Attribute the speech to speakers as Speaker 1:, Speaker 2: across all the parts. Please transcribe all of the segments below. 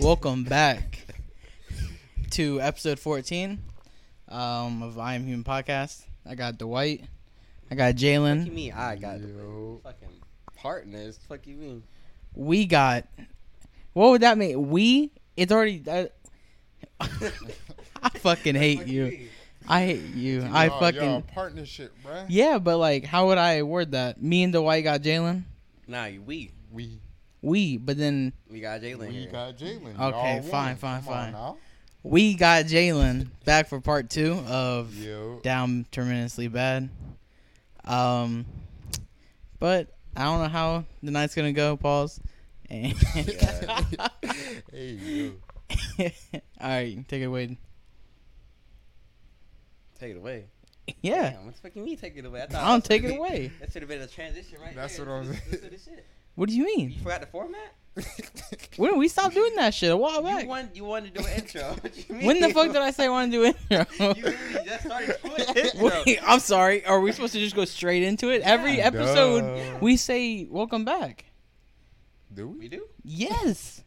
Speaker 1: Welcome back to episode 14 um, of I Am Human Podcast. I got Dwight. I got
Speaker 2: What you
Speaker 1: Jalen.
Speaker 2: mean I got
Speaker 3: Yo.
Speaker 2: fucking partners? Fuck you mean?
Speaker 1: We got. What would that mean? We? It's already. that I fucking hate you. I hate you. I
Speaker 3: Y'all- y'all a
Speaker 1: fucking.
Speaker 3: partnership, bruh.
Speaker 1: Yeah, but like, how would I word that? Me and Dwight got Jalen.
Speaker 2: Nah, you- we
Speaker 3: We
Speaker 1: We, but then
Speaker 2: we got Jalen
Speaker 3: we
Speaker 2: here.
Speaker 3: got
Speaker 1: Okay,
Speaker 3: Jalen. Y'all won.
Speaker 1: fine, fine,
Speaker 3: Come on
Speaker 1: fine.
Speaker 3: now.
Speaker 1: we got Jalen back for part two of
Speaker 3: Yo,
Speaker 1: down tremendously bad. Um, but I don't know how the night's gonna go. Pause. And
Speaker 3: hey yo,
Speaker 1: all right, take it away.
Speaker 2: Take it away.
Speaker 1: Yeah,
Speaker 2: Damn, what the fuck you mean take it away? I, thought
Speaker 1: I don't
Speaker 2: that's what
Speaker 1: take it away.
Speaker 2: That should have been a transition right
Speaker 3: That's
Speaker 2: there.
Speaker 3: what I'm
Speaker 2: Let's do this-
Speaker 3: saying.
Speaker 2: let's do this shit.
Speaker 1: What do you
Speaker 2: You
Speaker 1: mean?
Speaker 2: forgot the format?
Speaker 1: When did we stop doing that shit a while
Speaker 2: You
Speaker 1: back?
Speaker 2: want you wanted to do an intro. What you mean?
Speaker 1: When the fuck did I say I want to do intro?
Speaker 2: You literally just started doing intro.
Speaker 1: Wait, I'm sorry. Are we supposed to just go straight into it? Every
Speaker 3: Yeah.
Speaker 1: episode,
Speaker 3: Duh.
Speaker 1: we say "Welcome back."
Speaker 3: do
Speaker 2: We
Speaker 3: we?
Speaker 2: do?
Speaker 1: Yes.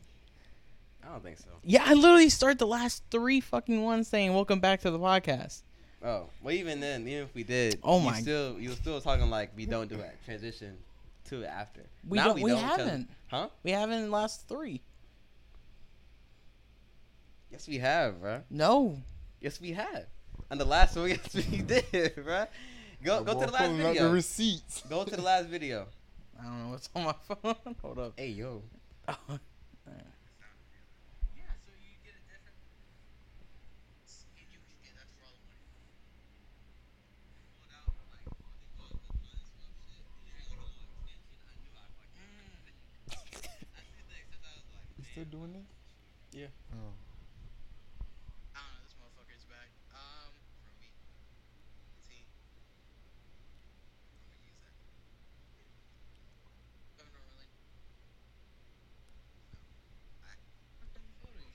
Speaker 2: I don't think so.
Speaker 1: Yeah, I literally start the last three fucking ones saying "Welcome back to the podcast."
Speaker 2: Oh, well, even then, even if we did,
Speaker 1: Oh
Speaker 2: you
Speaker 1: my-
Speaker 2: still you were still talking like we don't do a transition to it after.
Speaker 1: We
Speaker 2: Now
Speaker 1: don't. We,
Speaker 2: because-
Speaker 1: haven't.
Speaker 2: Huh?
Speaker 1: We haven't in the last three.
Speaker 2: Yes, we have, bro.
Speaker 1: No.
Speaker 2: Yes, we have. And the last one, yes, we did, bro. Go go to
Speaker 3: We're
Speaker 2: the last
Speaker 3: pulling up the
Speaker 2: video.
Speaker 3: receipts.
Speaker 2: Go to the last video.
Speaker 1: I don't know what's on my phone. Hold up.
Speaker 2: Hey yo.
Speaker 3: You still doing that?
Speaker 2: Yeah.
Speaker 3: Oh.
Speaker 4: I don't know, this motherfucker's back. Um, for me. See? I'm gonna use that. I don't really. Oh, I- What the photo you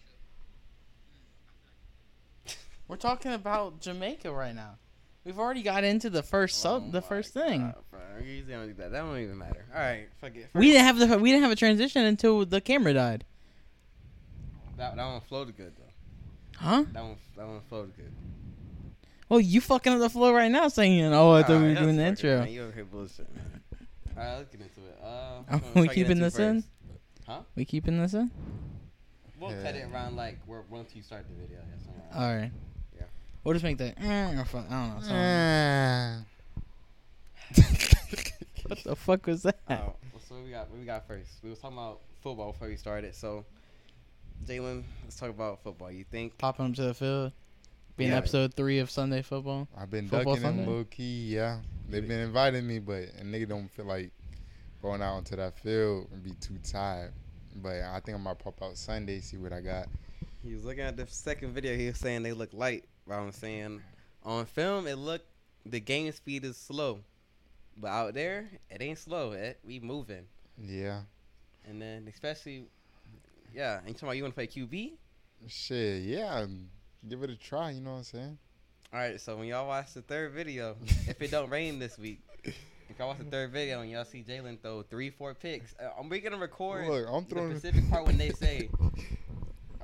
Speaker 4: showed?
Speaker 1: Hmm, We're talking about Jamaica right now. We've already got into the first
Speaker 2: Oh
Speaker 1: sub, the
Speaker 2: my
Speaker 1: first thing.
Speaker 2: God, bruh. We usually don't do that. That don't even matter. All right, fuck it.
Speaker 1: We didn't have the we didn't have a transition until the camera died.
Speaker 2: That, that one flowed good though.
Speaker 1: Huh?
Speaker 2: That one that one flowed good.
Speaker 1: Well, you fucking up the flow right now saying, "Oh, I thought we were doing the intro."
Speaker 2: Man. You over here bullshit, man. All right, let's get into it. Uh,
Speaker 1: Are
Speaker 2: which one
Speaker 1: we
Speaker 2: should I get
Speaker 1: keeping
Speaker 2: into
Speaker 1: this in?
Speaker 2: first?
Speaker 1: We keeping this in?
Speaker 2: We'll
Speaker 3: Yeah.
Speaker 2: cut it around like where once you start the video. Yeah, somewhere around.
Speaker 1: All right.
Speaker 2: Yeah.
Speaker 1: We'll just make that. "Mm," or fu- I don't know. something.
Speaker 3: Ah.
Speaker 1: What the fuck was that?
Speaker 2: All right. well, Oh, so what we got what we got first. We was talking about football before we started. So, Jalen, let's talk about football. You think?
Speaker 1: Popping up to the field. Being
Speaker 2: Yeah.
Speaker 1: episode three of Sunday football.
Speaker 3: I've been
Speaker 1: Football
Speaker 3: ducking them
Speaker 1: Sunday?
Speaker 3: low key. Yeah, they've been inviting me, but a nigga don't feel like going out into that field and be too tired. But I think I might pop out Sunday, see what I got.
Speaker 2: He was looking at the second video. He was saying they look light. But I'm saying on film it look the game speed is slow, but out there it ain't slow. It, we moving.
Speaker 3: Yeah,
Speaker 2: And then especially, yeah. And you talking about you want to play QB?
Speaker 3: shit. Yeah, give it a try. You know what I'm saying?
Speaker 2: All right. So when y'all watch the third video, if it don't rain this week, if y'all watch the third video and y'all see Jalen throw three, four picks, uh, are we gonna record
Speaker 3: Look, I'm
Speaker 2: the
Speaker 3: throwing
Speaker 2: Pacific part when they say?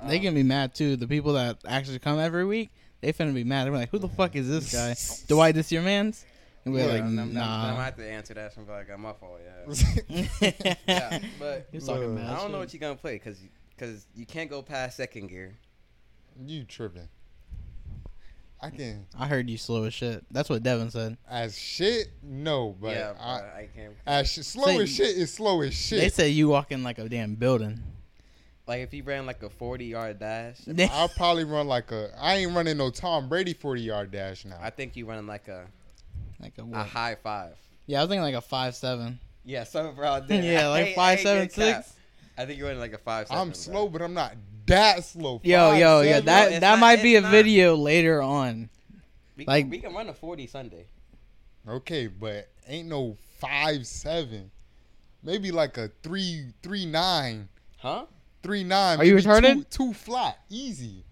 Speaker 1: They
Speaker 2: um,
Speaker 1: gonna be mad too. The people that actually come every week, they finna be mad. They're like, "Who the fuck is this guy? Dwight, this your man's?" And we're
Speaker 3: Yeah,
Speaker 1: like,
Speaker 2: I'm, I'm, I'm gonna
Speaker 1: "Nah."
Speaker 2: have to answer that. Somebody like, "I'm my fault." Yeah.
Speaker 1: yeah,
Speaker 2: yeah, but
Speaker 1: He's talking
Speaker 3: Look,
Speaker 1: mad.
Speaker 2: I don't
Speaker 1: shit.
Speaker 2: know what you're gonna play because because you can't go past second gear.
Speaker 3: you tripping? I can
Speaker 1: I heard you slow as shit. That's what Devin said.
Speaker 3: as shit. No, but
Speaker 2: yeah,
Speaker 3: I,
Speaker 2: but I can't.
Speaker 3: as sh- slow
Speaker 1: Say-
Speaker 3: as shit is slow as shit.
Speaker 1: They said you walk in like a damn building.
Speaker 2: Like if you ran like a 40 yard dash,
Speaker 3: I'll probably run like a. I ain't running no Tom Brady forty yard dash now.
Speaker 2: I think you running like a,
Speaker 1: like a
Speaker 2: a
Speaker 1: what?
Speaker 2: high five.
Speaker 1: Yeah, I was thinking like a five seven.
Speaker 2: Yeah, something around there.
Speaker 1: yeah,
Speaker 2: I
Speaker 1: like
Speaker 2: ain't- I
Speaker 1: five
Speaker 2: ain't
Speaker 1: seven
Speaker 2: gonna cap.
Speaker 1: six.
Speaker 2: I think you're running like a five. Seven,
Speaker 3: I'm
Speaker 2: bro.
Speaker 3: slow, but I'm not that slow.
Speaker 1: Yo,
Speaker 3: Five,
Speaker 1: yo, yeah.
Speaker 3: seven,
Speaker 1: That
Speaker 2: it's
Speaker 1: that
Speaker 2: not-
Speaker 1: might be a
Speaker 2: it's not-
Speaker 1: video later on.
Speaker 2: We,
Speaker 1: like-
Speaker 2: we can run a 40 Sunday.
Speaker 3: Okay, but ain't no five seven. Maybe like a three three nine.
Speaker 2: Huh?
Speaker 3: Three nine.
Speaker 1: Are you
Speaker 3: maybe
Speaker 1: retarded?
Speaker 3: Two, two flat. Easy.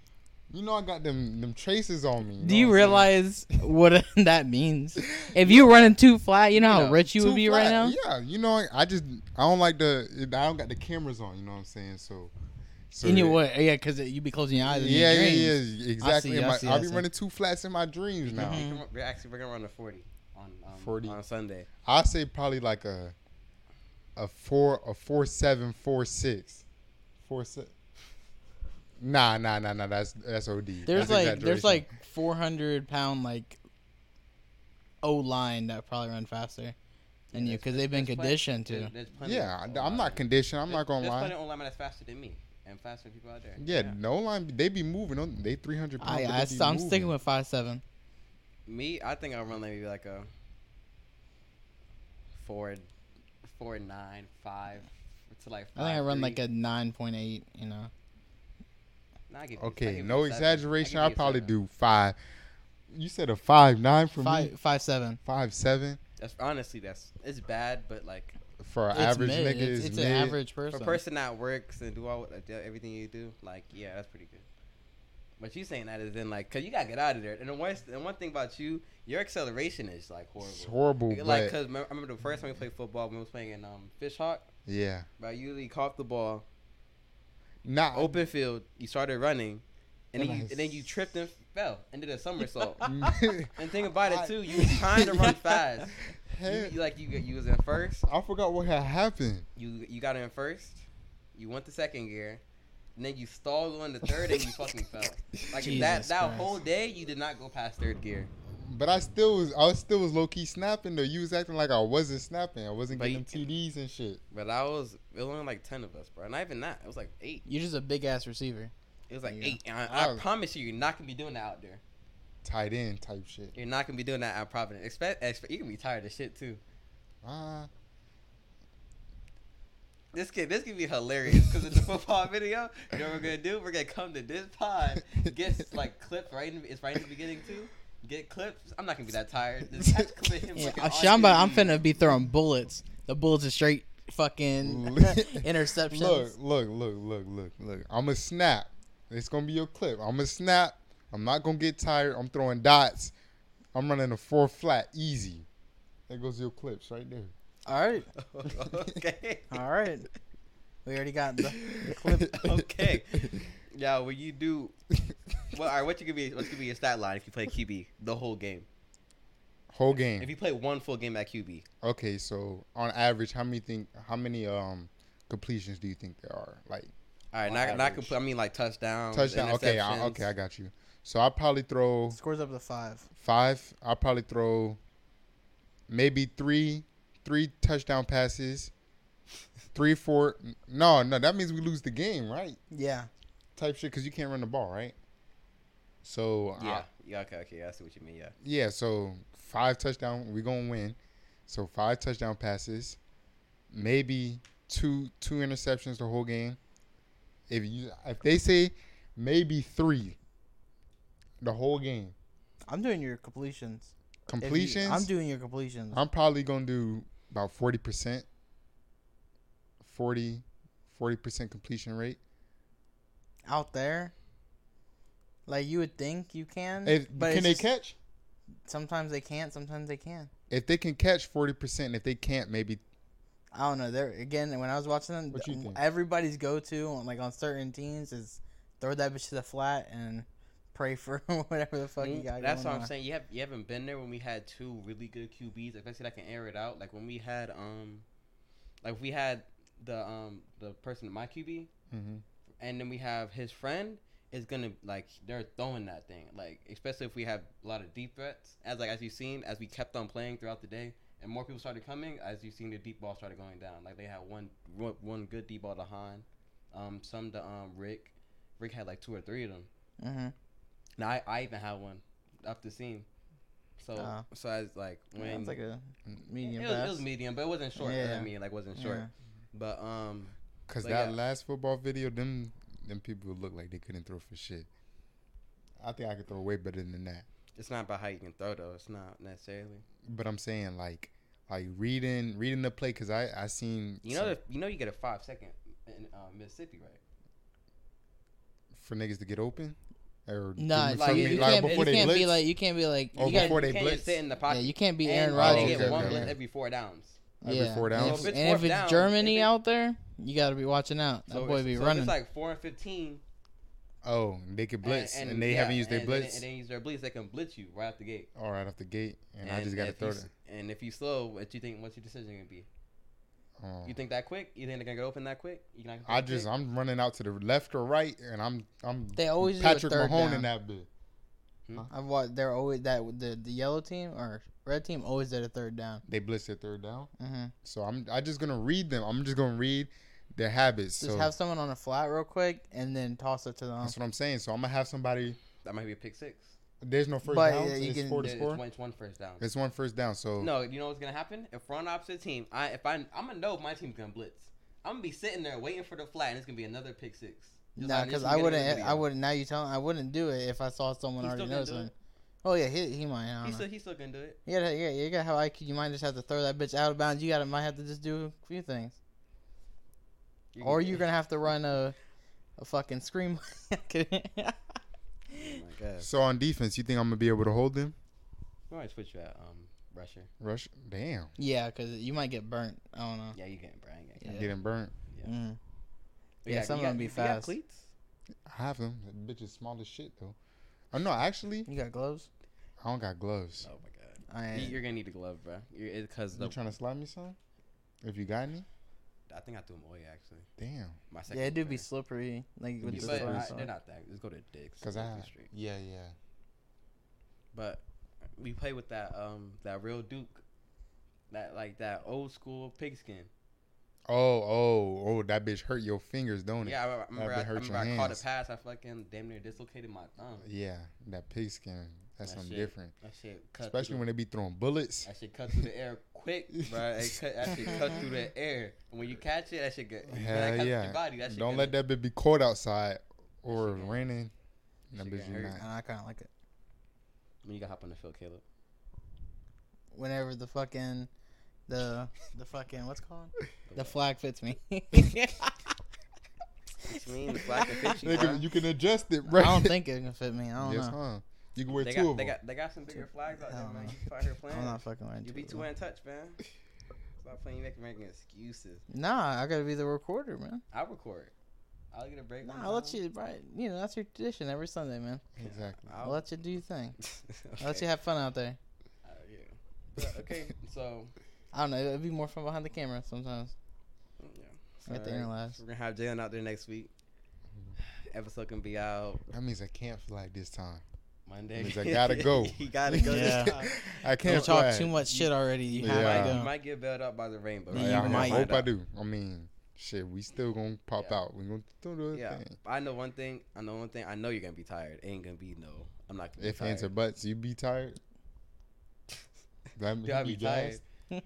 Speaker 3: You know I got them them traces on me.
Speaker 1: Do you
Speaker 3: know what I'm saying?
Speaker 1: realize what that means? If you running too flat, you know how
Speaker 3: Yeah,
Speaker 1: rich you
Speaker 3: too
Speaker 1: would be right now.
Speaker 3: flat. Yeah, you know I just I don't like the I don't got the cameras on. You know what I'm saying? So, so
Speaker 1: And you
Speaker 3: that-
Speaker 1: what? Yeah, because you be closing your eyes. And
Speaker 3: Yeah,
Speaker 1: yeah,
Speaker 3: yeah,
Speaker 1: your
Speaker 3: yeah,
Speaker 1: yeah,
Speaker 3: exactly.
Speaker 1: see,
Speaker 3: In
Speaker 1: I
Speaker 3: my-
Speaker 1: see, I
Speaker 3: I'll be
Speaker 1: see.
Speaker 3: running two flats in my dreams now.
Speaker 1: Mhm.
Speaker 2: We're actually we're gonna run a forty on um,
Speaker 3: 40.
Speaker 2: on Sunday.
Speaker 3: I say probably like a a four a four seven four six four six. Nah, nah, nah, nah. That's that's od.
Speaker 1: There's
Speaker 3: That's
Speaker 1: like there's
Speaker 3: exaggeration.
Speaker 1: like 400 pound like O line that probably run faster than you
Speaker 2: Yeah,
Speaker 1: you
Speaker 2: there's-
Speaker 1: because they've been
Speaker 2: there's plen-
Speaker 1: conditioned
Speaker 2: there-
Speaker 1: to.
Speaker 2: there's plenty
Speaker 3: yeah.
Speaker 2: of
Speaker 3: I- I'm not conditioned. I'm
Speaker 2: There-
Speaker 3: not gonna
Speaker 2: There's
Speaker 3: lie.
Speaker 2: plenty of online that's faster than me and faster than people out there.
Speaker 3: Yeah, no line. They be moving. On, they 300 pounds.
Speaker 1: I,
Speaker 3: but
Speaker 1: I
Speaker 3: they be
Speaker 1: I'm
Speaker 3: moving.
Speaker 1: sticking with five seven.
Speaker 2: Me, I think I'll run like maybe like a four, four nine five to like.
Speaker 1: I think I run
Speaker 2: 5'3".
Speaker 1: like a 9.8. You know.
Speaker 2: Nah, I give you- I give
Speaker 3: Okay,
Speaker 2: you
Speaker 3: no
Speaker 2: a seven.
Speaker 3: exaggeration.
Speaker 2: give
Speaker 3: I
Speaker 2: you a
Speaker 3: probably
Speaker 2: seven.
Speaker 3: do five. You said a five nine for me.
Speaker 1: Five five seven.
Speaker 3: Five seven
Speaker 2: That's honestly that's it's bad, but like
Speaker 3: for an
Speaker 1: It's
Speaker 3: average
Speaker 1: mid.
Speaker 3: nigga
Speaker 1: It's,
Speaker 3: is
Speaker 1: it's
Speaker 3: mid.
Speaker 1: an average
Speaker 2: for
Speaker 1: person.
Speaker 2: a person that works and do all uh, do everything you do, like yeah, that's pretty good. But you saying that is in like, cause you gotta get out of there. And the worst, and one thing about you, your acceleration is like
Speaker 3: It's
Speaker 2: horrible.
Speaker 3: horrible,
Speaker 2: Like,
Speaker 3: but
Speaker 2: cause remember, I remember the first time we played football, when we was playing in um, Fishhawk.
Speaker 3: yeah,
Speaker 2: But I usually caught the ball
Speaker 3: not
Speaker 2: open field. You started running, and then you,
Speaker 3: Nice.
Speaker 2: and then you tripped and fell and did a somersault.
Speaker 3: open.
Speaker 2: and think about it too, you was trying to run fast. You, you like you you was in first.
Speaker 3: I forgot what had happened.
Speaker 2: You you got in first. You went to second gear. And then you stalled on the third and you fucking fell. Like that
Speaker 1: Jesus
Speaker 2: that
Speaker 1: Christ.
Speaker 2: whole day you did not go past third gear.
Speaker 3: But I still was, I was still was low key snapping though. You was acting like I wasn't snapping. I wasn't
Speaker 2: But
Speaker 3: getting
Speaker 2: you-
Speaker 3: TDs and shit.
Speaker 2: But I was it was only like ten of us, bro. Not even that. It was like eight.
Speaker 1: You're just a big ass receiver.
Speaker 2: It was like
Speaker 1: Yeah.
Speaker 2: eight. And I, I
Speaker 3: Wow.
Speaker 2: promise you, you're not gonna be doing that out there.
Speaker 3: Tight end type shit.
Speaker 2: You're not gonna be doing that out Providence. Expect, expect you're gonna be tired of shit too.
Speaker 3: Ah,
Speaker 2: This could this could be hilarious because it's a football video. You know what we're gonna do? We're gonna come to this pod, get like clipped right. In, it's right in the beginning too. Get clips. I'm not gonna be that tired. Just catch clip of him
Speaker 1: Yeah,
Speaker 2: looking
Speaker 1: uh,
Speaker 2: all
Speaker 1: Shamba, I'm
Speaker 2: crazy.
Speaker 1: finna be throwing bullets. The bullets are straight fucking interceptions.
Speaker 3: look, look, look, look, look, look. I'm a snap. It's gonna be your clip. I'm a snap. I'm not gonna get tired. I'm throwing dots. I'm running a four flat easy. There goes your clips right there.
Speaker 1: All right,
Speaker 2: okay.
Speaker 1: all right. We already got the the clip.
Speaker 2: Okay. Yeah. When you do, well, all right. What you give me? What's gonna be your stat line if you play QB the whole game?
Speaker 3: Whole
Speaker 2: If
Speaker 3: game.
Speaker 2: you play one full game at QB,
Speaker 3: Okay, so on average, how many think? How many um completions do you think there are? Like
Speaker 2: all right.
Speaker 3: On
Speaker 2: Not not
Speaker 3: average.
Speaker 2: complete. I mean like touchdowns,
Speaker 3: touchdown. Okay, I,
Speaker 2: Oh, interceptions.
Speaker 3: okay, I got you. So I probably throw
Speaker 1: Scores up to five.
Speaker 3: five. I probably throw maybe three, three touchdown passes, three, four. No, no, that means we lose the game, right?
Speaker 1: Yeah,
Speaker 3: Type shit because you can't run the ball, right? So I-
Speaker 2: Yeah. Yeah. Okay. Okay. I see what you mean. Yeah.
Speaker 3: yeah. So five touchdown, we gonna win. So five touchdown passes, maybe two two interceptions the whole game. If you if they say maybe three, the whole game
Speaker 1: I'm doing your completions. If you-
Speaker 3: completions.
Speaker 1: I'm doing your completions.
Speaker 3: I'm probably gonna do about 40%. 40 percent completion rate.
Speaker 1: out there. Like you would think you
Speaker 2: Mm.
Speaker 1: can,
Speaker 3: If,
Speaker 1: but
Speaker 3: can
Speaker 1: it's
Speaker 3: they
Speaker 1: just-
Speaker 3: catch?
Speaker 1: Sometimes they can't. Sometimes they can.
Speaker 3: If they can catch 40%, and if they can't, maybe
Speaker 1: I don't know. There again, when I was watching them,
Speaker 3: What you think?
Speaker 1: everybody's go-to on like on certain teams is throw that bitch to the flat and pray for whatever the fuck you
Speaker 2: Mm,
Speaker 1: got.
Speaker 2: That's
Speaker 1: going
Speaker 2: what I'm
Speaker 1: on.
Speaker 2: saying. You have you haven't been there when we had two really good QBs, especially that can air it out. Like when we had um, like we had the um the person my QB,
Speaker 3: mhm.
Speaker 2: and then we have his friend is gonna like they're throwing that thing. Like especially if we have a lot of deep threats, as like as you've seen, as we kept on playing throughout the day, and more people started coming, as you've seen, the deep ball started going down. Like they had one one- one good deep ball to Han, um some to um Rick. Rick had like two or three of them.
Speaker 1: Mhm.
Speaker 2: No, I, I even had one up the seam. So
Speaker 1: Oh.
Speaker 2: so I was like when
Speaker 1: Yeah, it's like a medium.
Speaker 2: it, was, it
Speaker 1: pass.
Speaker 2: was medium, but it wasn't short. you know what
Speaker 1: Yeah.
Speaker 2: I mean, like wasn't short.
Speaker 1: Yeah.
Speaker 2: But um,
Speaker 3: Cause
Speaker 2: But
Speaker 3: that
Speaker 2: yeah.
Speaker 3: last football video, them them people look like they couldn't throw for shit. I think I could throw way better than that.
Speaker 2: it's not about how you can throw though. It's not necessarily.
Speaker 3: But I'm saying like like reading reading the play because I I seen
Speaker 2: You know
Speaker 3: some-
Speaker 2: the, you know you get a five second in uh, Mississippi, right?
Speaker 3: for niggas to get open Or
Speaker 1: Nah,
Speaker 3: from
Speaker 2: like,
Speaker 3: me,
Speaker 1: you,
Speaker 2: like,
Speaker 1: can't,
Speaker 3: before
Speaker 1: you
Speaker 3: they
Speaker 1: can't be
Speaker 3: blitz?
Speaker 1: like you can't be like
Speaker 3: Or
Speaker 1: you gotta,
Speaker 3: before they
Speaker 2: You can't
Speaker 3: blitz?
Speaker 2: just sit in the
Speaker 1: yeah,
Speaker 2: pocket.
Speaker 1: you can't be
Speaker 2: and
Speaker 1: Aaron
Speaker 2: you
Speaker 3: Oh,
Speaker 1: Rodgers.
Speaker 2: only
Speaker 3: okay,
Speaker 2: get one
Speaker 3: okay.
Speaker 2: blitz every four downs.
Speaker 3: every
Speaker 1: yeah.
Speaker 3: four
Speaker 1: And
Speaker 3: downs.
Speaker 1: if,
Speaker 2: So if it's
Speaker 1: and if
Speaker 2: fourth
Speaker 1: it's
Speaker 2: down,
Speaker 1: Germany
Speaker 2: if it-
Speaker 1: out there, you got to be watching out. That boy
Speaker 2: it's-
Speaker 1: be
Speaker 2: so
Speaker 1: running.
Speaker 2: It's like four and fifteen.
Speaker 3: oh, they could blitz, and, they
Speaker 2: yeah,
Speaker 3: haven't used their
Speaker 2: and-
Speaker 3: blitz.
Speaker 2: And they use their blitz. They can blitz you right out the gate.
Speaker 3: all right, off the gate, and, I just gotta
Speaker 2: if
Speaker 3: throw
Speaker 2: you
Speaker 3: it.
Speaker 2: s- And if you slow, what you think? What's your decision gonna be?
Speaker 3: Oh.
Speaker 2: You think that quick? You think they're gonna get open that quick? You not
Speaker 3: I just I'm running out to the left or right, and I'm I'm
Speaker 1: They always do a
Speaker 3: Patrick
Speaker 1: third
Speaker 3: Mahone
Speaker 1: down.
Speaker 3: in that bit.
Speaker 1: I've watched. They're always that the the yellow team or red team always did a third down.
Speaker 3: They blitz their third down,
Speaker 1: hmm
Speaker 3: so I'm I just gonna read them. I'm just gonna read their habits.
Speaker 1: Just
Speaker 3: so
Speaker 1: have someone on a flat real quick and then toss it to them.
Speaker 3: that's what I'm saying. So I'm gonna have somebody.
Speaker 2: that might be a pick six.
Speaker 3: There's no first
Speaker 1: But,
Speaker 3: down.
Speaker 1: yeah, you
Speaker 3: it's
Speaker 1: can-
Speaker 3: four to
Speaker 2: Yeah, it's,
Speaker 3: score.
Speaker 2: one, it's one first down.
Speaker 3: It's one first down. So
Speaker 2: No, you know what's gonna happen? If we're on the opposite team, I if I I'm gonna know if my team's gonna blitz. I'm gonna be sitting there waiting for the flat, and it's gonna be another pick six. Just
Speaker 1: Nah,
Speaker 2: like
Speaker 1: because
Speaker 2: this
Speaker 1: I
Speaker 2: we get in the
Speaker 1: wouldn't.
Speaker 2: video.
Speaker 1: I wouldn't. Now you tell him I wouldn't do it if I saw someone
Speaker 2: He's
Speaker 1: already
Speaker 2: still gonna
Speaker 1: knows
Speaker 2: do
Speaker 1: him.
Speaker 2: it.
Speaker 1: Oh yeah, he he might. I
Speaker 2: He's
Speaker 1: don't know.
Speaker 2: still, he's still gonna do it.
Speaker 1: You gotta, yeah, you gotta have IQ. You might just have to throw that bitch out of bounds. You gotta might have to just do a few things, or you're gonna have to run a, a fucking scream.
Speaker 3: so on defense, you think I'm gonna be able to hold them?
Speaker 2: All right, switch that um rusher.
Speaker 3: Rush, damn,
Speaker 1: yeah, because you might get burnt. I don't know.
Speaker 2: Yeah, you getting Brian. you
Speaker 1: Yeah.
Speaker 2: getting-
Speaker 3: getting burnt.
Speaker 1: Mm.
Speaker 2: You
Speaker 1: Yeah,
Speaker 2: got-
Speaker 1: some
Speaker 2: you
Speaker 1: of them
Speaker 2: got-
Speaker 1: be
Speaker 2: you got
Speaker 1: fast.
Speaker 2: Cleats?
Speaker 3: I have them. That bitch is small as shit though. Oh no, actually,
Speaker 1: You got gloves.
Speaker 3: I don't got gloves.
Speaker 2: Oh my god.
Speaker 1: I
Speaker 2: You-
Speaker 1: ain't-
Speaker 2: You're gonna need a glove, bro. Because
Speaker 3: You
Speaker 2: the
Speaker 3: trying to slide me some? If you got any,
Speaker 2: I think I threw them away actually.
Speaker 3: damn.
Speaker 2: My second.
Speaker 1: yeah, it do be
Speaker 2: player.
Speaker 1: slippery. Like with
Speaker 3: be
Speaker 1: the
Speaker 2: but
Speaker 3: slippery,
Speaker 1: slippery.
Speaker 2: I-
Speaker 1: side.
Speaker 2: they're not that. Let's go to dicks.
Speaker 3: Cause
Speaker 2: Let's
Speaker 3: I,
Speaker 2: be straight.
Speaker 3: yeah, yeah.
Speaker 2: But we play with that um that real Duke, that like that old school pigskin.
Speaker 3: Oh, oh, oh, that bitch hurt your fingers, don't it?
Speaker 2: Yeah, I re- remember. I,
Speaker 3: been
Speaker 2: I
Speaker 3: hurt your
Speaker 2: remember I caught a
Speaker 3: hands.
Speaker 2: pass. I fucking damn near dislocated my thumb.
Speaker 3: Yeah, that pigskin. That's
Speaker 2: That
Speaker 3: something
Speaker 2: shit
Speaker 3: different.
Speaker 2: That shit cut.
Speaker 3: Especially
Speaker 2: through
Speaker 3: when they be throwing bullets.
Speaker 2: the, that shit cut through the air quick, bro. It cut, that shit cut through the air. And when you catch it, that shit get. when that
Speaker 3: Hell
Speaker 2: catch
Speaker 3: yeah.
Speaker 2: Your body. That shit
Speaker 3: Don't
Speaker 2: gonna-
Speaker 3: let that bitch be cold outside or
Speaker 2: shit gonna-
Speaker 3: raining. That
Speaker 2: shit
Speaker 3: bitch
Speaker 2: gonna
Speaker 3: be
Speaker 2: hurt.
Speaker 3: not.
Speaker 1: And I kind of like it.
Speaker 2: When you got hop on the field, Caleb.
Speaker 1: Whenever the fucking, the the fucking what's it called the
Speaker 2: what?
Speaker 1: flag fits me.
Speaker 2: What you mean? The flag can fit you,
Speaker 3: They
Speaker 2: bro.
Speaker 3: can- you can adjust it,
Speaker 1: I
Speaker 3: right?
Speaker 1: don't think it can fit me. I don't
Speaker 3: Yes,
Speaker 1: know.
Speaker 3: huh? You can wear
Speaker 2: They
Speaker 3: two
Speaker 2: got,
Speaker 3: of
Speaker 2: they
Speaker 3: them.
Speaker 2: got they got some bigger flags out there,
Speaker 1: Hell
Speaker 2: man.
Speaker 1: no.
Speaker 2: You out here playing.
Speaker 1: I'm not fucking wearing.
Speaker 2: You
Speaker 1: two
Speaker 2: be
Speaker 1: of
Speaker 2: too
Speaker 1: them.
Speaker 2: in touch, man. Stop playing. You making making excuses.
Speaker 1: Nah, I gotta be the recorder, man.
Speaker 2: I record. I'll get a break.
Speaker 1: Nah,
Speaker 2: one
Speaker 1: I'll let
Speaker 2: time.
Speaker 1: you, right? You know, that's your tradition every Sunday, man.
Speaker 3: exactly.
Speaker 1: I'll let you do your thing.
Speaker 2: okay.
Speaker 1: I'll let you have fun out there.
Speaker 2: Uh, yeah. But, okay, so
Speaker 1: I don't know. It'd be more fun behind the camera sometimes.
Speaker 2: yeah.
Speaker 1: At the Mm-hmm.
Speaker 2: Alright.
Speaker 1: interlabs.
Speaker 2: We're gonna have Jalen out there next week. Episode can be out
Speaker 3: That means I can't fly this time.
Speaker 2: Monday.
Speaker 3: Means I gotta go.
Speaker 2: he gotta go.
Speaker 1: Yeah.
Speaker 2: this time.
Speaker 3: I
Speaker 1: You
Speaker 3: can't
Speaker 1: talk
Speaker 3: fly.
Speaker 1: too much shit already. You
Speaker 3: Yeah.
Speaker 1: have
Speaker 2: Might,
Speaker 1: to
Speaker 2: you
Speaker 1: go.
Speaker 2: might get bailed out by the rainbow.
Speaker 1: You
Speaker 2: We're
Speaker 3: Yeah,
Speaker 2: gonna
Speaker 3: I
Speaker 1: might.
Speaker 2: find
Speaker 3: hope I
Speaker 2: out.
Speaker 3: do. I mean, shit, we still gonna pop
Speaker 2: Yeah.
Speaker 3: out. We gonna do the
Speaker 2: Yeah,
Speaker 3: thing.
Speaker 2: I know one thing. I know one thing. I know you're gonna be tired. Ain't gonna be no. I'm not gonna.
Speaker 3: If
Speaker 2: be tired.
Speaker 3: hands or butts, you be tired. That
Speaker 2: Dude, I'll
Speaker 3: you
Speaker 2: be tired.
Speaker 3: gassed?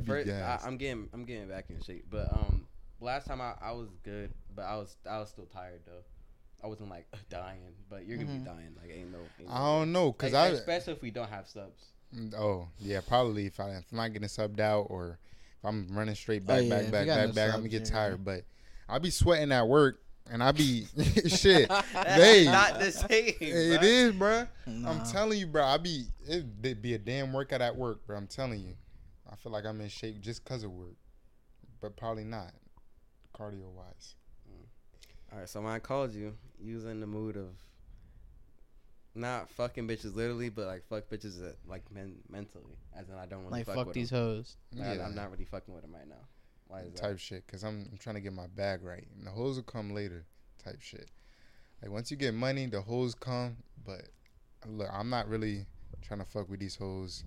Speaker 3: be
Speaker 2: first, I,
Speaker 3: gassed.
Speaker 2: I'm getting, I'm getting back in shape. But um, last time I, I was good, but I was, I was still tired though. I wasn't like uh, dying, but you're gonna
Speaker 1: Mhm.
Speaker 2: be dying. Like ain't no. Ain't
Speaker 3: I
Speaker 2: no
Speaker 3: don't know, cause
Speaker 2: Like,
Speaker 3: I
Speaker 2: especially if we don't have subs.
Speaker 3: Mm, Oh yeah, probably if, I, if I'm not getting subbed out or if I'm running straight back,
Speaker 1: Oh, yeah, if
Speaker 3: back,
Speaker 1: you
Speaker 3: back,
Speaker 1: got
Speaker 3: back,
Speaker 1: no
Speaker 3: back, I'm gonna get
Speaker 1: subs, yeah.
Speaker 3: tired. But I'll be sweating at work and I'll be shit.
Speaker 2: That's
Speaker 3: They-
Speaker 2: not the same.
Speaker 3: It
Speaker 2: bruh.
Speaker 3: is, bruh.
Speaker 1: Nah.
Speaker 3: I'm telling you, bro. I be it would be a damn workout at work, bro. I'm telling you. I feel like I'm in shape just cause of work, but probably not, cardio wise.
Speaker 2: All right, so when I called you, you was in the mood of not fucking bitches literally, but like fuck bitches that, like men mentally, as in I don't want
Speaker 1: like
Speaker 2: to fuck,
Speaker 1: fuck
Speaker 2: with
Speaker 1: these
Speaker 2: 'em.
Speaker 1: hoes.
Speaker 2: Like,
Speaker 3: Yeah,
Speaker 2: I'm not really fucking with them right now. Why is that?
Speaker 3: type shit. Cause I'm, I'm trying to get my bag right, and the hoes will come later. Type shit. Like once you get money, the hoes come. But look, I'm not really trying to fuck with these hoes.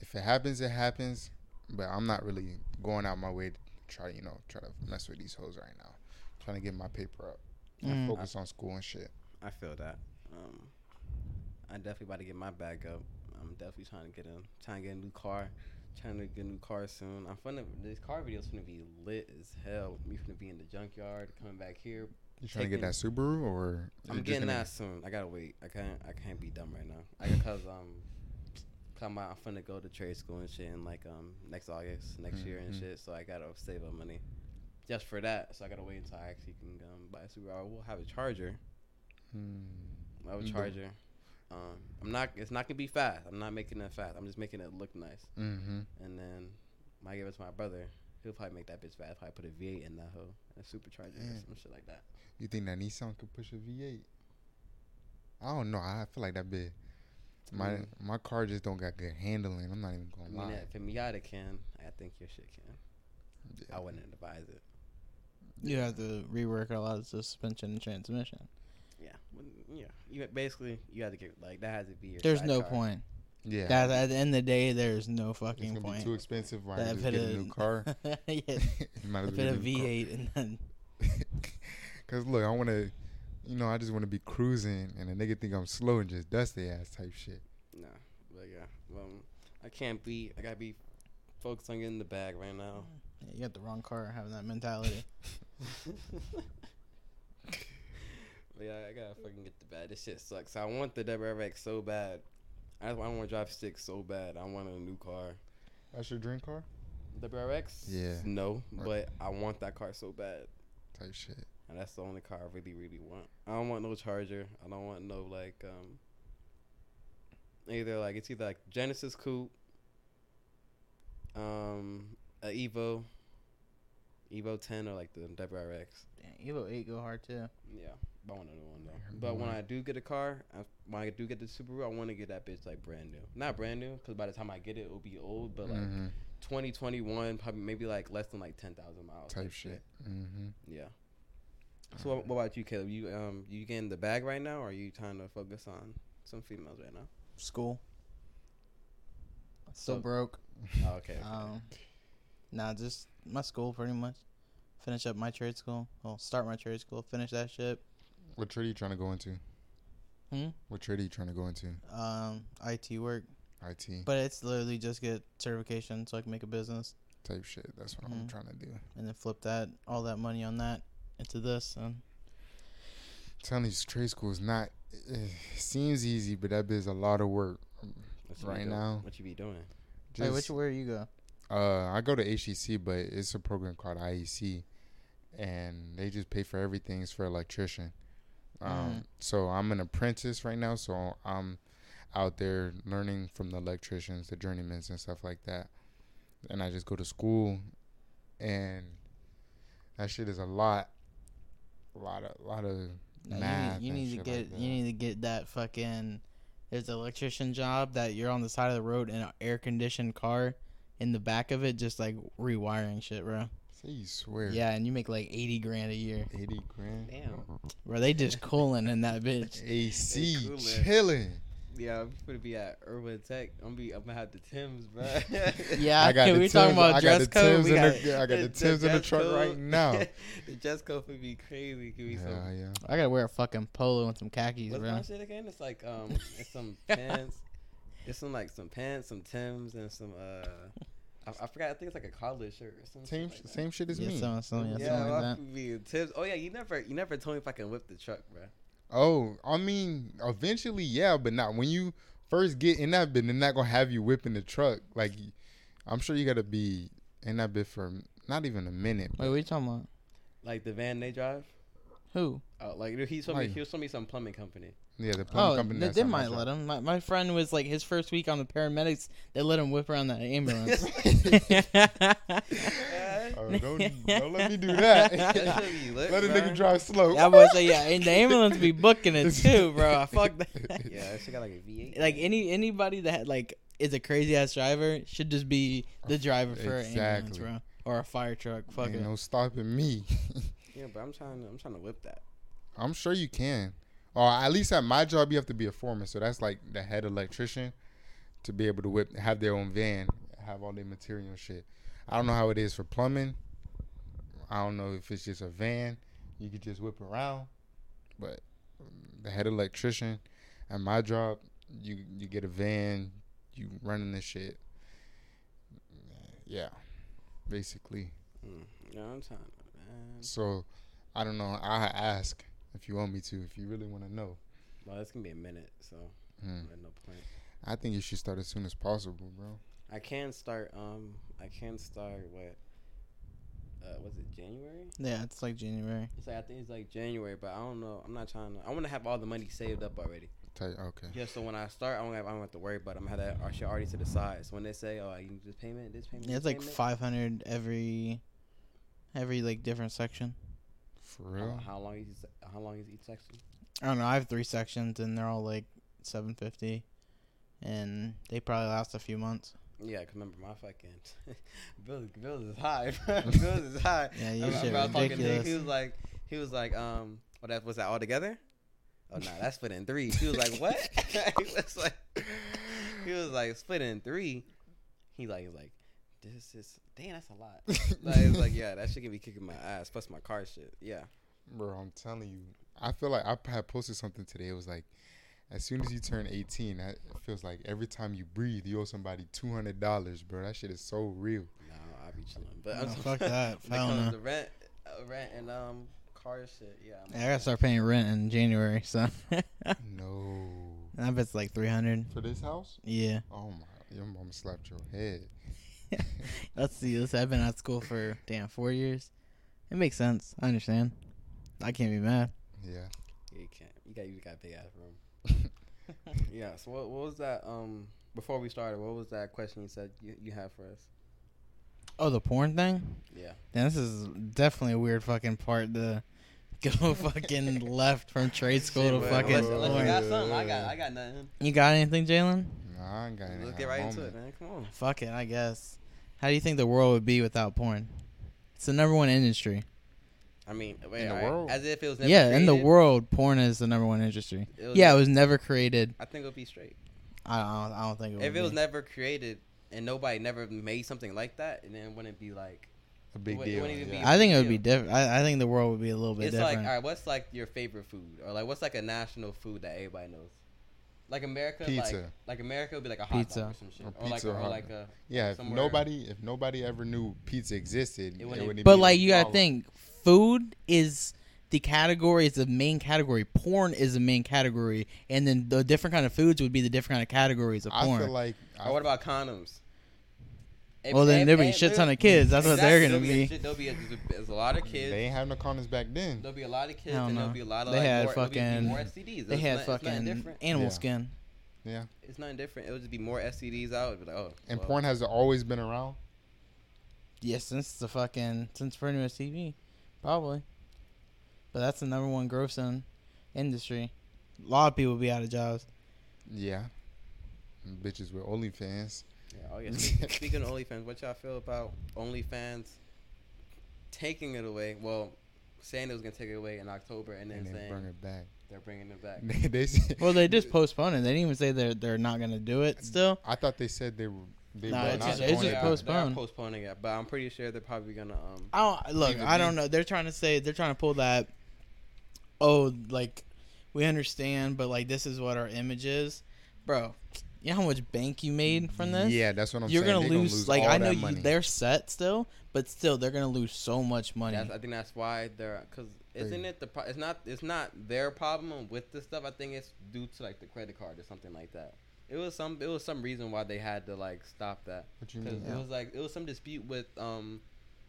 Speaker 3: If it happens, it happens. But I'm not really going out my way to try, you know, try to mess with these hoes right now. trying to get my paper up
Speaker 1: Mm.
Speaker 3: and focus on school and shit.
Speaker 2: I feel that. Um, I definitely about to get my back up. I'm definitely trying to get a trying to get a new car, trying to get a new car soon. I'm finna this car video's gonna be lit as hell. Me finna be in the junkyard, coming back here.
Speaker 3: You trying to get
Speaker 2: Taking-
Speaker 3: that Subaru or?
Speaker 2: I'm
Speaker 3: you're just
Speaker 2: getting
Speaker 3: gonna-
Speaker 2: that soon. I gotta wait. I can't. I can't be dumb right now. I cause um, come out. I'm finna go to trade school and shit in like um next August next year and
Speaker 3: Mhm.
Speaker 2: shit. So I gotta save up money just for that. So I gotta wait until I actually can um, buy a Subaru. I will have a charger.
Speaker 3: Hmm.
Speaker 2: of a
Speaker 3: Mhm.
Speaker 2: charger. Um, I'm not. It's not gonna be fast. I'm not making it fast. I'm just making it look nice.
Speaker 3: Mm-hmm.
Speaker 2: And then I give it to my brother. He'll probably make that bitch fast. Probably put a V8 in that hoe, a supercharger or
Speaker 3: Yeah.
Speaker 2: some shit like that.
Speaker 3: You think that Nissan could push a V8? I don't know. I feel like that bit. My
Speaker 2: Mm.
Speaker 3: my car just don't got good handling. I'm not even
Speaker 2: I
Speaker 3: gonna
Speaker 2: mean,
Speaker 3: lie.
Speaker 2: if a Miata can, I think your shit can.
Speaker 3: Yeah.
Speaker 2: I wouldn't advise it.
Speaker 1: You have to rework a lot of suspension and transmission.
Speaker 2: Yeah, wouldn't- yeah. You basically you have to get like that has to be your.
Speaker 1: There's no
Speaker 2: sidecar.
Speaker 1: point.
Speaker 3: Yeah,
Speaker 1: That, at the end of the day, there's no
Speaker 3: it's
Speaker 1: fucking
Speaker 3: gonna be
Speaker 1: point.
Speaker 3: too expensive. Right,
Speaker 1: That
Speaker 3: just get a new car.
Speaker 1: yeah,
Speaker 3: Might as
Speaker 1: if it
Speaker 3: well
Speaker 1: a
Speaker 3: get new car.
Speaker 1: V8 and then
Speaker 3: Cause look, I want to, you know, I just want to be cruising, and a nigga think I'm slow and just dust their ass type shit.
Speaker 2: No, but yeah, um, I can't be. I gotta be focused on getting the bag right now.
Speaker 1: yeah, you got the wrong car having that mentality. Mm.
Speaker 2: but yeah, I gotta fucking get the bag. This shit sucks. I want the WRX so bad. I, I want to drive six so bad. I want a new car.
Speaker 3: That's your dream car
Speaker 2: WRX?
Speaker 3: Yeah.
Speaker 2: No,
Speaker 3: Right.
Speaker 2: but I want that car so bad.
Speaker 3: type shit.
Speaker 2: And that's the only car I really, really want. I don't want no Charger. I don't want no like um. Either like it's either like Genesis Coupe, um, a Evo, Evo ten or like the WRX.
Speaker 1: Damn, Evo 8 go hard too.
Speaker 2: Yeah, but I want another one
Speaker 3: Yeah,
Speaker 2: though. But when
Speaker 3: right.
Speaker 2: I do get a car, I, when I do get the Subaru, I want to get that bitch like brand new. Not brand new, because by the time I get it, it'll be old. But like
Speaker 3: hmm
Speaker 2: twenty twenty one, probably maybe like less than like ten thousand miles.
Speaker 3: Type shit. hmm
Speaker 2: Yeah. So what, what about you, Caleb? You um you getting the bag right now, or are you trying to focus on some females right now?
Speaker 1: School. Still
Speaker 2: So-
Speaker 1: broke.
Speaker 2: Oh, okay. okay.
Speaker 1: Um, nah, just my school pretty much. Finish up my trade school. Well, start my trade school. Finish that shit.
Speaker 3: What trade are you trying to go into?
Speaker 1: Hmm?
Speaker 3: What trade are you trying to go into?
Speaker 1: Um, IT work,
Speaker 3: IT
Speaker 1: but it's literally just get certification so I can make a business
Speaker 3: type shit. That's what I'm
Speaker 1: Mhm.
Speaker 3: trying to do.
Speaker 1: and then flip that all that money on that into this and
Speaker 3: telling you, trade school is not. It seems easy, but that bit's a lot of work.
Speaker 2: What you be
Speaker 3: right
Speaker 2: doing-
Speaker 3: now-
Speaker 2: what you be doing?
Speaker 1: Wait,
Speaker 3: Just,
Speaker 1: which where you go?
Speaker 3: uh, I go to HEC, but it's a program called IEC, and they just pay for everything. It's for electrician.
Speaker 1: Mm-hmm.
Speaker 3: Um, So I'm an apprentice right now, so I'm out there learning from the electricians, the journeymen, and stuff like that. And I just go to school, and that shit is a lot, a lot of, lot of
Speaker 1: No, you
Speaker 3: math.
Speaker 1: need, you
Speaker 3: and
Speaker 1: need to
Speaker 3: shit like
Speaker 1: get
Speaker 3: that.
Speaker 1: you need to get that fucking. There's an electrician job that you're on the side of the road in an air conditioned car, in the back of it, just like rewiring shit, bro.
Speaker 3: Say you swear.
Speaker 1: Yeah, and you make like eighty grand a year,
Speaker 3: 80 grand.
Speaker 2: Damn.
Speaker 1: bro. They just cooling in that bitch.
Speaker 3: AC
Speaker 2: Hey, cool it.
Speaker 3: chilling.
Speaker 2: Yeah, I'm gonna be at Urban Tech. I'm be. I'm gonna have the Tims, bro.
Speaker 1: Yeah,
Speaker 3: I got
Speaker 1: we
Speaker 3: the
Speaker 1: were
Speaker 3: Timbs-
Speaker 1: talking about
Speaker 3: I got
Speaker 1: dress
Speaker 3: the
Speaker 1: code.
Speaker 3: Timbs
Speaker 1: We
Speaker 3: in
Speaker 1: got,
Speaker 3: the- I got the Timbs in the
Speaker 2: dress
Speaker 3: truck right
Speaker 2: code-
Speaker 3: now.
Speaker 2: the dress code would be crazy. Give me
Speaker 3: Yeah,
Speaker 2: some.
Speaker 3: yeah.
Speaker 1: I gotta wear a fucking polo and some khakis,
Speaker 2: What's
Speaker 1: bro.
Speaker 2: my shit again? It's like um, it's some pants. It's some like some pants, some Tims, and some uh, I, I forgot. I think it's like a collared shirt or something.
Speaker 3: Same,
Speaker 2: like that.
Speaker 3: same shit as
Speaker 1: Yeah,
Speaker 3: me.
Speaker 1: something, something, yeah,
Speaker 2: Yeah,
Speaker 1: something like
Speaker 2: well,
Speaker 1: that.
Speaker 2: be tips. Oh yeah, you never, you never told me if I can whip the truck, bro.
Speaker 3: Oh, I mean, eventually, yeah, but not when you first get in that bit. They're not gonna have you whipping the truck. Like, you- I'm sure you gotta be in that bit for not even a minute.
Speaker 1: Wait,
Speaker 3: but-
Speaker 1: what you talking about?
Speaker 2: Like the van they drive.
Speaker 1: Who?
Speaker 2: Oh, like he told me,
Speaker 3: Like-
Speaker 2: he told me some plumbing company.
Speaker 3: yeah, the plumbing
Speaker 1: Oh,
Speaker 3: company.
Speaker 1: they,
Speaker 3: that's
Speaker 1: they
Speaker 3: not my
Speaker 1: might
Speaker 3: job.
Speaker 1: let him. My, my friend was like his first week on the paramedics. They let him whip around that ambulance.
Speaker 2: Yeah.
Speaker 3: Oh, don't, don't let me do that.
Speaker 2: That shit be lit,
Speaker 3: let a
Speaker 2: bruh.
Speaker 3: nigga drive slow.
Speaker 1: Yeah, I'm about to say yeah, and the ambulance be booking it too, bro. I fuck that.
Speaker 2: Yeah, that shit got like a V eight.
Speaker 1: Like any anybody that like is a crazy ass driver should just be the driver for an ambulance,
Speaker 3: Exactly.
Speaker 1: bro, or a fire truck. Fuck
Speaker 3: Ain't
Speaker 1: it.
Speaker 3: no stopping me.
Speaker 2: Yeah, but I'm trying, to, I'm trying to whip that.
Speaker 3: I'm sure you can. Or at least at my job, you have to be a foreman. So that's like the head electrician to be able to whip, have their own van, have all their material and shit. I don't know how it is for plumbing. I don't know if it's just a van you could just whip around, but um, the head electrician at my job, you you get a van, you running this shit. Yeah, basically.
Speaker 2: Mm. Yeah, I'm trying. Man.
Speaker 3: So I don't know. I ask if you want me to, if you really want to know.
Speaker 2: Well, it's gonna be a minute, so
Speaker 3: Hmm.
Speaker 1: Mm.
Speaker 2: there's no point.
Speaker 3: I think you should start as soon as possible, bro.
Speaker 2: I can start. Um, I can start what? uh, was it January?
Speaker 1: Yeah, it's like January.
Speaker 2: It's like I think it's like January, but I don't know. I'm not trying to. I want to have all the money saved up already.
Speaker 3: Tell you- okay.
Speaker 2: Just so when I start, I don't have, I don't have to worry about. It. I'm gonna have that ar- shit already to the side. So when they say, "Oh, you need this payment, this payment,"
Speaker 1: Yeah, it's
Speaker 2: this
Speaker 1: like
Speaker 2: payment,
Speaker 1: five hundred every, every like different section.
Speaker 3: For
Speaker 2: I don't know
Speaker 3: real?
Speaker 2: How long is each, how long is each section?
Speaker 1: I don't know. I have three sections, and they're all like seven fifty, and they probably last a few months.
Speaker 2: Yeah, 'cause remember my fucking bills. Bills is high. bro. bills is high.
Speaker 1: Yeah,
Speaker 2: I
Speaker 1: your
Speaker 2: remember
Speaker 1: shit
Speaker 2: I was talking to Nick,
Speaker 1: ridiculous.
Speaker 2: He was like, he was like, um, what that was that all together? Oh no, that's split in three. He was like, what? he was like, he was like split in three. He like was like, this is damn, that's a lot. Like, it's like yeah, that shit can be kicking my ass. Plus my car shit. Yeah,
Speaker 3: Bro, I'm telling you. I feel like I p- had posted something today. It was like, as soon as you turn 18, that it feels like every time you breathe, you owe somebody $200, bro. That shit is so real.
Speaker 2: no, I'll be chilling. But
Speaker 1: No,
Speaker 2: I'm
Speaker 1: fuck that.
Speaker 2: when it
Speaker 1: Hell
Speaker 2: comes
Speaker 1: no.
Speaker 2: to rent, uh, rent and um car shit. Yeah, I'm-
Speaker 1: Yeah, I gotta start paying rent in January, so and
Speaker 3: No.
Speaker 1: I bet it's like three hundred.
Speaker 3: For this house?
Speaker 1: Yeah.
Speaker 3: Oh my. Your mom slapped your head.
Speaker 1: Let's see. Let's. say I've been at school for damn four years. It makes sense. I understand. I can't be mad.
Speaker 3: Yeah.
Speaker 2: Yeah, you can't. You got you got a big ass room. yeah. So what what was that? Um, before we started, what was that question you said you, you have for us?
Speaker 1: Oh, the porn thing.
Speaker 2: Yeah.
Speaker 1: Damn, this is definitely a weird fucking part to go fucking left from trade school to
Speaker 3: Shit, man.
Speaker 1: fucking
Speaker 2: Unless,
Speaker 3: Let's-
Speaker 2: unless
Speaker 3: let's
Speaker 2: you
Speaker 1: porn.
Speaker 2: got something, I got I got nothing.
Speaker 1: You got anything, Jalen?
Speaker 3: Nah, I ain't got
Speaker 2: Let's
Speaker 3: any
Speaker 2: get
Speaker 3: hot
Speaker 2: right into
Speaker 3: moment.
Speaker 2: it, man. Come on.
Speaker 1: Fuck it, I guess. How do you think the world would be without porn? It's the number one industry.
Speaker 2: I mean, wait,
Speaker 3: the
Speaker 2: all right,
Speaker 3: world.
Speaker 2: as if it was never
Speaker 1: yeah, in the
Speaker 2: created,
Speaker 1: world, porn is the number one industry.
Speaker 2: It was
Speaker 1: yeah,
Speaker 2: never-
Speaker 1: it was never created.
Speaker 2: I think it would be straight.
Speaker 1: I don't, I don't think it would
Speaker 2: If it was
Speaker 1: be.
Speaker 2: never created and nobody never made something like that, and then it wouldn't be like
Speaker 3: A big
Speaker 2: Wait,
Speaker 3: deal.
Speaker 2: wouldn't even be-
Speaker 3: Yeah.
Speaker 1: I think it would be different. I, I think the world would be a little bit
Speaker 2: it's like
Speaker 1: different.
Speaker 2: all right, what's like your favorite food or like what's like a national food that everybody knows? Like America, Like,
Speaker 3: Pizza.
Speaker 2: like America would be like a hot
Speaker 1: Pizza.
Speaker 2: dog or some shit,
Speaker 3: Or
Speaker 2: or, like
Speaker 3: pizza,
Speaker 2: or
Speaker 3: hot
Speaker 2: like
Speaker 3: dog.
Speaker 2: a
Speaker 3: Yeah, if
Speaker 2: somewhere-
Speaker 3: nobody if nobody ever knew pizza existed,
Speaker 2: It
Speaker 3: it
Speaker 2: wouldn't-
Speaker 3: wouldn't. even
Speaker 1: But
Speaker 3: be
Speaker 1: like you gotta
Speaker 3: problem.
Speaker 1: think, food is the category is the main category. Porn is the main category, and then the different kind of foods would be the different kind of categories of
Speaker 3: I
Speaker 1: porn.
Speaker 3: feel like I,
Speaker 2: Or what about condoms?
Speaker 1: Well, then there'll be a shit ton of kids. That's what they're gonna
Speaker 2: there'll
Speaker 1: be.
Speaker 2: a shit- There'll be a, there's a lot of
Speaker 3: they
Speaker 2: kids.
Speaker 3: ain't have no condoms back then.
Speaker 2: there'll be a lot of kids,
Speaker 1: Hell
Speaker 2: and
Speaker 1: no.
Speaker 2: there'll be a lot of
Speaker 1: They
Speaker 2: like,
Speaker 1: had
Speaker 2: more, there'll be
Speaker 1: fucking-
Speaker 2: more STDs.
Speaker 1: they had
Speaker 2: It's not- It's nothing
Speaker 1: fucking
Speaker 2: different.
Speaker 1: animal
Speaker 3: Yeah.
Speaker 1: skin.
Speaker 3: Yeah,
Speaker 2: It's nothing different. It would just be more STDs out. It'd be like, oh,
Speaker 3: and
Speaker 2: well,
Speaker 3: porn has always been around.
Speaker 1: Yeah, since the fucking since pretty much TV, probably. But that's the number one grossing industry. A lot of people be out of jobs.
Speaker 3: Yeah, And bitches with OnlyFans.
Speaker 2: Yeah, oh yeah. Speaking, speaking of OnlyFans, what y'all feel about OnlyFans taking it away? Well, saying it was gonna take it away in October, and then
Speaker 3: and they
Speaker 2: saying
Speaker 3: bring it back.
Speaker 2: they're bringing it back.
Speaker 3: They- they said-
Speaker 1: Well, they just postponed it. They didn't even say they're they're not gonna do it. Still,
Speaker 3: I thought they said they were. They
Speaker 1: Nah,
Speaker 3: were
Speaker 1: it's
Speaker 3: not
Speaker 1: just-
Speaker 2: they
Speaker 1: it's
Speaker 3: going
Speaker 1: just
Speaker 2: are-
Speaker 3: back.
Speaker 1: postponed.
Speaker 2: They are postponing it, but I'm pretty sure they're probably gonna um.
Speaker 1: I don't look.
Speaker 3: Even
Speaker 1: I don't
Speaker 3: me.
Speaker 1: know. They're trying to say they're trying to pull that. Oh, like we understand, but like this is what our image is, bro. You know how much bank you made from this?
Speaker 3: Yeah, that's what I'm
Speaker 1: you're
Speaker 3: saying.
Speaker 1: gonna
Speaker 3: They
Speaker 1: lose, Like
Speaker 3: all
Speaker 1: I
Speaker 3: that
Speaker 1: know
Speaker 3: money.
Speaker 1: you, they're set still, but still they're gonna lose so much money.
Speaker 2: That's, I think that's why they're because isn't it the pro- it's not it's not their problem with this stuff. I think it's due to like the credit card or something like that. It was some it was some reason why they had to like stop that.
Speaker 3: What you
Speaker 2: 'Cause
Speaker 3: mean?
Speaker 2: it was like it was some dispute with um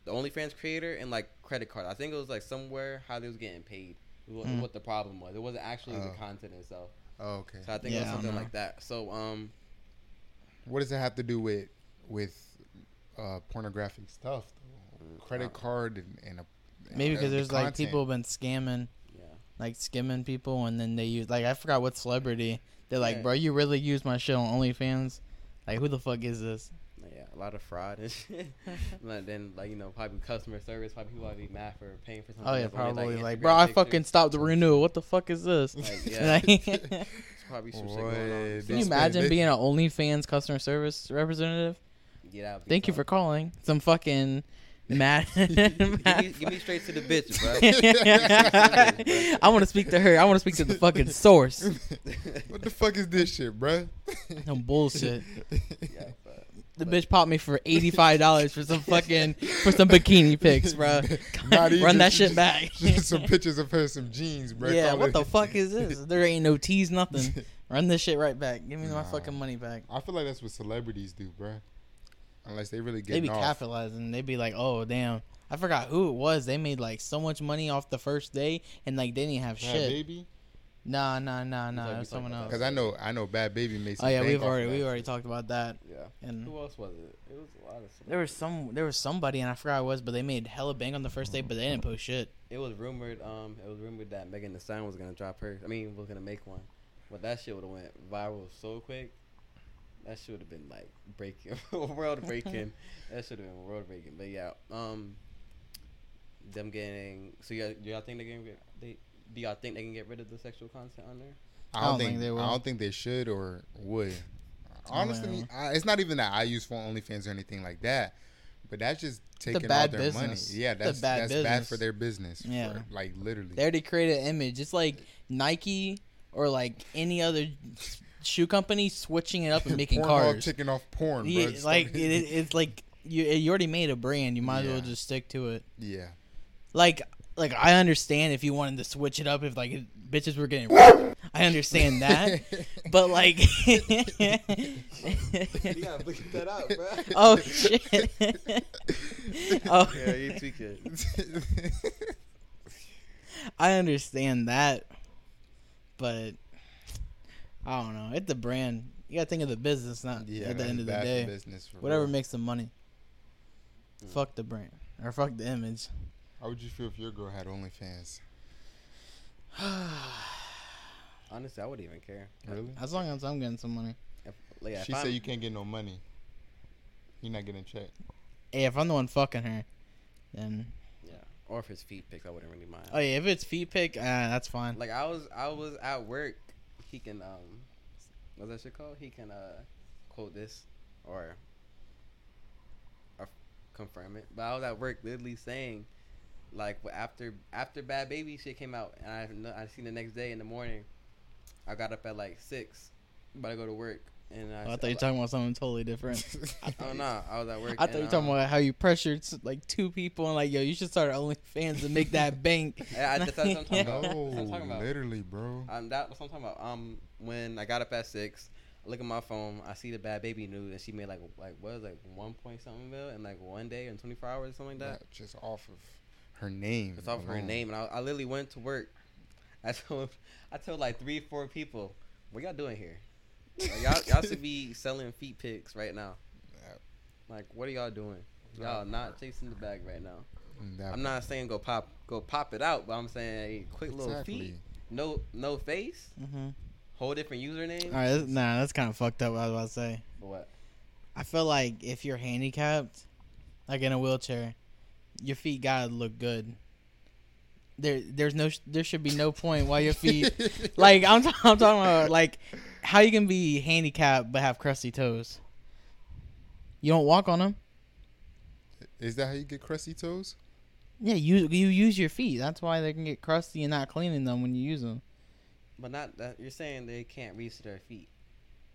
Speaker 2: the OnlyFans creator and like credit card. I think it was like somewhere how they was getting paid. What,
Speaker 1: Mm.
Speaker 2: what the problem was? It wasn't actually the
Speaker 3: Oh.
Speaker 2: content itself.
Speaker 3: Oh, okay.
Speaker 2: So I think it
Speaker 1: Yeah, I
Speaker 2: was
Speaker 1: don't
Speaker 2: something
Speaker 1: know.
Speaker 2: like that. So um
Speaker 3: What does it have to do with with uh, pornographic stuff? Though? Credit card and, and a and
Speaker 1: Maybe
Speaker 3: the
Speaker 1: because there's like
Speaker 3: content.
Speaker 1: people been scamming,
Speaker 2: yeah.
Speaker 1: like skimming people, and then they use like I forgot what celebrity. They're like,
Speaker 2: Yeah.
Speaker 1: bro, you really use my shit on OnlyFans. Like, who the fuck is this?
Speaker 2: Yeah, a lot of fraud and shit. and then, like, you know, probably customer service, probably people probably be mad for paying for something.
Speaker 1: Oh yeah,
Speaker 2: that's only,
Speaker 1: probably like,
Speaker 2: Instagram
Speaker 1: bro, I
Speaker 2: pictures.
Speaker 1: fucking stopped the renewal. What the fuck is this?
Speaker 2: Like, yeah,
Speaker 1: Like-
Speaker 2: it's probably some shit
Speaker 3: Boy,
Speaker 2: going on.
Speaker 3: this
Speaker 1: Can you
Speaker 2: So,
Speaker 3: That's been-
Speaker 1: imagine
Speaker 3: this-
Speaker 1: being an OnlyFans customer service representative?
Speaker 2: get out.
Speaker 1: Thank you for calling. Some fucking mad.
Speaker 2: give, me, give me straight to the bitch, bro.
Speaker 1: I want to speak to her. I want to speak to the fucking source.
Speaker 3: what the fuck is this shit, bruh?
Speaker 1: Some bullshit.
Speaker 2: yeah, but
Speaker 1: The bitch popped me for eighty five dollars for some fucking for some bikini pics, bro.
Speaker 3: Not even-
Speaker 1: Run that shit back.
Speaker 3: Just some pictures of her, some jeans, bruh.
Speaker 1: yeah,
Speaker 3: Call
Speaker 1: what
Speaker 3: it-
Speaker 1: the fuck is this? There ain't no tease, nothing. Run this shit right back. Give me my
Speaker 3: Nah.
Speaker 1: fucking money back.
Speaker 3: I feel like that's what celebrities do, bruh. Unless they really get
Speaker 1: They be
Speaker 3: off.
Speaker 1: capitalizing. They be like, oh damn, I forgot who it was. They made like so much money off the first day, and like they didn't have
Speaker 3: Bad
Speaker 1: shit.
Speaker 3: baby.
Speaker 1: Nah, nah, nah,
Speaker 2: thought
Speaker 1: nah.
Speaker 2: we
Speaker 1: It was
Speaker 2: talked
Speaker 1: someone
Speaker 2: about
Speaker 1: else.
Speaker 3: Because I know, I know, Bad Baby made.
Speaker 1: Oh
Speaker 3: Some
Speaker 1: yeah,
Speaker 3: bank
Speaker 1: we've
Speaker 3: off of
Speaker 1: already
Speaker 3: that
Speaker 1: we
Speaker 3: shit.
Speaker 1: already talked about that.
Speaker 2: Yeah.
Speaker 1: And
Speaker 2: Who else was it? It was a lot of. Stuff.
Speaker 1: there was some there was somebody and I forgot who it was, but they made hella bank on the first day, but they didn't post shit.
Speaker 2: It was rumored. Um, it was rumored that Megan Thee Stallion was gonna drop her. I mean, was gonna make one, but that shit would have went viral so quick. That shit would have been like breaking, world breaking. that should have been world breaking. But yeah, um, them getting. So yeah, do y'all think they can get? They, do y'all think they can get rid of the sexual content on there?
Speaker 3: I don't think they will. I don't think they should or would. Honestly, I, it's not even that I use for OnlyFans or anything like that. But that's just taking all
Speaker 1: bad
Speaker 3: their
Speaker 1: business.
Speaker 3: money. Yeah,
Speaker 1: The
Speaker 3: that's
Speaker 1: bad
Speaker 3: that's bad
Speaker 1: business.
Speaker 3: for their business.
Speaker 1: Yeah.
Speaker 3: for- like literally.
Speaker 1: They already created an image. It's like Nike or like any other shoe company switching it up and making
Speaker 3: Pornhub
Speaker 1: cars.
Speaker 3: taking off porn.
Speaker 1: Yeah,
Speaker 3: bro. It's
Speaker 1: like it, it's like you you already made a brand. You might as well
Speaker 3: Yeah.
Speaker 1: just stick to it.
Speaker 3: yeah.
Speaker 1: Like like I understand if you wanted to switch it up if like bitches were getting raped. I understand that. But like
Speaker 2: You gotta bleep that out, bro.
Speaker 1: Oh shit. oh.
Speaker 2: Yeah, you tweak it.
Speaker 1: I understand that. But I don't know. It's the brand. You got to think of the business not
Speaker 3: yeah,
Speaker 1: at the
Speaker 3: that's
Speaker 1: end of the
Speaker 3: bad for
Speaker 1: day.
Speaker 3: business for
Speaker 1: Whatever
Speaker 3: real. Mm.
Speaker 1: makes the money. Fuck the brand or fuck the image.
Speaker 3: How would you feel if your girl had OnlyFans?
Speaker 2: Honestly, I wouldn't even care.
Speaker 3: Really?
Speaker 1: As long as I'm getting some money.
Speaker 2: If, like, if
Speaker 3: she
Speaker 2: I'm-
Speaker 3: said you can't get no money. You're not getting a check.
Speaker 1: Hey, if I'm the one fucking her, then
Speaker 2: Yeah. Or if his feet pics, I wouldn't really mind.
Speaker 1: oh yeah, if it's feet pick, uh, that's fine.
Speaker 2: Like I was, I was at work. He can um, what's that shit called? He can uh, quote this or, or confirm it. But I was at work literally saying, like, well, after after Bad Baby shit came out, and I kn- I seen the next day in the morning. I got up at like six, about to go to work, and
Speaker 1: Oh,
Speaker 2: I,
Speaker 1: I
Speaker 2: said-
Speaker 1: thought you were talking about something totally different.
Speaker 2: Oh no, I was at work.
Speaker 1: I thought
Speaker 2: and,
Speaker 1: you were talking
Speaker 2: um,
Speaker 1: about how you pressured like two people and like, yo, you should start OnlyFans and make that bank.
Speaker 2: Yeah, I- that's what I'm talking about.
Speaker 3: No,
Speaker 2: I'm talking about-
Speaker 3: literally, bro.
Speaker 2: Um, that was what I'm talking about. Um, when I got up at six, I look at my phone, I see the bad baby news, and she made like like what is it, like one point something mil in like one day and 24 hours or something like that.
Speaker 3: Not just off of her name.
Speaker 2: It's off her
Speaker 3: alone.
Speaker 2: name, and I, I literally went to work. I told I told like three four people, what y'all doing here? Like, y'all y'all should be selling feet pics right now.
Speaker 3: Yeah.
Speaker 2: Like what are y'all doing? Y'all not chasing the bag right now.
Speaker 3: Mm, That-
Speaker 2: I'm not saying go pop go pop it out, but I'm saying hey, quick little feet, no no face,
Speaker 1: Mm-hmm.
Speaker 2: whole different username.
Speaker 1: All right, that's- nah, that's kind of fucked up. What I was about to say.
Speaker 2: What?
Speaker 1: I feel like if you're handicapped, like in a wheelchair, your feet gotta look good. There, there's no, sh- there should be no point why your feet. like I'm, t- I'm talking about like how you can be handicapped but have crusty toes. You don't walk on them.
Speaker 3: Is that how you get crusty toes?
Speaker 1: Yeah, you you use your feet. That's why they can get crusty and not cleaning them when you use them.
Speaker 2: But not that you're saying they can't reach their feet.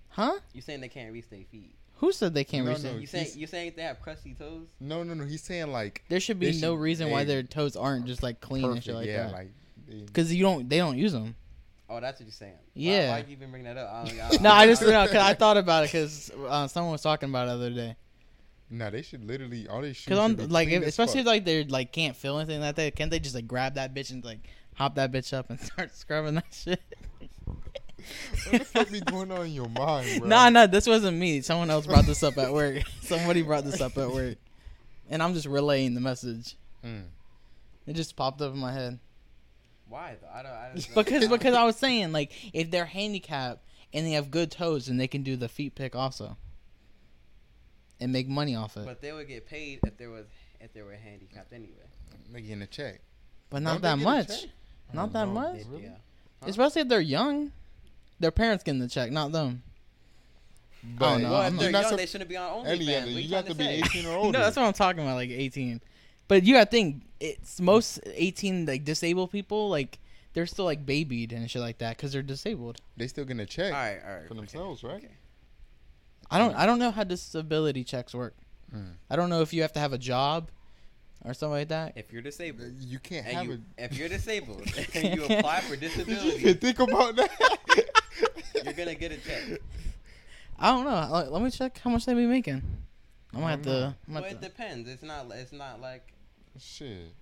Speaker 1: Huh?
Speaker 2: You're saying they can't reach their feet.
Speaker 1: Who said they can't
Speaker 3: No,
Speaker 1: reach
Speaker 3: no,
Speaker 1: them?
Speaker 2: You saying
Speaker 3: he's-
Speaker 2: you saying they have crusty toes?
Speaker 3: No, no, no. He's saying like
Speaker 1: There should be
Speaker 3: they
Speaker 1: no
Speaker 3: should-
Speaker 1: reason why
Speaker 3: they-
Speaker 1: their toes aren't just like clean and
Speaker 3: perfect.
Speaker 1: shit like
Speaker 3: yeah,
Speaker 1: that.
Speaker 3: like they-
Speaker 1: Cause you don't, they don't use them.
Speaker 2: Oh, that's what you're saying.
Speaker 1: Yeah.
Speaker 2: Why, why you even bring that up? I don't,
Speaker 1: No, I just
Speaker 2: don't-
Speaker 1: no, cause I thought about it because uh, someone was talking about it the other day.
Speaker 3: no, they should literally all they shoes
Speaker 1: Because
Speaker 3: should
Speaker 1: on
Speaker 3: be
Speaker 1: like,
Speaker 3: clean
Speaker 1: if,
Speaker 3: as
Speaker 1: especially if
Speaker 3: fuck.
Speaker 1: like they like can't feel anything like that, can't they just like grab that bitch and like hop that bitch up and start scrubbing that shit?
Speaker 3: what the fuck be going on in your mind, bro?
Speaker 1: Nah, nah, this wasn't me. Someone else brought this up at work. Somebody brought this up at work, and I'm just relaying the message.
Speaker 3: Mm.
Speaker 1: It just popped up in my head
Speaker 2: Why though? I don't. I just
Speaker 1: because because I was saying like if they're handicapped and they have good toes, then they can do the feet pick also, and make money off it.
Speaker 2: But they would get paid if there was if they were handicapped anyway.
Speaker 3: They getting a check.
Speaker 1: But not
Speaker 3: Don't they
Speaker 1: that
Speaker 3: get a
Speaker 1: much.
Speaker 3: check?
Speaker 1: Not that
Speaker 3: no,
Speaker 1: much.
Speaker 2: They-
Speaker 3: Oh, Really?
Speaker 2: Yeah. Huh?
Speaker 1: Especially if they're young. Their parents getting the check, not them.
Speaker 3: But
Speaker 1: no,
Speaker 2: Well,
Speaker 1: I'm
Speaker 2: if
Speaker 1: not-
Speaker 2: they're
Speaker 3: you're Oh, not
Speaker 2: young,
Speaker 3: sup-
Speaker 2: they shouldn't be on
Speaker 3: Ellie,
Speaker 2: OnlyFans.
Speaker 3: Ellie,
Speaker 2: What
Speaker 3: you
Speaker 2: trying
Speaker 3: got
Speaker 2: to,
Speaker 3: to be
Speaker 2: say?
Speaker 3: 18 or older.
Speaker 1: No, that's what I'm talking about, like 18. But you gotta think, it's most 18, like, disabled people, like, they're still, like, babied and shit like that because they're disabled.
Speaker 3: they still getting a check
Speaker 2: All right, all right.
Speaker 3: for themselves, right?
Speaker 2: okay.
Speaker 1: I don't I don't know how disability checks work.
Speaker 3: Hmm.
Speaker 1: I don't know if you have to have a job or something like that.
Speaker 2: If you're disabled,
Speaker 3: You can't have
Speaker 2: and you,
Speaker 3: a.
Speaker 2: if you're disabled and you apply for
Speaker 3: Did you even
Speaker 2: disability,
Speaker 3: think about that?
Speaker 2: you're gonna get a check.
Speaker 1: I don't know. Let- Let me check how much they be making. I'm gonna have
Speaker 3: I don't
Speaker 1: to. I'm
Speaker 2: Well,
Speaker 1: gonna have
Speaker 2: it
Speaker 1: to
Speaker 2: depends. It's not. It's not like
Speaker 3: Shit.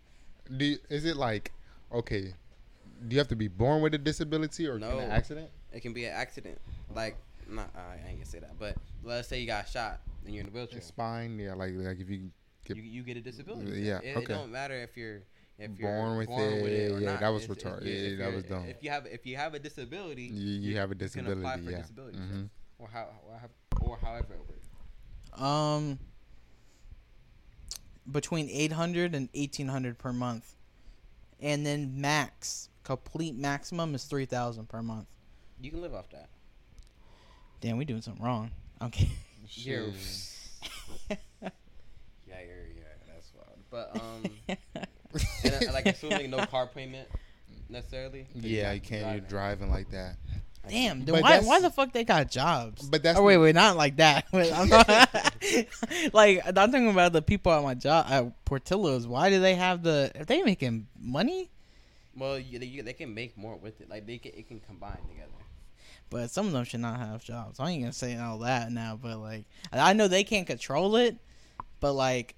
Speaker 3: Do you- is it like okay? Do you have to be born with a disability or
Speaker 2: No.
Speaker 3: an accident?
Speaker 2: It can be an accident. Like, not, I ain't gonna say that, but let's say you got shot and you're in a wheelchair.
Speaker 3: Spine, yeah, like like if you
Speaker 2: You,
Speaker 3: get
Speaker 2: you get a disability.
Speaker 3: Uh, Yeah,
Speaker 2: It,
Speaker 3: okay.
Speaker 2: it don't matter if you're if you're
Speaker 3: Born with it, yeah,
Speaker 2: or
Speaker 3: yeah,
Speaker 2: not.
Speaker 3: that was
Speaker 2: It's- it's-
Speaker 3: retarded.
Speaker 2: yeah,
Speaker 3: Yeah,
Speaker 2: if
Speaker 3: that
Speaker 2: you're-
Speaker 3: was dumb.
Speaker 2: If you have if you have a disability,
Speaker 3: you, you have a
Speaker 2: can apply
Speaker 3: disability,
Speaker 2: for
Speaker 3: yeah.
Speaker 2: disability
Speaker 3: Mhm.
Speaker 2: insurance. or how or, have, or however it works.
Speaker 1: Um, between 800 and 1800 per month, and then max complete maximum is 3000 per month.
Speaker 2: You can live off that.
Speaker 1: Damn, we doing something wrong. Okay.
Speaker 2: You're, yeah,
Speaker 3: Shit.
Speaker 2: you're, yeah, that's wild. But um, and, uh, like assuming no car payment necessarily. 'cause you're
Speaker 3: Yeah,
Speaker 2: not
Speaker 3: you can't. You're
Speaker 2: driving.
Speaker 3: driving like that.
Speaker 1: Damn,
Speaker 3: But
Speaker 1: then why, why
Speaker 3: that's-
Speaker 1: the fuck they got jobs?
Speaker 3: But that's
Speaker 1: oh, wait,
Speaker 3: the-
Speaker 1: wait, not like that. Wait, I'm not, like I'm talking about the people at my job at Portillo's. Why do they have the? Are they making money?
Speaker 2: Well, you, they, you, they can make more with it. Like they can, it can combine together.
Speaker 1: But some of them should not have jobs. I ain't gonna say all that now, but like I I know they can't control it, but like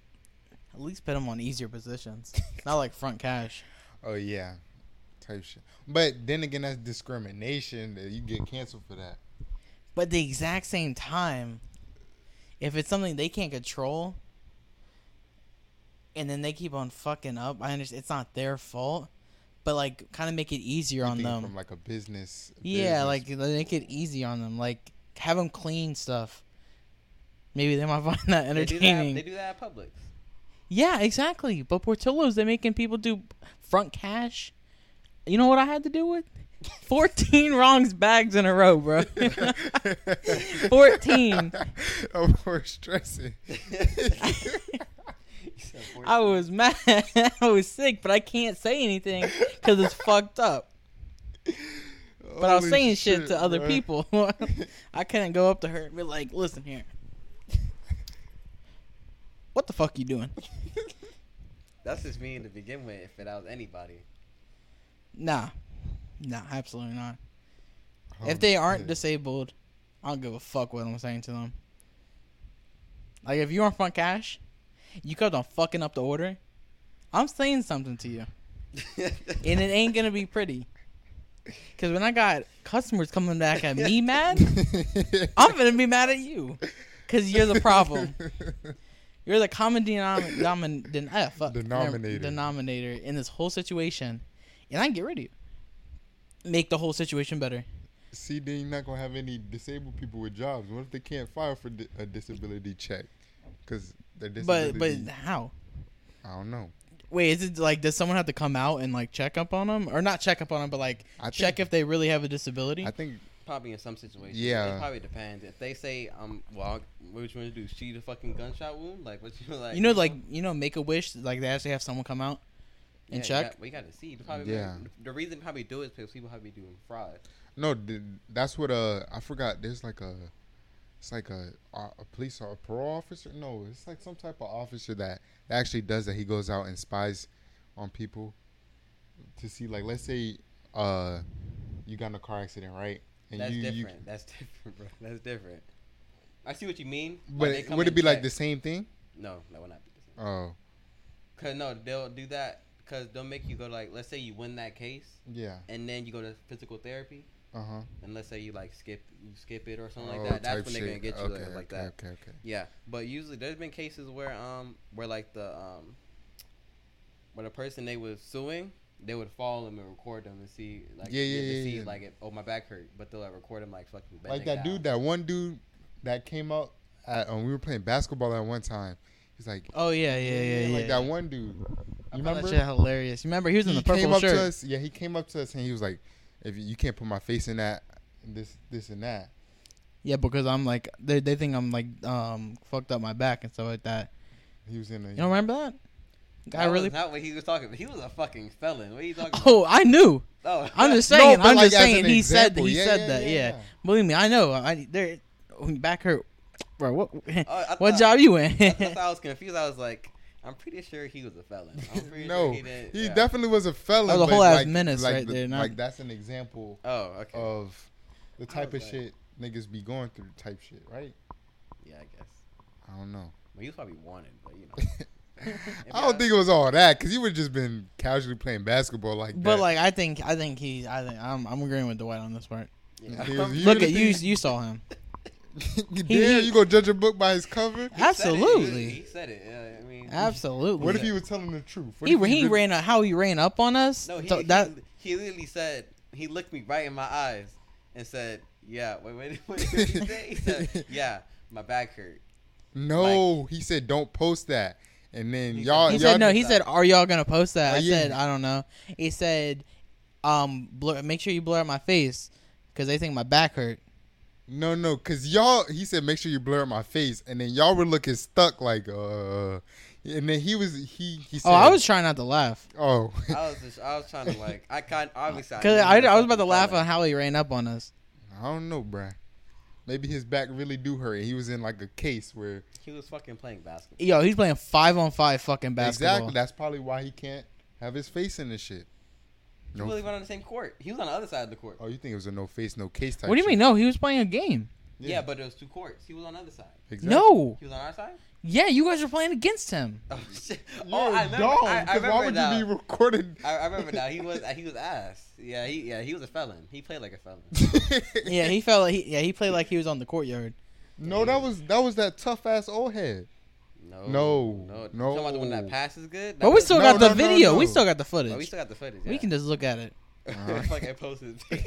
Speaker 1: at least put them on easier positions. not like front cash.
Speaker 3: Oh yeah, type shit. But then again, that's discrimination. That you get canceled for that.
Speaker 1: But the exact same time, if it's something they can't control, and then they keep on fucking up, I understand it's not their fault, but like kind of make it easier
Speaker 3: You
Speaker 1: on
Speaker 3: think
Speaker 1: them.
Speaker 3: from like a business.
Speaker 1: yeah,
Speaker 3: business-
Speaker 1: like they make it easy on them. Like have them clean stuff. Maybe they might find that
Speaker 2: They do
Speaker 1: entertaining.
Speaker 2: that. They do that at Publix.
Speaker 1: Yeah, exactly. But Portillo's, they're making people do front cash. You know what I had to do with? 14 wrongs bags in a row, bro. 14.
Speaker 3: Of course, stressing.
Speaker 1: I was mad. I was sick, but I can't say anything because it's fucked up. But I was saying shit, to other people. I couldn't go up to her and be like, listen here. What the fuck you doing?
Speaker 2: That's just me to begin with. If it was anybody,
Speaker 1: Nah. Nah, absolutely not.
Speaker 3: Oh,
Speaker 1: if they aren't disabled, I don't give a fuck what I'm saying to them. Like if you're on front cash, you kept on fucking up the order. I'm saying something to you, and it ain't gonna be pretty. Cause when I got customers coming back at me mad, I'm gonna be mad at you, cause you're the problem. You're the common denominator, domin- den- ah, fuck, never-
Speaker 3: Denominator.
Speaker 1: denominator in this whole situation, and I get rid of you. Make the whole situation better.
Speaker 3: See, then you're not gonna have any disabled people with jobs. What if they can't file for di- a disability check? Because they're
Speaker 1: But
Speaker 3: disability.
Speaker 1: but how?
Speaker 3: I don't know.
Speaker 1: Wait, is it like does someone have to come out and like check up on them, or not check up on them, but like
Speaker 3: I think-
Speaker 1: check if they really have a disability?
Speaker 3: I think
Speaker 2: probably in some situations.
Speaker 3: Yeah.
Speaker 2: it probably depends. If they say, "Um, well, what you want to do? Shoot a fucking gunshot wound? Like what you like?
Speaker 1: you know, like you know, make a wish, like they actually have someone come out
Speaker 2: Yeah,
Speaker 1: and
Speaker 2: you
Speaker 1: check.
Speaker 2: got- we got to see. They Probably,
Speaker 3: Yeah.
Speaker 2: The reason they probably do it is because people probably doing fraud.
Speaker 3: no. th- That's what uh I forgot. There's like a, it's like a a a police or a parole officer. No, it's like some type of officer that actually does that. He goes out and spies on people to see like let's say uh you got in a car accident right and
Speaker 2: That's
Speaker 3: you, you
Speaker 2: different. That's different, bro. That's different. I see what you mean.
Speaker 3: but
Speaker 2: they
Speaker 3: it-
Speaker 2: come
Speaker 3: would it
Speaker 2: and
Speaker 3: be like
Speaker 2: check.
Speaker 3: the same thing?
Speaker 2: No, that would not be the same.
Speaker 3: Oh
Speaker 2: Cause no, they'll do that. Cause they'll make you go like, let's say you win that case,
Speaker 3: yeah.
Speaker 2: and then you go to physical therapy,
Speaker 3: Uh huh.
Speaker 2: and let's say you like skip, you skip it or something like that. That's when they're gonna get you
Speaker 3: Oh, okay,
Speaker 2: like, like
Speaker 3: okay,
Speaker 2: that.
Speaker 3: Okay, okay.
Speaker 2: Yeah, but usually there's been cases where um where like the um where the person they was suing they would follow them and record them and see like
Speaker 3: Yeah, yeah,
Speaker 2: to
Speaker 3: yeah,
Speaker 2: see
Speaker 3: yeah.
Speaker 2: like if, oh my back hurt but they'll like record them like fucking bending
Speaker 3: like that dude,
Speaker 2: down.
Speaker 3: that one dude that came out at, um, we were playing basketball at one time. He's like,
Speaker 1: oh yeah, yeah, yeah, yeah.
Speaker 3: like
Speaker 1: yeah.
Speaker 3: that one dude. You
Speaker 1: I found
Speaker 3: remember?
Speaker 1: that shit hilarious. You remember he was in the
Speaker 3: came
Speaker 1: purple
Speaker 3: up
Speaker 1: shirt.
Speaker 3: to us. Yeah, he came up to us and he was like, "If you, you can't put my face in that, and this, this, and that."
Speaker 1: Yeah, because I'm like they they think I'm like um fucked up my back and stuff like that.
Speaker 3: He was in a.
Speaker 1: You don't remember that? Guy
Speaker 2: That
Speaker 1: really.
Speaker 2: was not what he was talking about. He was a fucking felon. What are you talking
Speaker 1: Oh, I knew.
Speaker 2: about? Oh,
Speaker 1: I'm just
Speaker 3: No,
Speaker 1: saying.
Speaker 3: but
Speaker 1: I'm
Speaker 3: like
Speaker 1: just
Speaker 3: as
Speaker 1: saying.
Speaker 3: an
Speaker 1: He said.
Speaker 3: example.
Speaker 1: He
Speaker 3: Yeah,
Speaker 1: said
Speaker 3: yeah,
Speaker 1: that.
Speaker 3: yeah,
Speaker 1: Yeah.
Speaker 3: yeah.
Speaker 1: Believe me, I know. I there. When back hurt, bro. What?
Speaker 2: Oh, I
Speaker 1: what
Speaker 2: thought-
Speaker 1: job you in?
Speaker 2: That's- that's why I was confused. I was like, I'm pretty sure he was a felon. I'm pretty
Speaker 3: no,
Speaker 2: sure
Speaker 3: he,
Speaker 2: he didn't. yeah.
Speaker 3: definitely was a felon.
Speaker 1: That was a
Speaker 3: but
Speaker 1: whole ass
Speaker 3: like-
Speaker 1: menace
Speaker 3: like
Speaker 1: right
Speaker 3: the-
Speaker 1: there, not-
Speaker 3: Like that's an example
Speaker 2: Oh, okay.
Speaker 3: of the type of
Speaker 2: was like-
Speaker 3: shit niggas be going through, type shit, right?
Speaker 2: Yeah, I guess.
Speaker 3: I don't know.
Speaker 2: Well, he was probably wanted, but you know.
Speaker 3: I don't think it was all that because he would have just been casually playing basketball like
Speaker 1: But
Speaker 3: that.
Speaker 1: like I think I think he I think I'm I'm agreeing with Dwight on this part.
Speaker 2: Yeah.
Speaker 3: He was-
Speaker 1: Look
Speaker 3: the
Speaker 1: at you
Speaker 3: thing-
Speaker 1: you saw him.
Speaker 3: Damn, you gonna judge a book by its
Speaker 2: He
Speaker 3: cover?
Speaker 2: said it. He-
Speaker 1: Absolutely.
Speaker 2: He said it. Yeah, I mean,
Speaker 1: Absolutely.
Speaker 3: What if he was telling the truth? What
Speaker 1: he,
Speaker 3: if
Speaker 1: he
Speaker 3: really-
Speaker 1: ran up, how he ran up on us?
Speaker 2: No, he,
Speaker 1: So
Speaker 2: he,
Speaker 1: that
Speaker 2: he literally said he looked me right in my eyes and said, "Yeah, wait, wait, what did he say?" He said, "Yeah, my back hurt."
Speaker 3: No, he said don't post that. And then
Speaker 2: He
Speaker 3: y'all,
Speaker 1: he
Speaker 3: y'all
Speaker 1: said no. He
Speaker 2: that.
Speaker 1: said, "Are y'all gonna post that?"
Speaker 3: Oh,
Speaker 1: I
Speaker 3: yeah.
Speaker 1: said, "I don't know." He said, "Um, blur, make sure you blur out my face because they think my back hurt."
Speaker 3: no, no, cause y'all. He said make sure you blur up my face, and then y'all were looking stuck like uh. And then he was he he said
Speaker 1: Oh, I was trying not to laugh
Speaker 3: oh
Speaker 2: I was just, I was trying to like, I kind obviously
Speaker 1: because
Speaker 2: knew
Speaker 1: I,
Speaker 2: the
Speaker 1: I was
Speaker 2: fucking
Speaker 1: about to laugh
Speaker 2: fella.
Speaker 1: on how he ran up on us.
Speaker 3: I don't know, bruh. Maybe his back really do hurt. and He was in like a case where
Speaker 2: He was fucking playing basketball.
Speaker 1: Yo, he's playing five on five fucking basketball.
Speaker 3: exactly. That's probably why he can't have his face in this shit.
Speaker 2: He
Speaker 3: No,
Speaker 2: really went on the same court. He was on the other side of the court.
Speaker 3: oh, you think it was a no face, no case type?
Speaker 1: What do you
Speaker 3: shit.
Speaker 1: mean? No, he was playing a game.
Speaker 2: Yeah. but it was two courts. He was on the other side.
Speaker 3: Exactly.
Speaker 1: No,
Speaker 2: He was on our side.
Speaker 1: yeah, you guys were playing against him.
Speaker 2: Oh shit!
Speaker 3: You're
Speaker 2: Oh, I remember.
Speaker 3: dumb.
Speaker 2: I, I
Speaker 3: 'cause
Speaker 2: remember
Speaker 3: why would
Speaker 2: now.
Speaker 3: you be recorded?
Speaker 2: I, I remember now. He was uh, he was ass. Yeah, he yeah he was a felon. He played like a felon.
Speaker 1: Yeah, he felt like he, yeah he played like he was on the courtyard.
Speaker 3: no, that was that was that tough ass old head.
Speaker 2: No,
Speaker 3: No,
Speaker 2: no.
Speaker 3: no.
Speaker 2: Talking about the one that passes good.
Speaker 1: But we still
Speaker 3: No,
Speaker 1: got the
Speaker 3: no, no,
Speaker 1: video. We
Speaker 3: no.
Speaker 1: still got the footage.
Speaker 2: Oh, we still got the footage. Yeah.
Speaker 1: We can just look at it.
Speaker 3: Alright.
Speaker 2: Fuck, I posted.
Speaker 1: We'll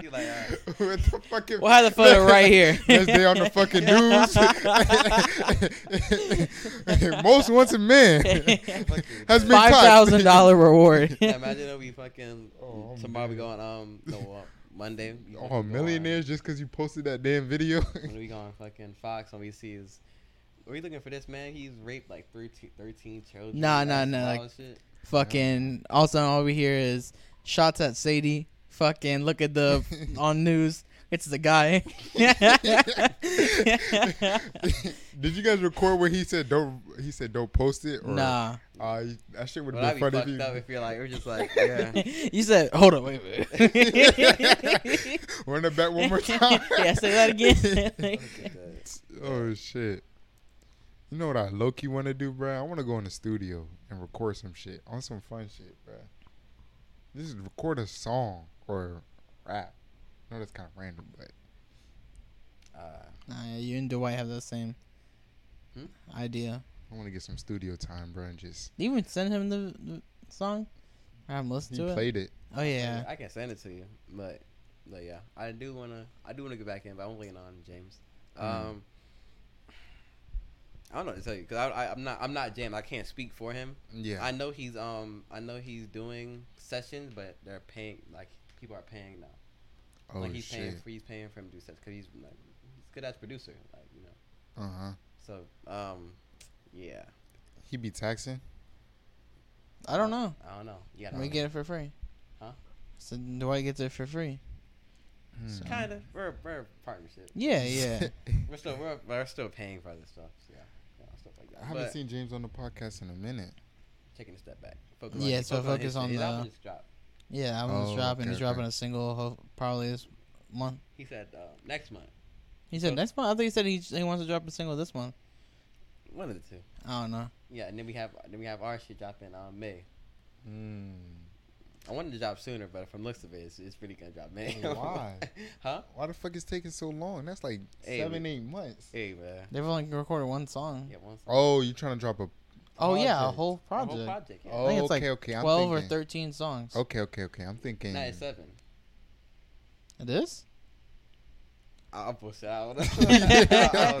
Speaker 2: He like, alright.
Speaker 3: what the fucking?
Speaker 1: have the photo right here.
Speaker 3: Next day on the fucking news. Most wanted man has been
Speaker 1: Five thousand dollar reward.
Speaker 2: Yeah, imagine if we fucking
Speaker 3: Oh, I'm
Speaker 2: tomorrow we going um no uh, Monday. we fucking go
Speaker 3: Oh,
Speaker 2: on-
Speaker 3: millionaires just because you posted that damn video.
Speaker 2: When we go on fucking Fox and we see his. Are you looking for this man? He's raped like 13, 13 children.
Speaker 1: Nah,
Speaker 2: that's
Speaker 1: nah,
Speaker 2: some
Speaker 1: nah,
Speaker 2: wild
Speaker 1: like-
Speaker 2: shit.
Speaker 1: fucking. Also, all we hear is shots at Sadie. Fucking look at the on news. It's the guy.
Speaker 3: Did you guys record where he said don't? He said don't post it. Or,
Speaker 1: nah,
Speaker 3: Uh, you- that shit would
Speaker 2: Would
Speaker 3: have
Speaker 2: I be
Speaker 3: been funny
Speaker 2: fucked
Speaker 3: if you.
Speaker 2: up if you're like, we're just like, yeah.
Speaker 1: you said. Hold on, wait a minute.
Speaker 3: Run it back one more time.
Speaker 1: yeah, say that again.
Speaker 3: oh shit. You know what I low key want to do, bruh? I want to go in the studio and record some shit on some fun shit, bruh. Just record a song or rap. I know that's kind of random, but
Speaker 2: Uh,
Speaker 1: nah, yeah, you and Dwight have that same
Speaker 2: Hmm?
Speaker 1: idea.
Speaker 3: I want to get some studio time, bruh, and just
Speaker 1: Did you even send him the, the song? I haven't listened
Speaker 3: he
Speaker 1: to it.
Speaker 3: played it.
Speaker 1: Oh yeah.
Speaker 2: I can send it to you, but but yeah, I do wanna I do wanna get back in, but I'm waiting on James.
Speaker 3: Mm.
Speaker 2: Um, I don't know what to tell you because I, I I'm not I'm not James. I can't speak for him.
Speaker 3: Yeah,
Speaker 2: I know he's um I know he's doing sessions, but they're paying like people are paying now.
Speaker 3: oh
Speaker 2: like he's paying
Speaker 3: shit,
Speaker 2: for he's paying for him to do sessions because he's like he's a good as producer, like you know.
Speaker 3: uh huh.
Speaker 2: So um, yeah,
Speaker 3: He be taxing.
Speaker 1: I don't know.
Speaker 2: I don't know. Yeah,
Speaker 1: We get it for free.
Speaker 2: Huh?
Speaker 1: So Dwight gets it for free. So-
Speaker 3: Hmm.
Speaker 2: kind of we're we're a partnership.
Speaker 1: Yeah, yeah.
Speaker 2: We're still we're, we're still paying for other stuff. Yeah, yeah stuff like that.
Speaker 3: I haven't
Speaker 2: But-
Speaker 3: seen James on the podcast in a minute.
Speaker 2: taking a step back.
Speaker 1: Yeah, so focus
Speaker 2: his-
Speaker 1: on
Speaker 2: his
Speaker 1: the-
Speaker 2: album just dropped.
Speaker 1: yeah, I'm just
Speaker 3: Oh,
Speaker 1: dropping.
Speaker 3: okay,
Speaker 1: He's dropping
Speaker 3: okay.
Speaker 1: a single ho- probably this month.
Speaker 2: He said uh, next month.
Speaker 1: He said
Speaker 2: So-
Speaker 1: next month. I think he said he, he wants to drop a single this month.
Speaker 2: One of the two.
Speaker 1: I don't know.
Speaker 2: Yeah, and then we have then we have our shit dropping um, May.
Speaker 1: Hmm.
Speaker 2: I wanted to drop sooner, but from looks of it, it's, it's really gonna drop May.
Speaker 3: Why?
Speaker 2: huh?
Speaker 3: Why the fuck is taking so long? That's like
Speaker 2: Hey,
Speaker 3: seven,
Speaker 2: we-
Speaker 3: eight months.
Speaker 2: Hey man.
Speaker 1: They've only recorded one song.
Speaker 2: Yeah, one song.
Speaker 3: Oh, you trying to drop a?
Speaker 1: Oh yeah, a
Speaker 3: project.
Speaker 1: whole
Speaker 2: The whole
Speaker 1: project.
Speaker 2: project. Yeah.
Speaker 3: Oh,
Speaker 1: I think it's like
Speaker 3: okay, okay. I'm
Speaker 1: Twelve or
Speaker 3: thinking. Oh.
Speaker 1: thirteen songs.
Speaker 3: Okay, okay, okay. I'm thinking.
Speaker 2: Ninety-seven.
Speaker 1: It is.
Speaker 2: I'll push it out. I don't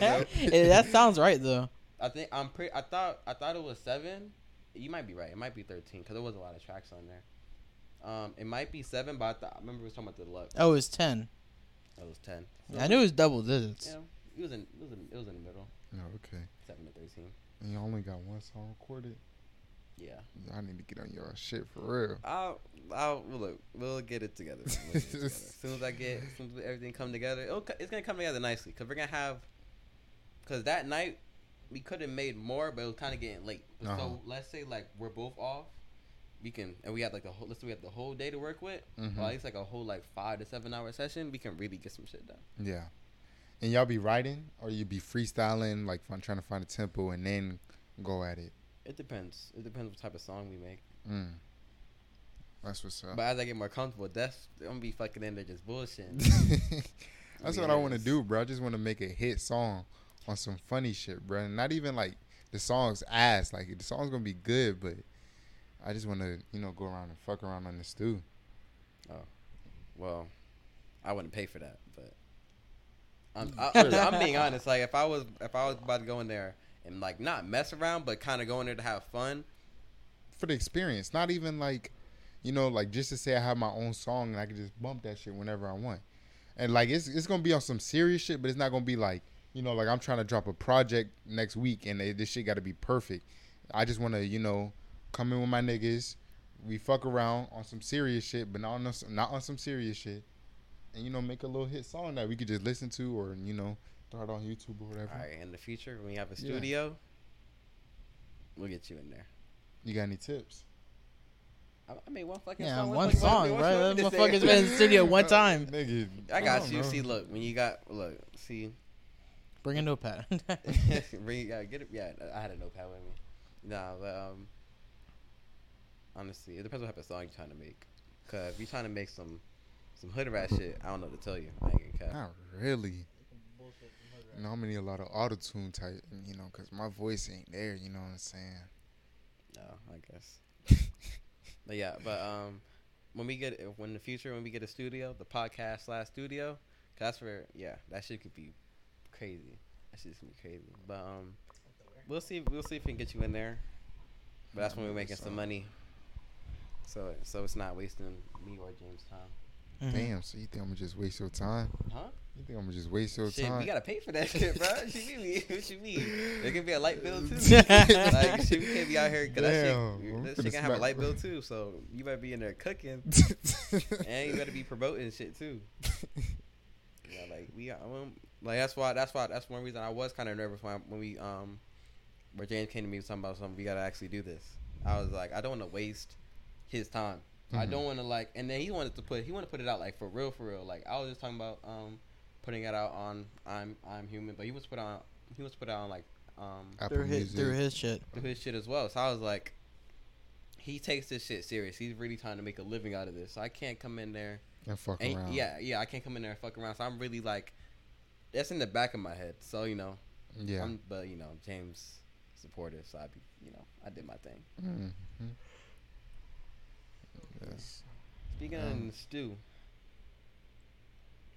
Speaker 2: know.
Speaker 1: Yeah, that sounds right though.
Speaker 2: I think I'm pretty. I thought I thought it was seven. You might be right. It might be thirteen because there was a lot of tracks on there. Um, it might be seven, but I, thought, I remember we was talking about the deluxe.
Speaker 1: Oh, it's ten.
Speaker 2: That was ten.
Speaker 1: I knew it was double digits.
Speaker 2: Yeah, it was in it was in it was in the middle,
Speaker 3: No, oh, okay.
Speaker 2: seven to thirteen.
Speaker 3: And you only got one song recorded.
Speaker 2: Yeah,
Speaker 3: I need to get on your shit for real.
Speaker 2: I'll I'll we'll look, we'll get it together. We'll get it together. As soon as I get as soon as everything come together, it'll, co- it's gonna come together nicely because we're gonna have because that night we could have made more, but it was kind of getting late.
Speaker 3: Uh-huh.
Speaker 2: So let's say like we're both off. We can and we have like a whole let's say we have the whole day to work with, or
Speaker 3: Mhm.
Speaker 2: at least like a whole like five to seven hour session. We can really get some shit done.
Speaker 3: Yeah. And y'all be writing or you be freestyling, like fin- trying to find a tempo and then go at it.
Speaker 2: It depends. It depends what type of song we make.
Speaker 3: Mm. That's what's up.
Speaker 2: But as I get more comfortable, that's I'm gonna be fucking in there just bullshitting.
Speaker 3: That's what I want to
Speaker 2: Yes.
Speaker 3: do, bro. I just want to make a hit song on some funny shit, bro. And not even like the song's ass. Like the song's gonna be good, but I just want to, you know, go around and fuck around on the stew.
Speaker 2: well, I wouldn't pay for that, but I'm, I, I'm being honest. Like if I was if I was about to go in there and like not mess around, but kind of go in there to have fun.
Speaker 3: for the experience. Not even like, you know, like just to say I have my own song and I can just bump that shit whenever I want. And like it's it's gonna be on some serious shit, but it's not gonna be like, you know, like I'm trying to drop a project next week and they, this shit got to be perfect. I just want to, you know, come in with my niggas, we fuck around on some serious shit, but not on some, not on some serious shit, and you know, make a little hit song that we could just listen to or you know, throw it on YouTube or whatever.
Speaker 2: All right, in the future when we have a
Speaker 3: Yeah.
Speaker 2: studio, we'll get you in there.
Speaker 3: You got any tips?
Speaker 2: I, I made one fucking
Speaker 1: Yeah,
Speaker 2: song.
Speaker 1: one
Speaker 2: fucking-
Speaker 1: song,
Speaker 2: what-
Speaker 1: bro.
Speaker 2: what-
Speaker 1: That
Speaker 2: what you want me
Speaker 1: motherfucker's
Speaker 2: to say?
Speaker 1: been in the studio one time.
Speaker 3: Nigga,
Speaker 2: I got
Speaker 3: don't
Speaker 2: you.
Speaker 3: know.
Speaker 2: See, look when you got look. See,
Speaker 1: Bring a Mm-hmm. notepad.
Speaker 2: Bring- yeah, get it. Yeah, I had a notepad with me. Nah, but um, honestly, it depends what type of song you're trying to make. Cause if you're trying to make some some hood rat shit, I don't know what to tell you. I ain't gonna cap.
Speaker 3: Not really. Normally a lot of auto tune type, you know, because my voice ain't there. You know what I'm saying?
Speaker 2: No, I guess. but yeah, but um, when we get when in the future when we get a studio, the podcast slash studio, 'cause that's where yeah, that shit could be crazy. That shit's gonna be crazy. But um, we'll see. We'll see if we can get you in there. But that's when we're making some money. So so it's not wasting me or James' time.
Speaker 3: Damn. So you think I'm gonna just waste your time?
Speaker 2: Huh?
Speaker 3: You think I'm gonna just waste your
Speaker 2: Shit,
Speaker 3: time?
Speaker 2: we gotta pay for that shit, bro. What you mean? What you mean? It could be a light bill too. like shit, we can't be out here because that
Speaker 3: Damn,
Speaker 2: shit,
Speaker 3: we
Speaker 2: that
Speaker 3: finna
Speaker 2: shit can have a
Speaker 3: smack-
Speaker 2: light bill too. So you better be in there cooking, and you better be promoting shit too. Yeah, like we, got- um, like that's why, that's why, that's one reason I was kind of nervous when, I, when we, um, where James came to me talking about something. We gotta actually do this. I was like, I don't want to waste his time. I
Speaker 3: Mhm.
Speaker 2: don't want to like, and then he wanted to put, he wanted to put it out like for real, for real. Like I was just talking about, um, putting it out on I'm I'm human, but he was put on, he was put out on like, um,
Speaker 3: Apple
Speaker 1: through his
Speaker 3: Music.
Speaker 1: through his shit.
Speaker 2: do his shit as well. So I was like, he takes this shit serious. He's really trying to make a living out of this. So I can't come in there.
Speaker 3: and fuck
Speaker 2: And
Speaker 3: around.
Speaker 2: yeah, yeah, I can't come in there and fuck around. So I'm really like, that's in the back of my head. So you know,
Speaker 3: Yeah.
Speaker 2: I'm, but you know, James supportive. So I, be, you know, I did my thing.
Speaker 3: Mhm. Yes.
Speaker 2: Speaking
Speaker 3: Um.
Speaker 2: of Stu,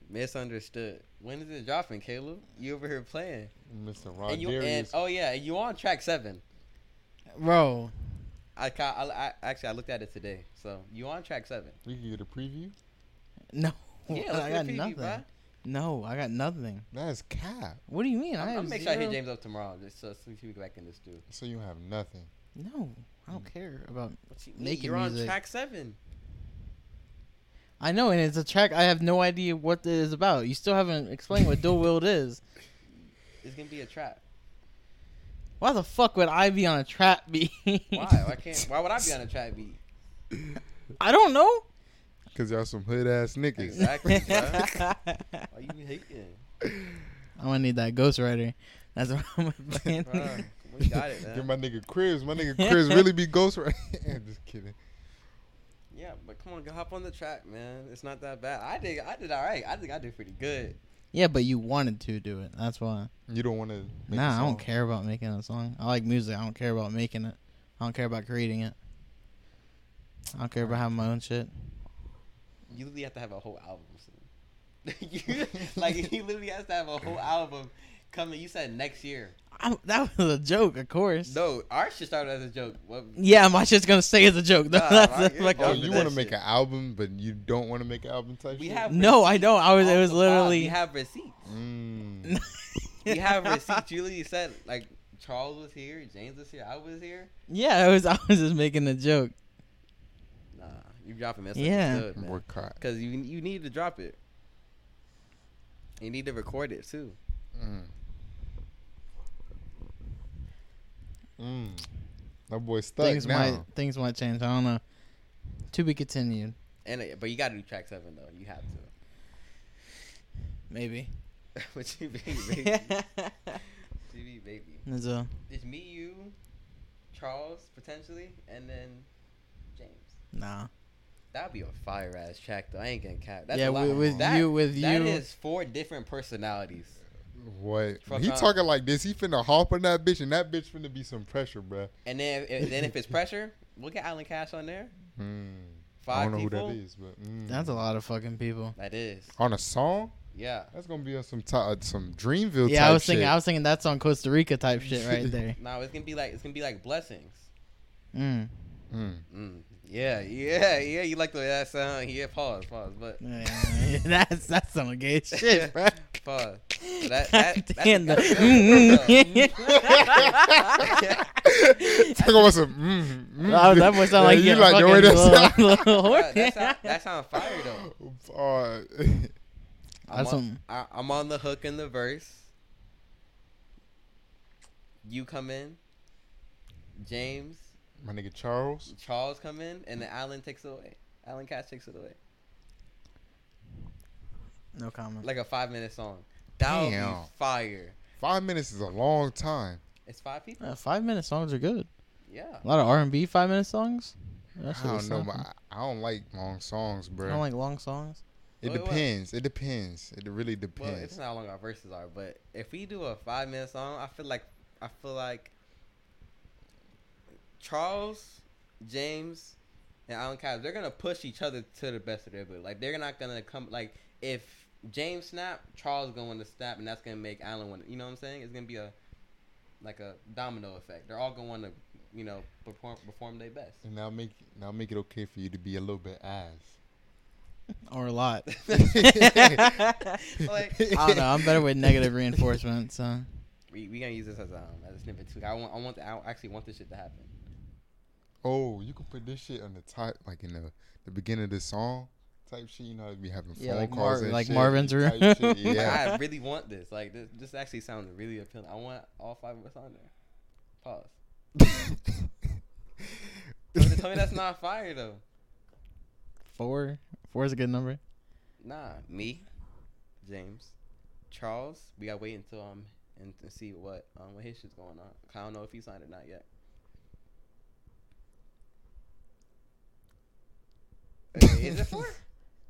Speaker 2: misunderstood. When is it dropping, Caleb? You over here playing?
Speaker 3: Mr.
Speaker 2: and you and
Speaker 3: Rodriguez.
Speaker 2: oh yeah, and you on track seven.
Speaker 1: Bro,
Speaker 2: I, ca- I, I actually I looked at it today. So you on track seven?
Speaker 3: We can get a preview.
Speaker 1: no.
Speaker 2: Yeah, let's
Speaker 1: I
Speaker 2: do a
Speaker 1: got
Speaker 2: preview,
Speaker 1: nothing.
Speaker 2: bruh.
Speaker 1: No, I got nothing.
Speaker 3: That's cap.
Speaker 1: What do you mean?
Speaker 2: I'm,
Speaker 1: I
Speaker 2: I'm
Speaker 1: have
Speaker 2: make sure I hit
Speaker 1: zero-
Speaker 2: James up tomorrow just so see if we go back in this dude.
Speaker 3: So you have nothing.
Speaker 1: No, I
Speaker 2: Mm.
Speaker 1: don't care about.
Speaker 2: What you
Speaker 1: mean? Making
Speaker 2: You're on
Speaker 1: music.
Speaker 2: track seven.
Speaker 1: I know, and it's a track. I have no idea what it is about. You still haven't explained what dual wield is.
Speaker 2: It's gonna be a trap.
Speaker 1: Why the fuck would I be on a trap beat?
Speaker 2: Why? I can't. Why would I be on a trap beat?
Speaker 1: I don't know.
Speaker 3: Cause y'all some hood ass niggas.
Speaker 2: Exactly. bruh.
Speaker 1: I'm
Speaker 2: Why you hating?
Speaker 1: gonna need that ghostwriter. That's what I'm playing.
Speaker 2: Bruh, we got it,
Speaker 3: Get
Speaker 2: man.
Speaker 3: my nigga Cribs. My nigga Cribs really be ghost right. Just kidding.
Speaker 2: Yeah, but come on, go hop on the track, man. It's not that bad. I did. I did all right. I think I did pretty good.
Speaker 1: yeah, but you wanted to do it. That's why.
Speaker 3: You don't want to.
Speaker 1: nah, I don't care about making a song. I like music. I don't care about making it. I don't care about creating it. I don't care about having my own shit.
Speaker 2: You literally have to have a whole album. Soon. you, like he literally has to have a whole album coming. You said next year.
Speaker 1: I, that was a joke, of course.
Speaker 2: No, our shit started as a joke. What,
Speaker 1: Yeah, my shit's gonna stay as a joke.
Speaker 2: Nah,
Speaker 1: That's-
Speaker 2: right,
Speaker 1: that's
Speaker 2: yeah.
Speaker 1: like-
Speaker 3: Oh,
Speaker 2: Go
Speaker 3: you
Speaker 2: for
Speaker 3: want
Speaker 2: that
Speaker 3: to make
Speaker 2: shit.
Speaker 3: an album, but you don't want to make an album type
Speaker 2: we
Speaker 3: shit?
Speaker 2: have
Speaker 1: no, I don't. I was.
Speaker 2: receipts
Speaker 1: It was
Speaker 2: on the file.
Speaker 1: literally.
Speaker 2: We have receipts.
Speaker 3: Mm.
Speaker 2: We have receipts. You literally said like Charles was here, James was here, I was here.
Speaker 1: yeah, it was. I was just making a joke.
Speaker 2: Nah, you dropping this.
Speaker 1: Yeah.
Speaker 2: Yeah,
Speaker 3: We're caught.
Speaker 2: because you you need to drop it. You need to record it too.
Speaker 3: Mm. Mm. That boy stuck
Speaker 1: things
Speaker 3: now.
Speaker 1: might things might change. I don't know. To be continued,
Speaker 2: And uh, but you got to do track seven though. You have to.
Speaker 1: maybe.
Speaker 2: what you mean, baby?
Speaker 1: I
Speaker 2: What you mean, baby.
Speaker 1: That's all.
Speaker 2: It's me, you, Charles potentially, and then James.
Speaker 1: Nah.
Speaker 2: That'd be a fire ass track though. I ain't gonna cap. That's
Speaker 1: yeah,
Speaker 2: a lot.
Speaker 1: with, with
Speaker 2: That-
Speaker 1: you, with you.
Speaker 2: That is four different personalities.
Speaker 3: What?
Speaker 2: Fuck
Speaker 3: he
Speaker 2: up.
Speaker 3: talking like this. He finna hop on that bitch, and that bitch finna be some pressure, bruh.
Speaker 2: And then, if, then if it's pressure, we'll get Island Cash on there.
Speaker 3: Hmm. I
Speaker 2: Five
Speaker 3: don't know
Speaker 2: people.
Speaker 3: who that is, but mm.
Speaker 1: That's a lot of fucking people.
Speaker 2: That is.
Speaker 3: on a song.
Speaker 2: Yeah.
Speaker 3: That's gonna be on some ti- uh, some Dreamville.
Speaker 1: Yeah,
Speaker 3: type
Speaker 1: I was thinking.
Speaker 3: shit.
Speaker 1: I was thinking that's on Costa Rica type shit right there.
Speaker 2: No, it's gonna be like it's gonna be like blessings.
Speaker 1: Mm.
Speaker 3: Mm.
Speaker 2: Mm. Yeah, yeah, yeah. You like the way that sound? Yeah. Pause. Pause. But
Speaker 1: Yeah, that's that's some gay shit, bro.
Speaker 2: pause. That that that's
Speaker 1: Damn,
Speaker 2: that's
Speaker 1: the- mm,
Speaker 2: good,
Speaker 3: Talk about some. Mm, mm.
Speaker 1: Oh, that boy sound like
Speaker 3: Yeah,
Speaker 1: you're like fucking
Speaker 3: that
Speaker 1: little, little
Speaker 2: bro.
Speaker 1: horny.
Speaker 2: Bruh, that sound that sound fire though.
Speaker 3: sound? Uh,
Speaker 2: I'm
Speaker 1: That's
Speaker 2: on,
Speaker 1: some-
Speaker 2: I, I'm on the hook in the verse. You come in. James
Speaker 3: my nigga Charles.
Speaker 2: Charles come in, and then Allen takes it away. Allen Cash takes it away.
Speaker 1: No comment.
Speaker 2: Like a five minute song. That would be
Speaker 3: Damn.
Speaker 2: fire.
Speaker 3: Five minutes is a long time.
Speaker 2: It's five people.
Speaker 1: Uh, five minute songs are good.
Speaker 2: Yeah.
Speaker 1: A lot of R and B five minute songs. That
Speaker 3: I
Speaker 1: shit
Speaker 3: don't
Speaker 1: was
Speaker 3: know.
Speaker 1: something.
Speaker 3: but I I don't like long songs,
Speaker 1: I
Speaker 3: bro.
Speaker 1: don't like long songs.
Speaker 3: it
Speaker 2: Wait, what?
Speaker 3: depends. It depends. It really
Speaker 2: Well, it's
Speaker 3: depends.
Speaker 2: not how long our verses are, but if we do a five minute song, I feel like I feel like Charles, James, and Alan Cobb, they're gonna push each other to the best of their ability. Like they're not gonna come like if James snap, Charles going to snap, and that's gonna make Alan win. You know what I'm saying? It's gonna be a like a domino effect. They're all going to you know perform perform their best.
Speaker 3: and now make now make it okay for you to be a little bit ass.
Speaker 1: Or a lot.
Speaker 2: like
Speaker 1: I don't know. I'm better with negative reinforcement. So
Speaker 2: we we gonna use this as a, um, as a snippet too. I want I want I actually want this shit to happen.
Speaker 3: Oh, you can put this shit on the top, like in the, the beginning of the song type shit. You know, be having
Speaker 1: Yeah,
Speaker 3: phone
Speaker 1: like
Speaker 3: calls
Speaker 1: Mar-
Speaker 3: and
Speaker 1: like
Speaker 3: shit,
Speaker 1: Marvin's
Speaker 3: type
Speaker 1: Room.
Speaker 3: shit,
Speaker 2: Like,
Speaker 3: Yeah,
Speaker 2: I really want this. Like this, this actually sounds really appealing. I want all five of us on there. Pause. But they tell me that's not fire though.
Speaker 1: four, four is a good number.
Speaker 2: Nah, me, James, Charles. We gotta wait until um and to see what um what his shit's going on. 'Cause I don't know if he signed or not yet. Hey, is it four?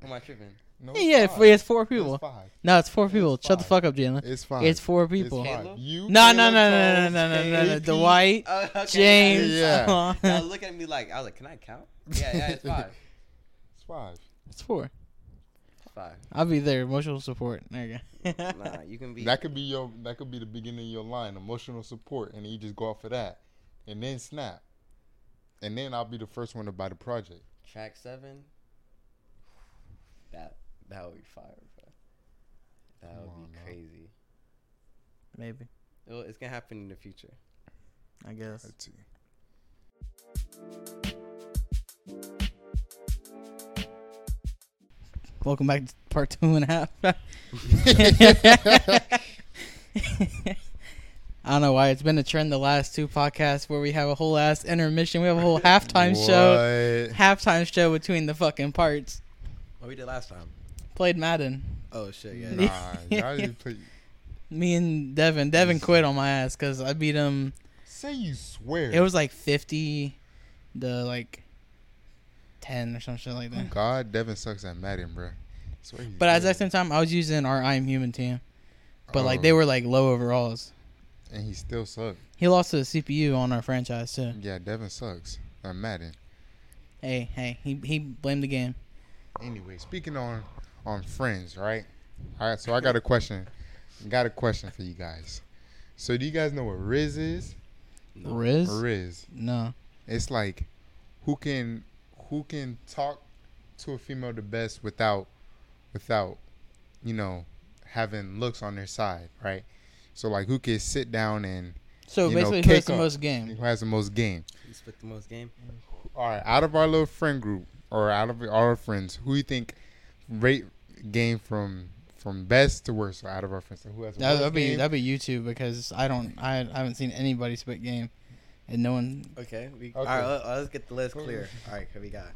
Speaker 2: Am I tripping?
Speaker 3: No,
Speaker 1: Yeah, yeah,
Speaker 3: five.
Speaker 1: four- it's four people.
Speaker 3: It's five.
Speaker 1: No, it's four people. Shut the fuck
Speaker 3: five.
Speaker 1: up, Jalen.
Speaker 3: It's five.
Speaker 1: It's four people.
Speaker 3: It's five.
Speaker 2: Caleb?
Speaker 3: You,
Speaker 1: No, no, no, no,
Speaker 3: Caleb,
Speaker 1: no,
Speaker 3: Charles,
Speaker 1: no, no, no, no.
Speaker 3: KP.
Speaker 1: Dwight,
Speaker 2: Oh, okay.
Speaker 1: James.
Speaker 3: Yeah.
Speaker 2: Y'all look at me like I was like, can I count? Yeah, yeah, it's five.
Speaker 3: It's five.
Speaker 1: it's four.
Speaker 2: Five.
Speaker 1: I'll be there. Emotional support. There you go.
Speaker 2: Nah, you can be.
Speaker 3: That could be your. That could be the beginning of your line. Emotional support, and you just go out for that, and then snap, and then I'll be the first one to buy the project.
Speaker 2: Track seven. That that would be fire, bro. That
Speaker 3: Come
Speaker 2: would
Speaker 3: on
Speaker 2: be
Speaker 3: now.
Speaker 2: crazy.
Speaker 1: Maybe.
Speaker 2: It'll, it's gonna happen in the future.
Speaker 1: I guess.
Speaker 3: Let's see.
Speaker 1: Welcome back to part two and a half. I don't know why it's been a trend the last two podcasts where we have a whole ass intermission. We have a whole halftime show,
Speaker 3: What?
Speaker 1: halftime show between the fucking parts.
Speaker 2: What we did last time?
Speaker 1: Played Madden.
Speaker 2: Oh shit,
Speaker 1: yeah.
Speaker 3: Nah, y'all just play-
Speaker 1: Me and Devin. Devin quit on my ass because I beat him.
Speaker 3: Say you swear.
Speaker 1: It was like fifty, to like ten or some shit like that.
Speaker 3: God, Devin sucks at Madden, bro.
Speaker 1: But at that same time, I was using our I am Human team, but like they were like low overalls.
Speaker 3: and he still sucked.
Speaker 1: He lost to the CPU on our franchise too.
Speaker 3: Yeah, Devin sucks at Madden.
Speaker 1: Hey, hey, he he blamed the game.
Speaker 3: Anyway, speaking on on friends, right? All right, so I got a question. Got a question for you guys. So do you guys know what Riz is?
Speaker 1: Riz?
Speaker 3: Riz.
Speaker 1: No.
Speaker 3: It's like who can who can talk to a female the best without without you know having looks on their side, right? So like who can sit down and
Speaker 1: So
Speaker 3: You know,
Speaker 1: basically, who has
Speaker 3: kick
Speaker 1: the
Speaker 3: up.
Speaker 1: most game?
Speaker 3: who has the most game?
Speaker 2: You split the most game.
Speaker 3: All right, out of our little friend group, or out of our friends, who you think rate game from from best to worst? Or out of our friends, who has the
Speaker 1: That,
Speaker 3: worst
Speaker 1: that'd be
Speaker 3: game?
Speaker 1: that'd be you two because I don't I, I haven't seen anybody split game, and no one.
Speaker 2: Okay. We,
Speaker 3: all right, let-
Speaker 2: let's get the list
Speaker 3: clear.
Speaker 2: All right, here we got.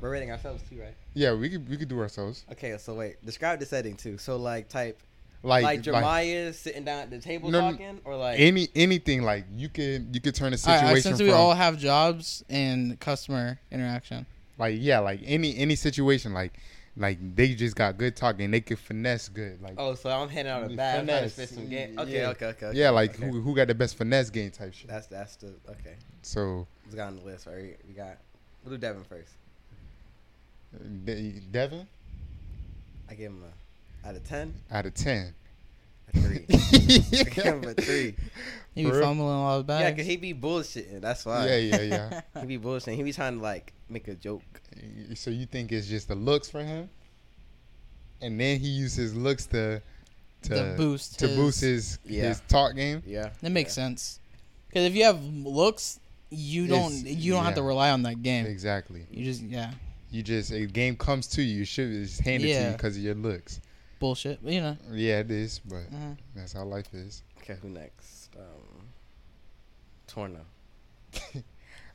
Speaker 2: We're rating ourselves too, right?
Speaker 3: yeah, we could we could do ourselves.
Speaker 2: Okay, so wait. Describe the setting too. So like, type
Speaker 3: Like,
Speaker 2: like
Speaker 3: like,
Speaker 2: Jeremiah sitting down at the table
Speaker 3: No, no,
Speaker 2: talking, or like
Speaker 3: any anything like you could you could turn a
Speaker 1: All
Speaker 3: situation
Speaker 1: right, since
Speaker 3: from
Speaker 1: we all have jobs and customer interaction.
Speaker 3: like yeah like any any situation like like they just got good talk and they could finesse good like
Speaker 2: oh, so I'm handing out a
Speaker 3: You
Speaker 2: bag, I'm trying to
Speaker 3: finesse.
Speaker 2: fit some game. Okay,
Speaker 3: Yeah.
Speaker 2: okay, okay, okay.
Speaker 3: yeah like
Speaker 2: okay.
Speaker 3: who who got the best finesse game type shit.
Speaker 2: That's that's the okay.
Speaker 3: So
Speaker 2: It's got on the list, all right? We got we'll do Devin first.
Speaker 3: De- Devin
Speaker 2: I give him a out of ten,
Speaker 3: out of ten.
Speaker 2: a three. him a three.
Speaker 1: He be
Speaker 3: For real?
Speaker 1: fumbling a lot of bags.
Speaker 2: yeah, cause he be bullshitting. That's why.
Speaker 3: Yeah, yeah, yeah.
Speaker 2: He be bullshitting. He be trying to like make a joke.
Speaker 3: So you think it's just the looks for him, and then he uses his looks to to
Speaker 1: To boost
Speaker 3: to
Speaker 1: his-
Speaker 3: boost his
Speaker 2: Yeah.
Speaker 3: his talk game.
Speaker 2: Yeah.
Speaker 1: That makes sense. Because if you have looks, you don't
Speaker 3: It's-
Speaker 1: you don't have to
Speaker 3: yeah.
Speaker 1: rely on that game.
Speaker 3: Exactly.
Speaker 1: You just yeah
Speaker 3: You just a game comes to you. You should just hand it to you
Speaker 1: Yeah.
Speaker 3: because of your looks.
Speaker 1: bullshit. but, You know.
Speaker 3: Yeah, it is, but
Speaker 2: Mm-hmm.
Speaker 1: Mhm.
Speaker 3: that's how life is.
Speaker 2: Okay, who next? Um, Torno.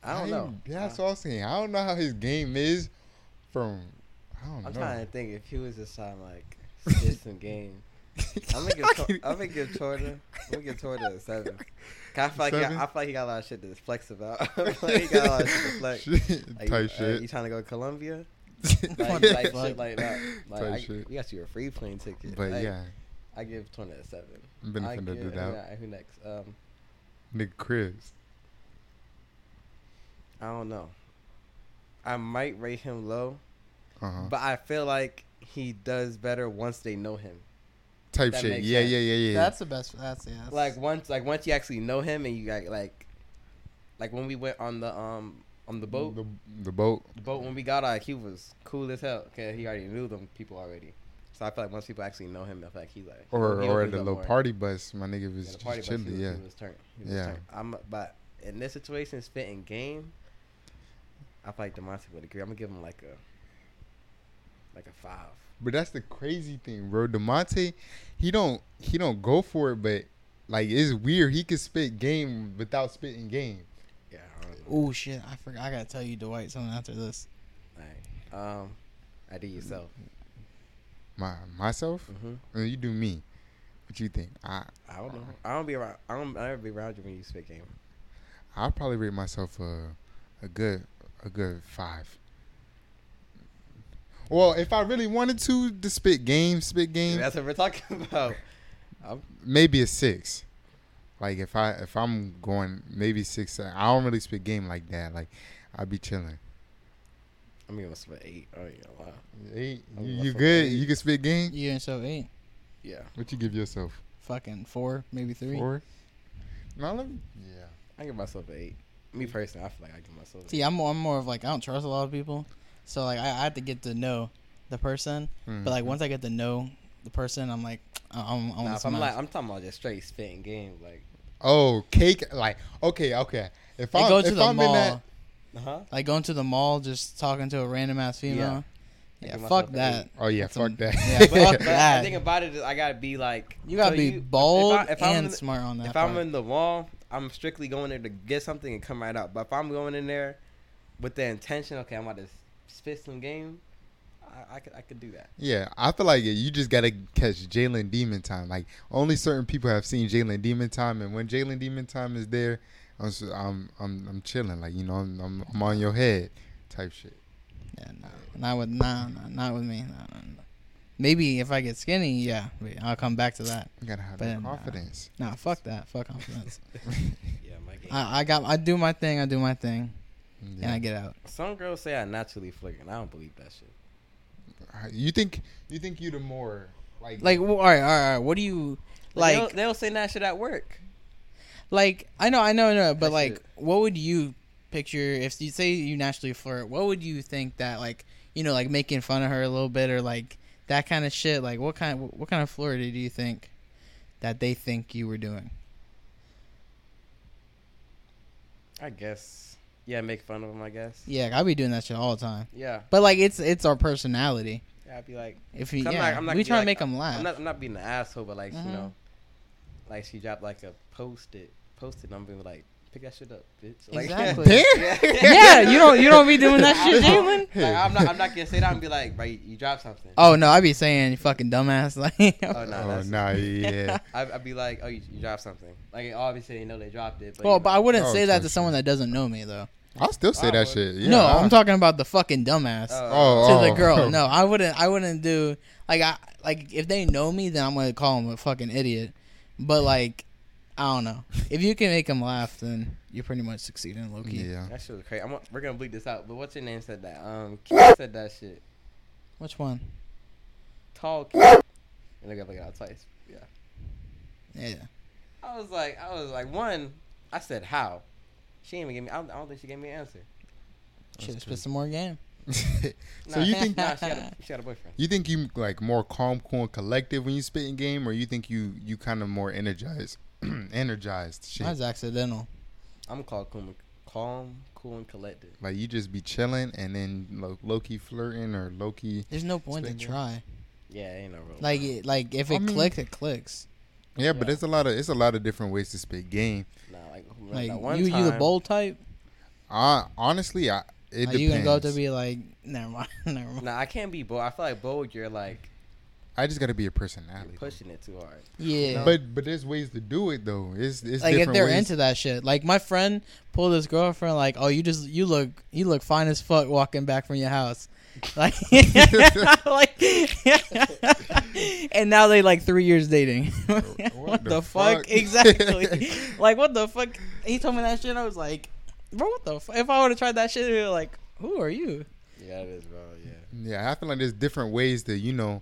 Speaker 2: I don't know. Uh,
Speaker 3: That's
Speaker 2: I,
Speaker 3: all I'm saying. I don't know how his game is from. I don't
Speaker 2: I'm
Speaker 3: know.
Speaker 2: trying to think if he was just trying to like spit some game. I'm gonna give Tor- I'm gonna give Torna. I'm gonna give Torna a seven. 'Cause I feel like he got,
Speaker 3: Seven?
Speaker 2: I feel like he got a lot of shit to flex about. he got a lot of shit to flex.
Speaker 3: Shit,
Speaker 2: Like,
Speaker 3: type
Speaker 2: uh,
Speaker 3: shit.
Speaker 2: you trying to go to Colombia?
Speaker 1: What
Speaker 2: Like,
Speaker 1: the
Speaker 2: like
Speaker 1: fuck?
Speaker 2: shit like that. Like,
Speaker 3: Type
Speaker 2: I,
Speaker 3: shit.
Speaker 2: We got you a free plane ticket.
Speaker 3: but
Speaker 2: Like,
Speaker 3: yeah,
Speaker 2: I give Torna a seven.
Speaker 3: I'm been
Speaker 2: I
Speaker 3: finna do
Speaker 2: give-
Speaker 3: that.
Speaker 2: yeah, Who next? Um,
Speaker 3: Nigga Cribs.
Speaker 2: I don't know. I might rate him low,
Speaker 3: Uh huh.
Speaker 2: but I feel like he does better once they know him.
Speaker 3: Type
Speaker 2: that
Speaker 3: shit.
Speaker 2: makes
Speaker 3: Yeah,
Speaker 2: sense.
Speaker 3: yeah, yeah, yeah.
Speaker 1: That's the best. That's yeah. that's-
Speaker 2: Like once, like once you actually know him and you got like, like when we went on the um on the boat,
Speaker 3: The, the boat.
Speaker 2: the boat when we got out, he was cool as hell. Okay, he already knew them people already. So I feel like once people actually know him, I feel like he's like
Speaker 3: Or
Speaker 2: he
Speaker 3: or
Speaker 2: opens
Speaker 3: at the
Speaker 2: up
Speaker 3: little
Speaker 2: more.
Speaker 3: party bus, my nigga
Speaker 2: Yeah,
Speaker 3: was
Speaker 2: the party
Speaker 3: just
Speaker 2: bus, he
Speaker 3: chilling.
Speaker 2: was-
Speaker 3: Yeah.
Speaker 2: he was turned. He was
Speaker 3: Yeah.
Speaker 2: turned. I'm but in this situation, spitting game. I feel like Demonte would agree. I'm gonna give him like a like a five.
Speaker 3: But that's the crazy thing, bro. Demonte, he don't he don't go for it, but like it's weird. He could spit game without spitting game.
Speaker 2: Yeah. I don't know.
Speaker 1: oh shit! I forgot. I gotta tell you, Dwight, something after this.
Speaker 2: Alright. Um, I did yourself.
Speaker 3: My myself,
Speaker 2: Mm-hmm.
Speaker 3: Uh, you do me. What you think? I
Speaker 2: I don't
Speaker 3: Mm.
Speaker 2: know. I don't be around. I don't. I never be around you when you spit game.
Speaker 3: I'll probably rate myself a a good a good five. Well, if I really wanted to, to spit game, spit game,
Speaker 2: That's what we're talking about.
Speaker 3: maybe a six. Like if I if I'm going maybe six, seven. I don't really spit game like that. Like I'll be chilling.
Speaker 2: I'm gonna spit eight. Oh yeah. Wow.
Speaker 3: Eight,
Speaker 2: I'm
Speaker 3: you,
Speaker 2: going
Speaker 3: you
Speaker 2: for
Speaker 3: good?
Speaker 2: eight.
Speaker 3: You can spit game.
Speaker 1: You and so eight,
Speaker 2: Yeah.
Speaker 3: What you give yourself?
Speaker 1: fucking four, maybe three.
Speaker 3: Four. No, let me, yeah.
Speaker 2: I give myself an eight. Me personally, I feel like I give myself. An
Speaker 1: See, I'm more, I'm more of like I don't trust a lot of people, so like I, I have to get to know the person. But
Speaker 3: Mm-hmm.
Speaker 1: like once I get to know the person, I'm like I, I'm, I
Speaker 2: eight.
Speaker 1: want
Speaker 2: Nah,
Speaker 1: to
Speaker 2: if I'm like, I'm talking about just straight spitting game. Like,
Speaker 3: oh, cake. Like okay, okay. If
Speaker 1: They
Speaker 3: I'm
Speaker 1: go to
Speaker 3: if
Speaker 1: the
Speaker 3: I'm
Speaker 1: mall,
Speaker 3: in that,
Speaker 2: huh?
Speaker 1: like going to the mall, just talking to a random ass female.
Speaker 2: I
Speaker 1: Yeah,
Speaker 2: give myself
Speaker 1: fuck
Speaker 2: an
Speaker 1: that.
Speaker 3: oh yeah,
Speaker 1: That's
Speaker 3: fuck
Speaker 1: a-
Speaker 3: that.
Speaker 1: yeah,
Speaker 2: But,
Speaker 1: fuck
Speaker 2: but
Speaker 1: that.
Speaker 2: the thing about it is, I gotta be like,
Speaker 1: You gotta
Speaker 2: so
Speaker 1: be
Speaker 2: if I-
Speaker 1: bold
Speaker 2: if I'm
Speaker 1: and
Speaker 2: in-
Speaker 1: smart on that.
Speaker 2: if
Speaker 1: part.
Speaker 2: I'm in the mall, I'm strictly going there to get something and come right out. But if I'm going in there with the intention, okay, I'm about to spit some game, I, I could I could do that.
Speaker 3: Yeah, I feel like you just gotta catch Jalen Demon time. Like only certain people have seen Jalen Demon time, and when Jalen Demon time is there, I'm s- I'm I'm, I'm chilling. Like you know, I'm, I'm I'm on your head, type shit.
Speaker 1: Yeah, no, not with nah, nah, not with me. Nah, nah, nah. Maybe if I get skinny, yeah, wait, I'll come back to that.
Speaker 3: You gotta have
Speaker 1: But,
Speaker 3: that
Speaker 1: nah.
Speaker 3: confidence.
Speaker 1: Nah, fuck that, fuck confidence.
Speaker 2: Yeah, my game.
Speaker 1: I, I got, I do my thing, I do my thing, and
Speaker 3: Yeah.
Speaker 1: I get out.
Speaker 2: Some girls say I naturally flirt, and I don't believe that shit.
Speaker 3: Uh, you think you think you the more like
Speaker 1: Like, well, all right, all right, all right. What do you
Speaker 2: Like, they'll,
Speaker 1: like?
Speaker 2: they'll say that shit at work.
Speaker 1: Like, I know, I know, I know,
Speaker 2: That
Speaker 1: but like,
Speaker 2: shit.
Speaker 1: what would you picture if you say you naturally flirt? What would you think that like, you know, like making fun of her a little bit or like that kind of shit? Like, what kind, what kind of flirt do you think that they think you were doing?
Speaker 2: I guess. Yeah, make fun of them. I guess.
Speaker 1: Yeah, I'd be doing that shit all the time.
Speaker 2: Yeah,
Speaker 1: But like, it's it's our personality.
Speaker 2: yeah I'd be like,
Speaker 1: If he,
Speaker 2: I'm
Speaker 1: yeah,
Speaker 2: not- I'm not
Speaker 1: we
Speaker 2: gonna be
Speaker 1: try
Speaker 2: like-
Speaker 1: to make him laugh.
Speaker 2: I'm not, I'm not being an asshole, but like
Speaker 1: Mhm.
Speaker 2: you know, like she dropped like a post it, post it. I'm being like, Pick that shit up, bitch.
Speaker 1: Exactly.
Speaker 3: Damn.
Speaker 1: yeah, you don't you don't be doing that shit, Jalen.
Speaker 2: Like, I'm not. I'm not gonna say that and be like, bro, you, you dropped something.
Speaker 1: Oh no, I be saying you fucking dumbass. Like,
Speaker 2: Oh, no.
Speaker 3: Oh
Speaker 2: that's-
Speaker 3: nah, yeah.
Speaker 2: I, I'd be like, oh, you, you dropped something. Like obviously they know they dropped it. But
Speaker 1: well,
Speaker 2: you
Speaker 1: but I
Speaker 2: know.
Speaker 1: wouldn't
Speaker 3: Oh,
Speaker 1: say that to
Speaker 3: touch.
Speaker 1: someone that doesn't know me though.
Speaker 3: I'll still say
Speaker 2: I
Speaker 3: that
Speaker 2: would.
Speaker 3: shit. Yeah,
Speaker 1: no,
Speaker 3: I,
Speaker 1: I'm talking about the fucking dumbass
Speaker 2: Oh,
Speaker 3: Oh,
Speaker 1: to the
Speaker 3: oh.
Speaker 1: girl. No, I wouldn't. I wouldn't do like I like if they know me, then I'm gonna call them a fucking idiot. But like, I don't know. If you can make them laugh, then you pretty much succeed in low key.
Speaker 3: Yeah.
Speaker 2: that shit was crazy. I'm, gonna- we're gonna bleep this out. But what's your name said that? Um, Keith said that shit.
Speaker 1: Which one?
Speaker 2: Tall. Keith. And I got it out twice. Yeah.
Speaker 1: Yeah.
Speaker 2: I was like, I was like, one. I said how. She didn't even give me. I don't, I don't think she gave me an answer.
Speaker 1: Should have spit some more game.
Speaker 3: so you think
Speaker 2: Nah, she had a, she had a boyfriend.
Speaker 3: you think you like more calm, cool, and collected when you spit in game, or you think you you kind of more energized, energized shit?
Speaker 1: Mine's accidental.
Speaker 2: I'm called calm, calm, cool, and collected.
Speaker 3: Like you just be chilling and then lo- low key flirting or low key.
Speaker 1: There's no point to
Speaker 3: Spit game.
Speaker 1: try.
Speaker 2: Yeah, ain't no real.
Speaker 1: Like, it, like if
Speaker 3: I
Speaker 1: it
Speaker 3: mean-
Speaker 1: clicks, it clicks.
Speaker 3: Yeah, but
Speaker 2: Yeah.
Speaker 3: it's a lot of it's a lot of different ways to spit game.
Speaker 2: nah, like, remember
Speaker 1: Like
Speaker 2: that one
Speaker 1: you,
Speaker 2: time,
Speaker 1: you the bold type.
Speaker 3: I honestly, I
Speaker 1: Are
Speaker 3: it depends.
Speaker 1: you gonna go to be like, never mind, never mind.
Speaker 2: Nah, I can't be bold. I feel like bold. You're like
Speaker 3: I just got to be a
Speaker 2: you're
Speaker 3: personality.
Speaker 2: pushing it too hard.
Speaker 1: Yeah.
Speaker 3: But but there's ways to do it though. It's it's
Speaker 1: like if
Speaker 3: different
Speaker 1: they're
Speaker 3: ways.
Speaker 1: into that shit. Like my friend pulled his girlfriend like, "Oh, you just you look you look fine as fuck walking back from your house." Like like And now they like 3 years dating. what, the, fuck? exactly. like what the fuck? He told me that shit. I was like, "Bro, what the fuck? If I would have tried that shit, it'd be like, who are you?"
Speaker 2: Yeah, it is, bro. Yeah.
Speaker 3: Yeah, I feel like there's different ways to you know,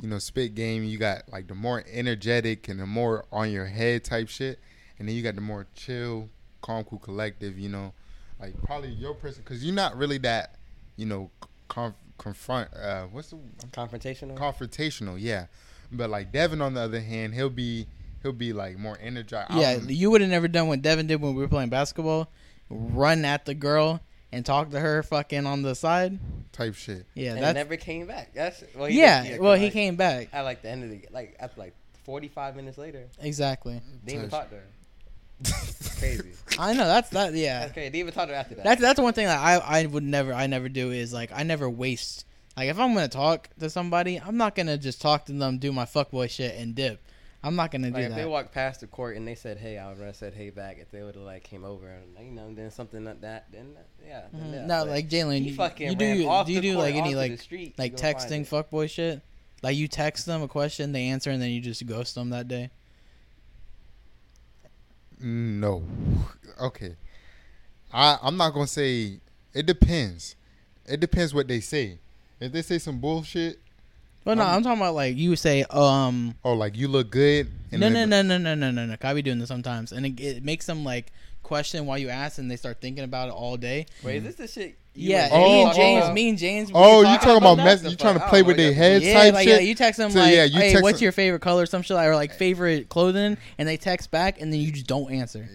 Speaker 3: you know, spit game. You got like the more energetic and the more on your head type shit, and then you got the more chill, calm, cool, collective. You know, like probably your person because you're not really that, you know, conf- confront. Uh, what's the
Speaker 2: Confrontational.
Speaker 3: confrontational? Yeah, but like Devin on the other hand, he'll be he'll be like more energized. I
Speaker 1: Yeah,
Speaker 3: don't-
Speaker 1: you would have never done what Devin did when we were playing basketball. Run at the girl and talk to her fucking on the side.
Speaker 3: type shit.
Speaker 1: Yeah,
Speaker 2: and
Speaker 1: that's
Speaker 2: never came back. That's well, he
Speaker 1: yeah,
Speaker 2: did-
Speaker 1: well,
Speaker 2: like,
Speaker 1: he came back.
Speaker 2: at like the end of the like after like 45 minutes later.
Speaker 1: Exactly.
Speaker 2: They even
Speaker 3: Touch.
Speaker 2: talked to her. Crazy.
Speaker 1: I know that's that. Yeah,
Speaker 2: That's crazy. They even talked to her after that.
Speaker 1: that's that's one thing that I I would never I never do is like I never waste. Like if I'm gonna talk to somebody, I'm not gonna just talk to them, do my fuckboy shit, and dip. I'm not gonna do
Speaker 2: like if they
Speaker 1: that.
Speaker 2: walked past the court and they said hey, I would have said hey back. If they would have like came over and you know then something like that, then uh, yeah. Then
Speaker 1: Mhm.
Speaker 2: yeah.
Speaker 1: No,
Speaker 2: But
Speaker 1: like Jalen,
Speaker 2: he
Speaker 1: you,
Speaker 2: fucking
Speaker 1: you do
Speaker 2: ran
Speaker 1: you,
Speaker 2: off
Speaker 1: do you
Speaker 2: the
Speaker 1: do
Speaker 2: court,
Speaker 1: like any
Speaker 2: onto the
Speaker 1: like
Speaker 2: street to
Speaker 1: like
Speaker 2: go find
Speaker 1: texting
Speaker 2: it.
Speaker 1: fuckboy shit? Like you text them a question, they answer, and then you just ghost them that day.
Speaker 3: No. Okay. I I'm not gonna say. It depends. It depends what they say. If they say some bullshit,
Speaker 1: Well, no,
Speaker 3: Um,
Speaker 1: I'm talking about like you say um.
Speaker 3: or like you look good,
Speaker 1: no,
Speaker 3: then
Speaker 1: no,
Speaker 3: they-
Speaker 1: no, no, no, no, no, no. 'Cause I be doing this sometimes, and it, it makes them like question why you asked, and they start thinking about it all day.
Speaker 2: Wait, is this the shit? you
Speaker 1: yeah,
Speaker 2: and
Speaker 3: Oh,
Speaker 1: me
Speaker 2: Jalen
Speaker 1: and
Speaker 2: talked
Speaker 1: James,
Speaker 2: about?
Speaker 1: me and James. we
Speaker 3: Oh,
Speaker 1: were
Speaker 3: you
Speaker 1: talking
Speaker 3: talking about
Speaker 1: that?
Speaker 3: mess?
Speaker 2: that?
Speaker 3: You trying to
Speaker 2: Fuck, I
Speaker 3: play
Speaker 2: don't
Speaker 3: with
Speaker 2: know
Speaker 3: their
Speaker 2: what
Speaker 3: heads
Speaker 2: that-
Speaker 1: Yeah,
Speaker 3: type
Speaker 1: like
Speaker 3: shit?
Speaker 1: yeah, you text them
Speaker 3: So,
Speaker 1: like,
Speaker 3: yeah, you
Speaker 1: hey,
Speaker 3: text
Speaker 1: what's
Speaker 3: them-
Speaker 1: your favorite color, some shit, or like favorite clothing, and they text back, and then you just don't answer.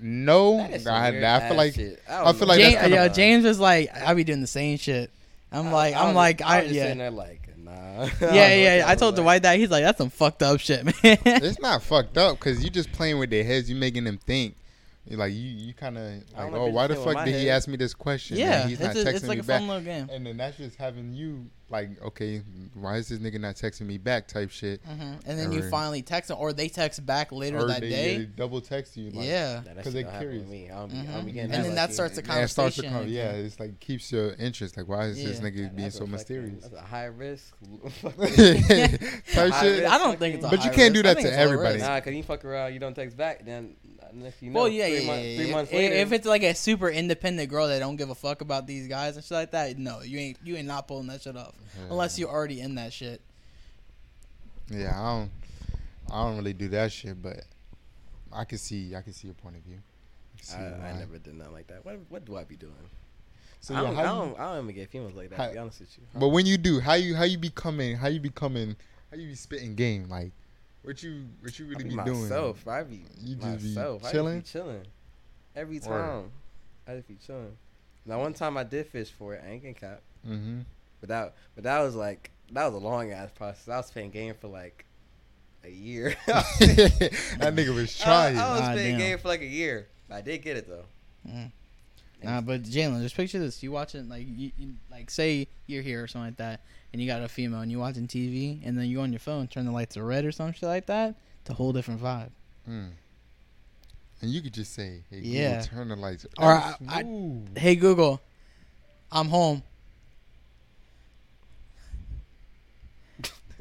Speaker 3: no,
Speaker 2: That is some
Speaker 3: I,
Speaker 2: weird
Speaker 3: I feel
Speaker 2: ass
Speaker 3: like
Speaker 2: shit.
Speaker 3: I
Speaker 2: don't know.
Speaker 3: feel like that's
Speaker 1: James,
Speaker 3: kinda-
Speaker 1: yeah, James is like, I be doing the same shit. I'm like,
Speaker 2: I was-
Speaker 1: I'm like,
Speaker 2: I
Speaker 1: I
Speaker 2: was just sitting
Speaker 1: yeah.
Speaker 2: there like, nah.
Speaker 1: Yeah, yeah. I told
Speaker 2: the
Speaker 1: Dwight that he's like, that's some fucked up shit, man.
Speaker 3: it's not fucked up because you just playing with their heads. You making them think. You're Like you, you kind of
Speaker 2: I don't
Speaker 3: like,
Speaker 2: know
Speaker 3: oh,
Speaker 2: if it's
Speaker 3: why the
Speaker 2: still in
Speaker 3: fuck
Speaker 2: my
Speaker 3: did he
Speaker 2: head.
Speaker 3: ask me this question? and
Speaker 1: yeah,
Speaker 3: he's
Speaker 1: it's,
Speaker 3: not
Speaker 1: a,
Speaker 3: texting
Speaker 1: it's like
Speaker 3: me
Speaker 1: a
Speaker 3: back.
Speaker 1: fun little game.
Speaker 3: And then that's just having you like, okay, why is this nigga not texting me back? Type shit.
Speaker 1: hmm And then you
Speaker 3: Or-
Speaker 1: finally text them, or they text back later
Speaker 3: Or
Speaker 1: that
Speaker 3: they,
Speaker 1: day.
Speaker 3: they double text you. Like,
Speaker 1: yeah.
Speaker 3: Because they curious.
Speaker 2: Me. I'm,
Speaker 1: Mhm.
Speaker 2: I'm
Speaker 3: And
Speaker 2: uh, getting
Speaker 1: and
Speaker 3: Yeah,
Speaker 1: then
Speaker 2: like,
Speaker 1: that
Speaker 2: you-
Speaker 1: starts the
Speaker 3: Yeah, it starts to
Speaker 1: conversation.
Speaker 3: come. Yeah,
Speaker 1: again.
Speaker 3: it's like keeps your interest. Like, why is this
Speaker 1: Yeah.
Speaker 3: nigga being
Speaker 2: That's
Speaker 3: so
Speaker 2: a fucking-
Speaker 3: mysterious?
Speaker 2: That's a high risk.
Speaker 3: Type
Speaker 2: High
Speaker 3: shit.
Speaker 2: risk.
Speaker 1: I don't think it's. A
Speaker 3: But you
Speaker 1: high risk.
Speaker 3: can't do that
Speaker 1: I think
Speaker 3: to
Speaker 1: it's low
Speaker 3: everybody.
Speaker 1: risk.
Speaker 2: Nah, cause you fuck around, you don't text back, then uh, next you know,
Speaker 1: Well, yeah,
Speaker 2: three,
Speaker 1: yeah,
Speaker 2: month-
Speaker 1: yeah,
Speaker 2: three
Speaker 1: yeah.
Speaker 2: months
Speaker 1: If-
Speaker 2: later,
Speaker 1: If it's like a super independent girl that don't give a fuck about these guys and shit like that, no, you ain't you ain't not pulling that shit off unless you're already in that shit.
Speaker 3: Yeah, I don't. I don't really do that shit, but I can see. I can see your point of view. can see
Speaker 2: I, I
Speaker 3: why.
Speaker 2: never did nothing like that. What, what do I be doing?
Speaker 3: So
Speaker 2: I,
Speaker 3: yeah,
Speaker 2: don't,
Speaker 3: how
Speaker 2: I,
Speaker 3: you-
Speaker 2: don't, I don't even get females like that.
Speaker 3: How-
Speaker 2: to be honest with you.
Speaker 3: but when you do, how you how you becoming? How you becoming? How you be spitting game? Like, what you what you
Speaker 2: I
Speaker 3: really
Speaker 2: be
Speaker 3: be, doing?
Speaker 2: myself. I be
Speaker 3: You just be
Speaker 2: myself. I
Speaker 3: chilling?
Speaker 2: just be chilling every
Speaker 3: Word.
Speaker 2: time. I just be chilling. Now one time I did fish for it. I ain't gonna cap.
Speaker 3: Mm-hmm.
Speaker 2: But that, but that was like that was a long ass process. I was paying game for like a year.
Speaker 3: that nigga was
Speaker 2: I-
Speaker 3: trying.
Speaker 2: I, was
Speaker 1: Ah,
Speaker 2: playing
Speaker 1: damn.
Speaker 2: game for like a year. I did get it though.
Speaker 1: Nah, but Jalen, just picture this: you watching like you, you like say you're here or something like that, and you got a female, and you watching TV, and then you on your phone, turn the lights to red or some shit like that. It's a whole different vibe.
Speaker 3: Mm. And you could just say, "Hey, Google,
Speaker 1: Yeah.
Speaker 3: turn the lights."
Speaker 1: Or I- I-
Speaker 3: Ooh.
Speaker 1: Hey Google, I'm home.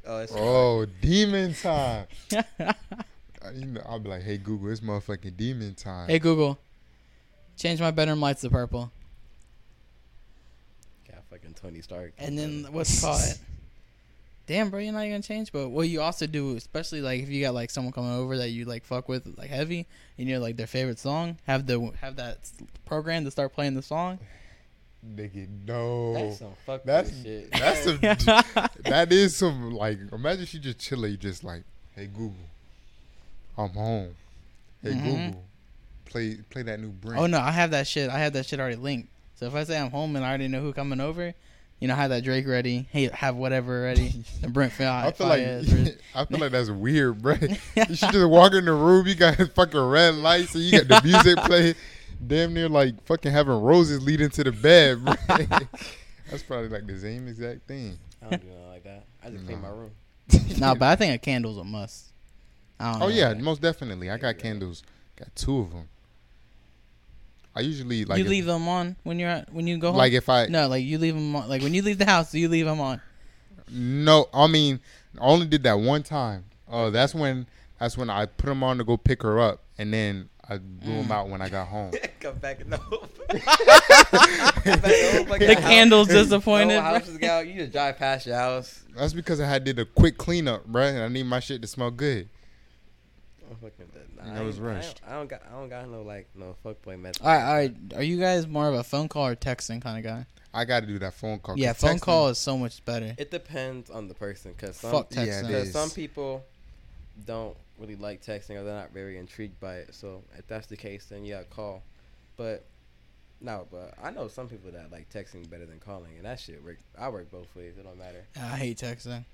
Speaker 2: Oh, it's
Speaker 3: oh, demon time!
Speaker 1: hey
Speaker 3: Uh, you know, I'll be like, "Hey Google, it's motherfucking demon time."
Speaker 1: Google, change my bedroom lights to purple.
Speaker 2: got fucking Tony Stark.
Speaker 1: And then what's called it? Damn, bro, you're not gonna change. But what you also do, especially like if you got like someone coming over that you like fuck with like heavy, and you're like their favorite song, have the have that s- program to start playing the song.
Speaker 3: Nigga, no.
Speaker 2: oh. That's some fuck
Speaker 3: That's
Speaker 2: shit.
Speaker 3: that's some
Speaker 1: Oh,
Speaker 3: that is some like imagine she just chilling, you just like, hey Google, I'm home. Hey
Speaker 1: Mhm.
Speaker 3: Google, play play that new brand.
Speaker 1: Oh no, I have that shit. I have that shit already linked. So if I say I'm home and I already know who coming over, you know, have that Drake ready. Hey, have whatever ready. The Brent Fayez.
Speaker 3: I feel like
Speaker 1: Fayez-
Speaker 3: I feel like that's weird, bro. you should just walk in the room. You got fucking red lights and you got the music playing. Damn near like fucking having roses leading to the bed, bro. that's probably like the same exact thing.
Speaker 2: I don't do nothing like that. I just clean my
Speaker 3: No.
Speaker 2: room.
Speaker 1: nah, but I think a candle's a must. I don't
Speaker 3: Oh
Speaker 1: know.
Speaker 3: yeah, most definitely. I got
Speaker 2: Yeah.
Speaker 3: candles. Got two of them. I usually like
Speaker 1: you
Speaker 3: if-
Speaker 1: leave them on when you're at, when you go home.
Speaker 3: like if I
Speaker 1: no, like you leave them on. Like when you leave the house, you leave them on.
Speaker 3: No, I mean, I only did that one time. Oh, that's when that's when I put them on to go pick her up, and then I blew
Speaker 1: Mm.
Speaker 3: them out when I got home.
Speaker 2: Come back and the whole, Come back the whole fucking
Speaker 1: The
Speaker 2: house-
Speaker 1: candle's
Speaker 2: the whole
Speaker 1: disappointed.
Speaker 2: house is out. You just drive past your house.
Speaker 3: That's because I had did a quick cleanup, bruh, and I need my shit to smell good.
Speaker 2: I'm fucking with that. Nah,
Speaker 3: That
Speaker 2: I ain't-
Speaker 3: was
Speaker 2: I don't-
Speaker 3: rushed.
Speaker 2: I don't, got. I don't got no like no fuck boy method.
Speaker 1: All right, all right. Are you guys more of a phone call or texting kind of guy?
Speaker 3: I got to do that phone call. 'cause
Speaker 1: yeah, phone
Speaker 3: texting-
Speaker 1: call is so much better.
Speaker 2: It depends on the person, cause some
Speaker 1: Fuck
Speaker 3: Yeah,
Speaker 1: texting.
Speaker 3: it is.
Speaker 2: cause some people don't really like texting or they're not very intrigued by it. So if that's the case, then yeah, call. But no, but I know some people that like texting better than calling, and that shit work. I work both ways. It don't matter.
Speaker 1: I hate texting.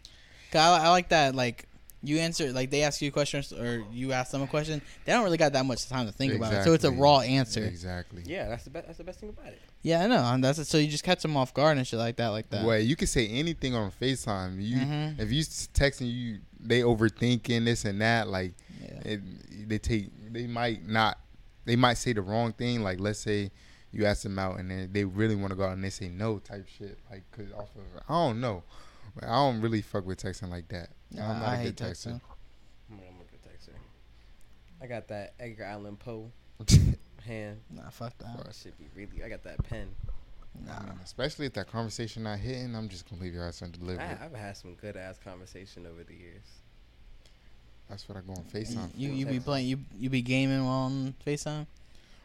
Speaker 1: 'Cause I, I like that. Like you answer, like they ask you questions or you ask them a question. They don't really got that much time to think about it, so it's a
Speaker 3: Exactly.
Speaker 1: raw answer.
Speaker 3: Exactly.
Speaker 2: Yeah, that's the best. That's the best thing about it.
Speaker 1: Yeah, I know. And that's it. so you just catch them off guard and shit like that, like that.
Speaker 3: Well, you can say anything on Facetime. You
Speaker 1: Mhm.
Speaker 3: if you s- texting you, they overthinking this and that. Like
Speaker 1: Yeah.
Speaker 3: it, they take they might not they might say the wrong thing like let's say you ask them out and then they really want to go out and they say no type shit like 'cause off of I don't know But I don't really fuck with texting like that
Speaker 1: Nah,
Speaker 3: I'm not
Speaker 1: I
Speaker 3: a
Speaker 1: hate
Speaker 3: good texter
Speaker 2: I'm gonna- I'm a good texter. I got that Edgar Allan Poe hand.
Speaker 1: Nah, fuck that.
Speaker 2: I should be really. I got that pen.
Speaker 1: Nah.
Speaker 3: I mean, especially if that conversation not hitting I'm just gonna leave your ass
Speaker 2: I,
Speaker 3: undelivered
Speaker 2: I've had some good ass conversation over the years.
Speaker 3: that's what I go on Facetime
Speaker 1: You
Speaker 3: for.
Speaker 1: you be
Speaker 2: Texting.
Speaker 1: playing you you be gaming while on Facetime.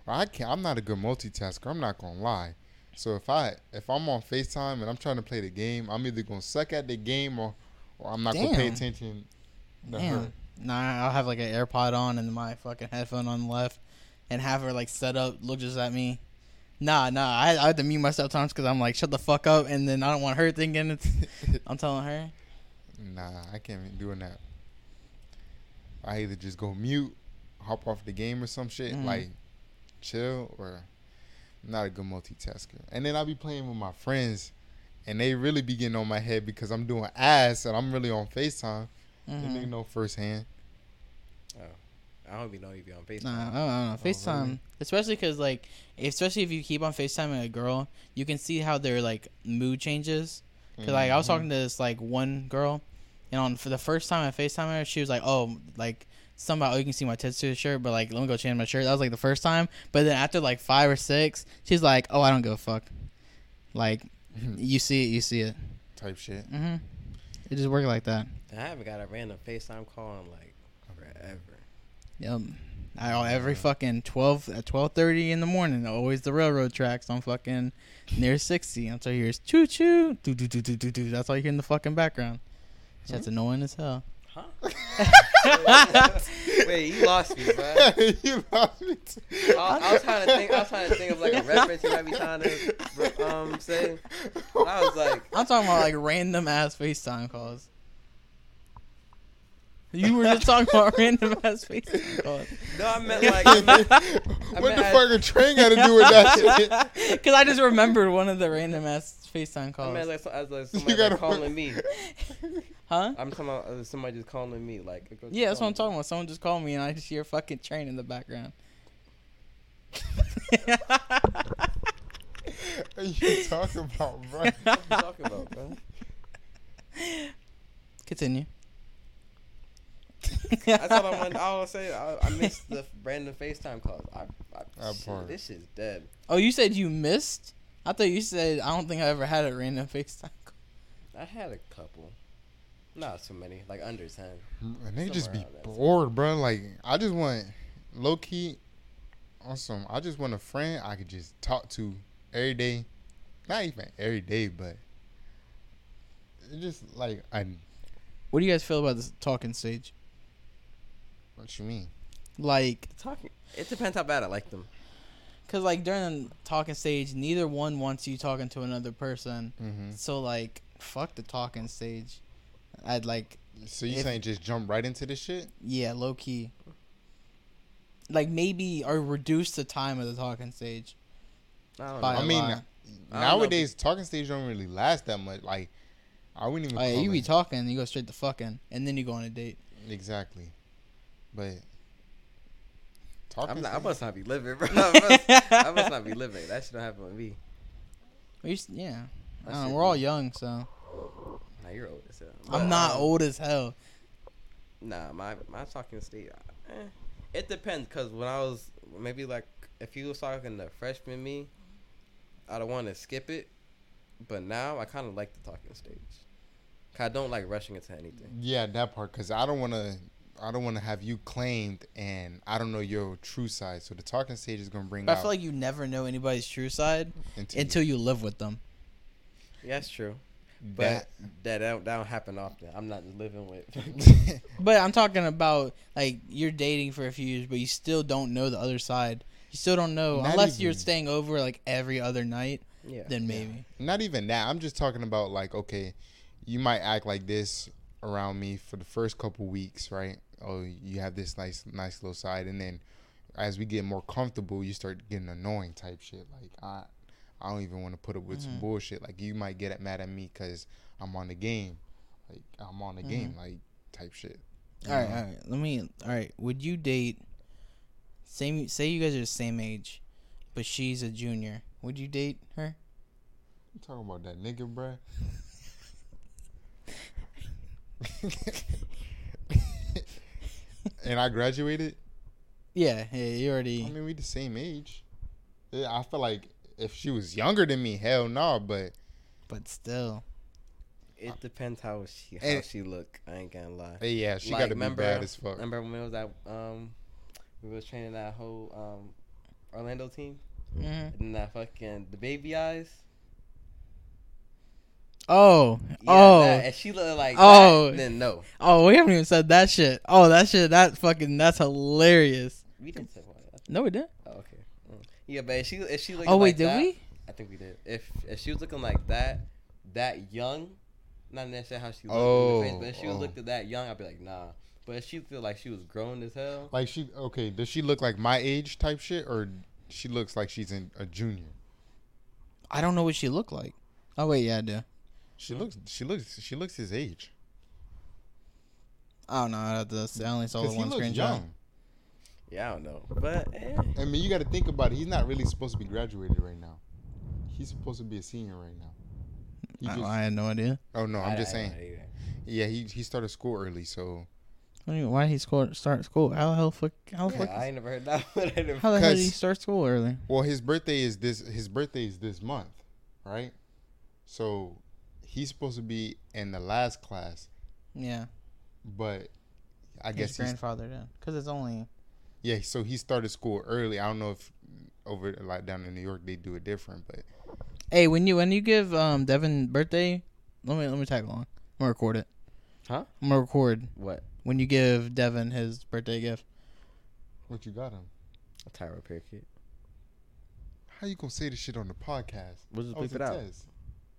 Speaker 3: I can't I'm not a good multitasker I'm not gonna lie so if I if I'm on Facetime and I'm trying to play the game I'm either gonna suck at the game or or I'm not gonna pay
Speaker 1: Damn.
Speaker 3: attention to her.
Speaker 1: Damn. Uh-huh. Nah, I'll have like an AirPod on and my fucking headphone on the left, and have her like set up, look just at me. Nah, nah. I, I have to mute myself times because I'm like, shut the fuck up, and then I don't want her thinking it's. I'm telling her.
Speaker 3: Nah, I can't be doing that. I either just go mute, hop off the game or some shit,
Speaker 1: Mhm.
Speaker 3: like chill, or I'm not a good multitasker. And then I be playing with my friends, and they really be getting on my head because I'm doing ass and I'm really on Facetime.
Speaker 1: Mhm.
Speaker 3: They nigga know firsthand.
Speaker 2: I don't even know if you're on Facebook.
Speaker 1: Nah, I don't, I don't know.
Speaker 3: really?
Speaker 1: FaceTime, especially because like, especially if you keep on FaceTiming a girl, you can see how their like mood changes. because like I was talking to this like one girl, and on for the first time I FaceTimed her, she was like, "Oh, like somehow you can see my tits through the shirt, but like let me go change my shirt." That was like the first time, but then after like five or six, she's like, "Oh, I don't give a fuck." Like, you see it, you see it.
Speaker 3: type shit.
Speaker 1: Mm-hmm. It just worked like that.
Speaker 2: I haven't got a random FaceTime call in like forever.
Speaker 1: Um, I oh, every fucking twelve at twelve thirty in the morning. Always the railroad tracks on fucking near sixty until you hear choo choo do do do do do do. That's all you hear in the fucking background. That's annoying as hell.
Speaker 2: Huh? Wait, you lost me, bro. I,
Speaker 3: you lost me. Too.
Speaker 2: I was trying to think. I was trying to think of like a reference you might be trying to um say. I was like,
Speaker 1: I'm talking about like random ass FaceTime calls. You were just talking about random ass faces. God.
Speaker 2: No, I meant
Speaker 1: like-
Speaker 2: like.
Speaker 1: I
Speaker 3: what
Speaker 1: meant-
Speaker 3: the fuck a train got to do with that
Speaker 1: Because I just remembered one of the random ass FaceTime
Speaker 2: I
Speaker 1: calls.
Speaker 2: meant like, so- as like
Speaker 3: You
Speaker 2: somebody
Speaker 3: gotta
Speaker 2: like calling me.
Speaker 1: huh?
Speaker 2: I'm talking about uh, somebody just calling me. Like, like,
Speaker 1: Yeah, that's what I'm
Speaker 2: calling
Speaker 1: talking about. Someone just called me and I just hear a fucking train in the background.
Speaker 3: shit? Are you talking about, bro?
Speaker 2: me. What you talking about, bro?
Speaker 1: Continue.
Speaker 2: That's all I wanted. All I say. I, I missed the random FaceTime calls. I, I,
Speaker 3: That
Speaker 2: shit,
Speaker 3: part.
Speaker 2: this is dead.
Speaker 1: Oh, you said you missed? I thought you said I don't think I ever had a random FaceTime call.
Speaker 2: I had a couple. Not too many. Like under ten.
Speaker 3: And they just be
Speaker 2: Somewhere around there.
Speaker 3: bored, bro. Like I just want low key awesome. I just want a friend I could just talk to every day. Not even every day, but it's just like I.
Speaker 1: What do you guys feel about this talking stage?
Speaker 3: What you mean?
Speaker 1: Like,
Speaker 2: Talking. It depends how bad I like them.
Speaker 1: cause like during the talking stage, neither one wants you talking to another person.
Speaker 3: Mm-hmm.
Speaker 1: So like, fuck the talking stage. I'd like,
Speaker 3: So you
Speaker 1: If-
Speaker 3: saying just jump right into this shit?
Speaker 1: yeah, low key. Like maybe or reduce the time of the talking stage.
Speaker 2: I don't
Speaker 1: By
Speaker 2: know.
Speaker 3: I
Speaker 1: a
Speaker 3: mean,
Speaker 1: lot.
Speaker 2: know,
Speaker 3: nowadays talking stage don't really last that much. Like I wouldn't even.
Speaker 1: Oh, yeah,
Speaker 3: call
Speaker 1: you be
Speaker 3: it-
Speaker 1: talking, you go straight to fucking, and then you go on a date.
Speaker 3: exactly, but talking.
Speaker 2: I'm not, I
Speaker 3: stage-
Speaker 2: must not be living, bro. I must, I must not be living. That shit don't happen with me.
Speaker 1: We used- yeah, I
Speaker 2: That
Speaker 1: don't know,
Speaker 2: shit
Speaker 1: we're all
Speaker 2: be-
Speaker 1: young, so
Speaker 2: Nah, you're old as hell. But,
Speaker 1: I'm not
Speaker 2: um,
Speaker 1: old as hell.
Speaker 2: Nah, my my talking state. Eh, it depends, cause when I was maybe like, if you was talking to freshman me, I'd want to skip it. But now I kind of like the talking stage. 'Cause I don't like rushing into anything.
Speaker 3: Yeah, that part because I don't want to. I don't want to have you claimed, and I don't know your true side. So the talking stage is gonna bring
Speaker 1: But I
Speaker 3: out
Speaker 1: feel like you never know anybody's true side
Speaker 3: into,
Speaker 1: until you live with them.
Speaker 2: Yeah, that's true. But
Speaker 3: that.
Speaker 2: that that don't, that don't happen often. I'm not living with.
Speaker 3: But,
Speaker 1: But I'm talking about like you're dating for a few years, but you still don't know the other side. You still don't know
Speaker 3: Not
Speaker 1: unless you're
Speaker 3: even-
Speaker 1: staying over like every other night.
Speaker 2: yeah.
Speaker 1: Then maybe
Speaker 3: Not even that. I'm just talking about like, okay, you might act like this around me for the first couple weeks, right? Oh, you have this nice, nice little side, and then as we get more comfortable, you start getting annoying type shit. Like I, I don't even want to put up with some
Speaker 1: Mhm.
Speaker 3: bullshit. Like you might get mad at me because I'm on the game, like I'm on the game, like type shit.
Speaker 1: all right, all right. Let me. All right. Would you date same? Say you guys are the same age, but she's a junior. Would you date her?
Speaker 3: You talking about that nigga, bruh? and I graduated.
Speaker 1: Yeah. Yeah. You
Speaker 3: I
Speaker 1: already.
Speaker 3: mean, we the same age. Yeah, I feel like if she was younger than me, hell no. but
Speaker 1: But still.
Speaker 2: It depends how she how
Speaker 3: And-
Speaker 2: she look. I ain't gonna lie.
Speaker 3: hey, yeah, she
Speaker 2: Like,
Speaker 3: got to be
Speaker 2: remember-
Speaker 3: bad as fuck.
Speaker 2: Remember when we was at um we was training that whole um Orlando team
Speaker 1: Mhm.
Speaker 2: and that fucking the baby eyes.
Speaker 1: Oh.
Speaker 2: Yeah,
Speaker 1: oh.
Speaker 2: that, and she looked like
Speaker 1: Oh.
Speaker 2: that, then no,
Speaker 1: oh. We haven't even said that shit. Oh, that shit. That fucking. That's hilarious.
Speaker 2: we didn't say about that.
Speaker 1: No, we didn't.
Speaker 2: Oh, okay. Mm. Yeah, but if she if she looked
Speaker 1: Oh wait,
Speaker 2: like
Speaker 1: did
Speaker 2: that,
Speaker 1: we?
Speaker 2: I think we did. If if she was looking like that, that young, not necessarily how she looked in the
Speaker 3: Oh,
Speaker 2: face, but if she
Speaker 3: oh.
Speaker 2: was looked at that young, I'd be like nah. But if she feel like she was grown as hell,
Speaker 3: Like she okay? Does she look like my age type shit, or she looks like she's in a junior?
Speaker 1: I don't know what she looked like. Oh wait, yeah, I do.
Speaker 3: She looks. She looks. She looks his age.
Speaker 1: I don't know. I, have to say, I only saw the
Speaker 3: 'Cause he
Speaker 1: one
Speaker 3: looks
Speaker 1: screenshot.
Speaker 3: young.
Speaker 2: yeah, I don't know. But eh,
Speaker 3: I mean, you got to think about it. He's not really supposed to be graduated right now. He's supposed to be a senior right now. He
Speaker 1: I,
Speaker 3: just-
Speaker 1: I had no idea.
Speaker 3: oh no, I'm
Speaker 2: I-
Speaker 3: just
Speaker 2: I
Speaker 3: saying.
Speaker 2: don't know either.
Speaker 3: Yeah, he he started school early, so
Speaker 1: What do you- Why did he score, start school? How the hell fuck? How the
Speaker 2: Yeah,
Speaker 1: fuck?
Speaker 2: I ain't never heard that one. I never-
Speaker 1: how the hell did
Speaker 3: Cause-
Speaker 1: he start school early?
Speaker 3: Well, his birthday is this. His birthday is this month, right? So he's supposed to be in the last class,
Speaker 1: Yeah,
Speaker 3: but I
Speaker 1: I
Speaker 3: guess
Speaker 1: guess
Speaker 3: he's,
Speaker 1: grandfather did because it's only
Speaker 3: yeah. So he started school early. I don't know if over like down in New York they do it different, but
Speaker 1: Hey, when you when you give um Devin birthday, let me let me tag along. I'm gonna record it.
Speaker 2: Huh?
Speaker 1: I'm gonna record
Speaker 2: What?
Speaker 1: when you give Devin his birthday gift.
Speaker 3: what you got him?
Speaker 2: A Tyro Parakeet.
Speaker 3: How you gonna say this shit on the podcast?
Speaker 2: We'll just
Speaker 3: I was
Speaker 2: bleep it
Speaker 3: in
Speaker 2: out.
Speaker 3: Tez.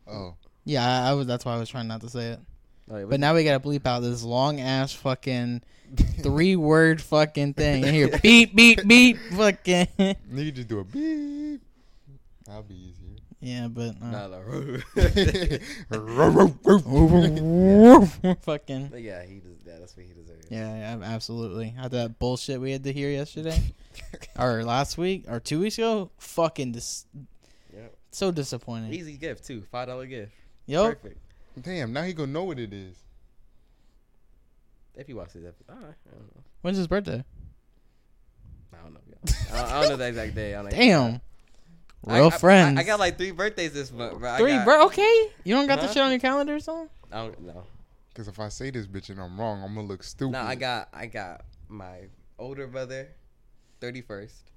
Speaker 3: Oh
Speaker 1: Yeah, I, I was. That's why I was trying not to say it. But now we gotta bleep out this long ass fucking three word fucking thing. And here, beep, beep, beep, fucking.
Speaker 3: Nigga just do a beep. That'll be easier.
Speaker 1: Yeah, but.
Speaker 2: Nah,
Speaker 1: Uh,
Speaker 2: like,
Speaker 1: fucking.
Speaker 2: But yeah, he does that. That's what he deserves.
Speaker 1: Yeah, yeah, absolutely. After that bullshit we had to hear yesterday, or last week, or two weeks ago, fucking dis-
Speaker 2: Yep.
Speaker 1: so disappointing.
Speaker 2: Easy gift too. Five dollar gift.
Speaker 1: Yo,
Speaker 2: Perfect.
Speaker 3: Damn, now he gonna know what it is.
Speaker 2: If he watches this episode, all right. I don't know.
Speaker 1: when's his birthday?
Speaker 2: I don't know. y'all. I don't, I don't know the exact day. I don't
Speaker 1: Damn, real
Speaker 2: I,
Speaker 1: friends.
Speaker 2: I, I, got like three birthdays this month, bro. I
Speaker 1: three,
Speaker 2: got,
Speaker 1: bro. Okay, you don't got
Speaker 2: Huh?
Speaker 1: the shit on your calendar or something?
Speaker 2: I don't know.
Speaker 3: Cause if I say this bitch and I'm wrong, I'm gonna look stupid.
Speaker 2: No, I got I got my older brother, thirty first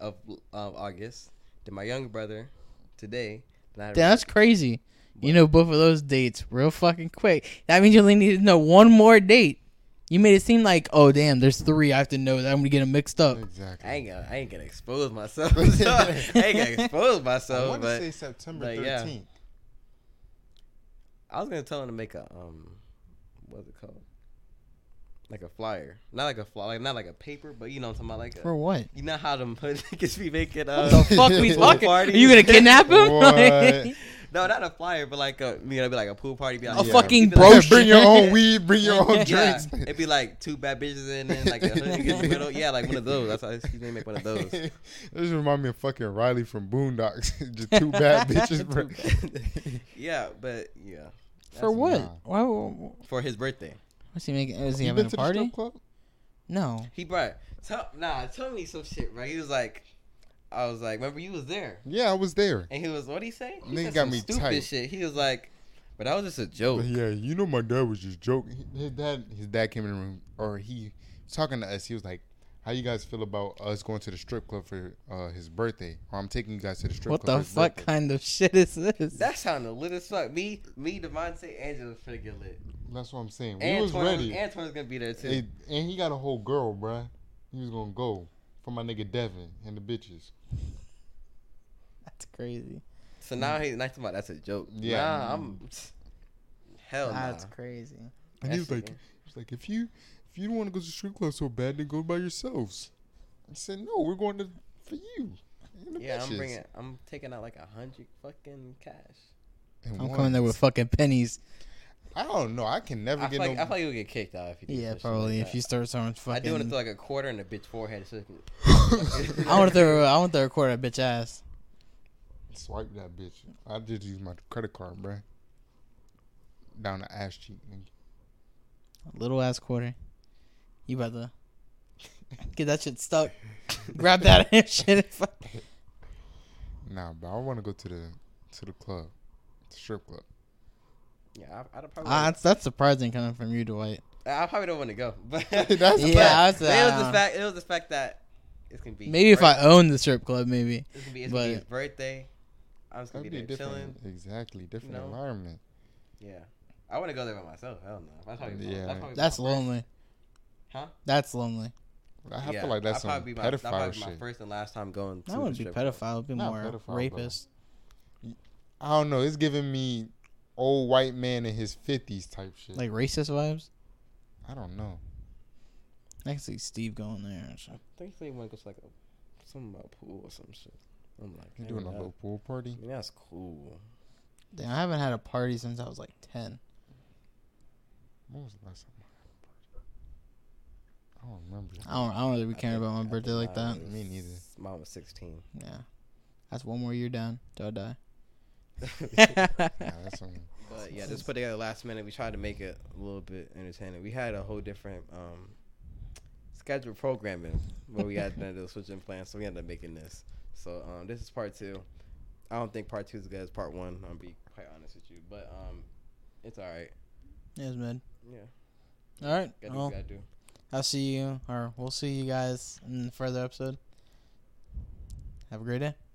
Speaker 2: of of August. Then my younger brother today. Then I-
Speaker 1: Damn, that's crazy. You know both of those dates real fucking quick. That means you only need to know one more date. You made it seem like, oh damn, there's three. I have to know that I'm gonna get them mixed up.
Speaker 3: exactly.
Speaker 2: I ain't gonna I ain't gonna expose myself. so, I ain't gonna expose
Speaker 3: I
Speaker 2: myself,
Speaker 3: want
Speaker 2: but
Speaker 3: to say September
Speaker 2: but yeah.
Speaker 3: 13th.
Speaker 2: I was gonna tell him to make a um, what's it called? Like a flyer, not like a flyer, like, not like a paper, but you know what I'm talking about, like a,
Speaker 1: For what?
Speaker 2: you know how them hood niggas be making
Speaker 1: What
Speaker 2: uh,
Speaker 1: the fuck we
Speaker 3: Pool
Speaker 1: talking? Are
Speaker 2: parties.
Speaker 1: you gonna kidnap him?
Speaker 3: What?
Speaker 2: no, not a flyer, but like a you know, be like a pool party, be like
Speaker 1: A
Speaker 2: yeah.
Speaker 1: fucking
Speaker 2: It'd be like-
Speaker 1: Oh,
Speaker 3: Yeah, bring your
Speaker 1: shit.
Speaker 3: own weed, bring your own
Speaker 2: Yeah,
Speaker 3: drinks.
Speaker 2: it'd be like two bad bitches in and like a hood nigga in the middle. Yeah, like one of those. That's how you need to make one of those.
Speaker 3: this remind me of fucking Riley from Boondocks. Just two bad bitches. bro.
Speaker 2: yeah, but yeah,
Speaker 1: For what?
Speaker 3: nah.
Speaker 1: Why? why-
Speaker 2: for his birthday,
Speaker 1: What's he making? Is he
Speaker 3: You
Speaker 1: having
Speaker 3: been
Speaker 1: a
Speaker 3: to the
Speaker 1: party?
Speaker 3: strip club?
Speaker 1: No.
Speaker 2: he brought tell nah, tell me some shit, right? He was like, I was like, remember you was there.
Speaker 3: Yeah, I was there.
Speaker 2: And he was, what did he say? He
Speaker 3: Nigga
Speaker 2: said
Speaker 3: got
Speaker 2: some
Speaker 3: me
Speaker 2: stupid
Speaker 3: tight.
Speaker 2: shit. He was like, but that was just a joke.
Speaker 3: But yeah, you know my dad was just joking. His dad, his dad came in the room, or he was talking to us. He was like, "How you guys feel about us going to the strip club for uh, his birthday? Or I'm taking you guys to the strip
Speaker 1: What
Speaker 3: club."
Speaker 1: the
Speaker 3: for his
Speaker 1: fuck
Speaker 3: birthday."
Speaker 1: kind of shit is this?
Speaker 2: That sounded lit as fuck. Me, me, Devontae, Angela's gonna get lit.
Speaker 3: That's what I'm saying. We was
Speaker 2: Antoine,
Speaker 3: ready,
Speaker 2: Antoine's gonna be there too.
Speaker 3: It- and he got a whole girl, bruh. He was gonna go for my nigga Devin and the bitches.
Speaker 1: That's crazy.
Speaker 2: so now he's not talking about that's a joke.
Speaker 3: Yeah.
Speaker 2: Yeah, nah, I'm. Hell
Speaker 1: That's
Speaker 2: Oh, nah.
Speaker 1: crazy.
Speaker 3: And he was
Speaker 2: That's
Speaker 3: like,
Speaker 2: it.
Speaker 3: he was like, if you if you don't want to go to the strip club so bad, then go by yourselves. I said, no, we're going to for you. and the
Speaker 2: Yeah,
Speaker 3: bitches."
Speaker 2: I'm bringing. I'm taking out like a hundred fucking cash.
Speaker 3: And
Speaker 1: I'm
Speaker 3: one-
Speaker 1: coming there with fucking pennies.
Speaker 3: I don't know. I can never
Speaker 2: I
Speaker 3: get
Speaker 2: feel, like,
Speaker 3: no.
Speaker 2: I feel like you'll get kicked out if you. Do
Speaker 1: Yeah,
Speaker 2: some shit
Speaker 1: probably.
Speaker 2: like
Speaker 1: If you start throwing
Speaker 2: that. I
Speaker 1: fucking,
Speaker 2: do want to throw like a quarter in a bitch forehead. So it can-
Speaker 1: I want to throw. I want to record a bitch ass.
Speaker 3: Swipe that bitch. I just use my credit card, bruh. Down the ass cheek. nigga.
Speaker 1: Little ass quarter. You about to get that shit stuck. Grab that and shit. and fuck-
Speaker 3: Nah, but I want to go to the to the club, the strip club.
Speaker 2: yeah, I, I'd probably.
Speaker 1: Ah, that's, that's surprising coming from you, Dwight.
Speaker 2: I probably don't want to go, but
Speaker 3: That's
Speaker 2: but
Speaker 1: Yeah, I was-
Speaker 2: it was
Speaker 1: uh,
Speaker 2: the fact. It was the fact that it's gonna be
Speaker 1: Maybe if I
Speaker 2: birth-
Speaker 1: owned the strip club, maybe.
Speaker 2: it's gonna be, it's gonna be
Speaker 1: but-
Speaker 2: his birthday. I was gonna
Speaker 3: That'd
Speaker 2: be
Speaker 3: be
Speaker 2: there
Speaker 3: different.
Speaker 2: chilling.
Speaker 3: Exactly different
Speaker 2: know?
Speaker 3: environment.
Speaker 2: Yeah, I want to go there by myself. Hell no. That's probably my-
Speaker 3: Yeah.
Speaker 2: That's, probably
Speaker 1: That's
Speaker 2: my
Speaker 1: lonely.
Speaker 2: Huh?
Speaker 1: That's lonely.
Speaker 3: I
Speaker 2: yeah,
Speaker 3: feel like
Speaker 2: that'd
Speaker 3: that's some
Speaker 2: probably be my, that'd
Speaker 3: pedophile
Speaker 2: probably be
Speaker 3: shit.
Speaker 2: my first and last time going. To
Speaker 1: That wouldn't
Speaker 2: the
Speaker 1: be
Speaker 2: strip club.
Speaker 1: pedophile. It'd be
Speaker 3: Not
Speaker 1: more
Speaker 3: pedophile, but-
Speaker 1: rapist.
Speaker 3: I don't know. It's giving me old white man in his fifties type shit.
Speaker 1: Like racist vibes.
Speaker 3: I don't know.
Speaker 1: I can see Steve going there. and shit.
Speaker 2: I think they want to go to like a, some uh, pool or some shit. I'm like,
Speaker 3: You
Speaker 2: dang,
Speaker 3: doing a
Speaker 2: that-
Speaker 3: little pool party?
Speaker 2: I mean, that's cool.
Speaker 1: Damn, I haven't had a party since I was like ten.
Speaker 3: When was the last time I had a party? I don't remember.
Speaker 1: I don't. I don't really be
Speaker 2: I
Speaker 1: caring
Speaker 2: think-
Speaker 1: about my
Speaker 2: I think
Speaker 1: birthday like that.
Speaker 2: mine was-
Speaker 3: Me neither.
Speaker 2: Mine was 16.
Speaker 1: Yeah, that's one more year down till I die.
Speaker 3: Nah, that's some,
Speaker 2: But yeah, just put together last minute. We tried to make it a little bit entertaining. We had a whole different um, schedule programming where we had to switch in plans, so we ended up making this. So um, this is part two. I don't think part two is as good as part one. I'll be quite honest with you, but um, it's all right.
Speaker 1: It was mid.
Speaker 2: Yeah,
Speaker 1: All right.
Speaker 2: gotta do
Speaker 1: Well,
Speaker 2: what gotta do.
Speaker 1: I'll see you, or we'll see you guys in the further episode. Have a great day.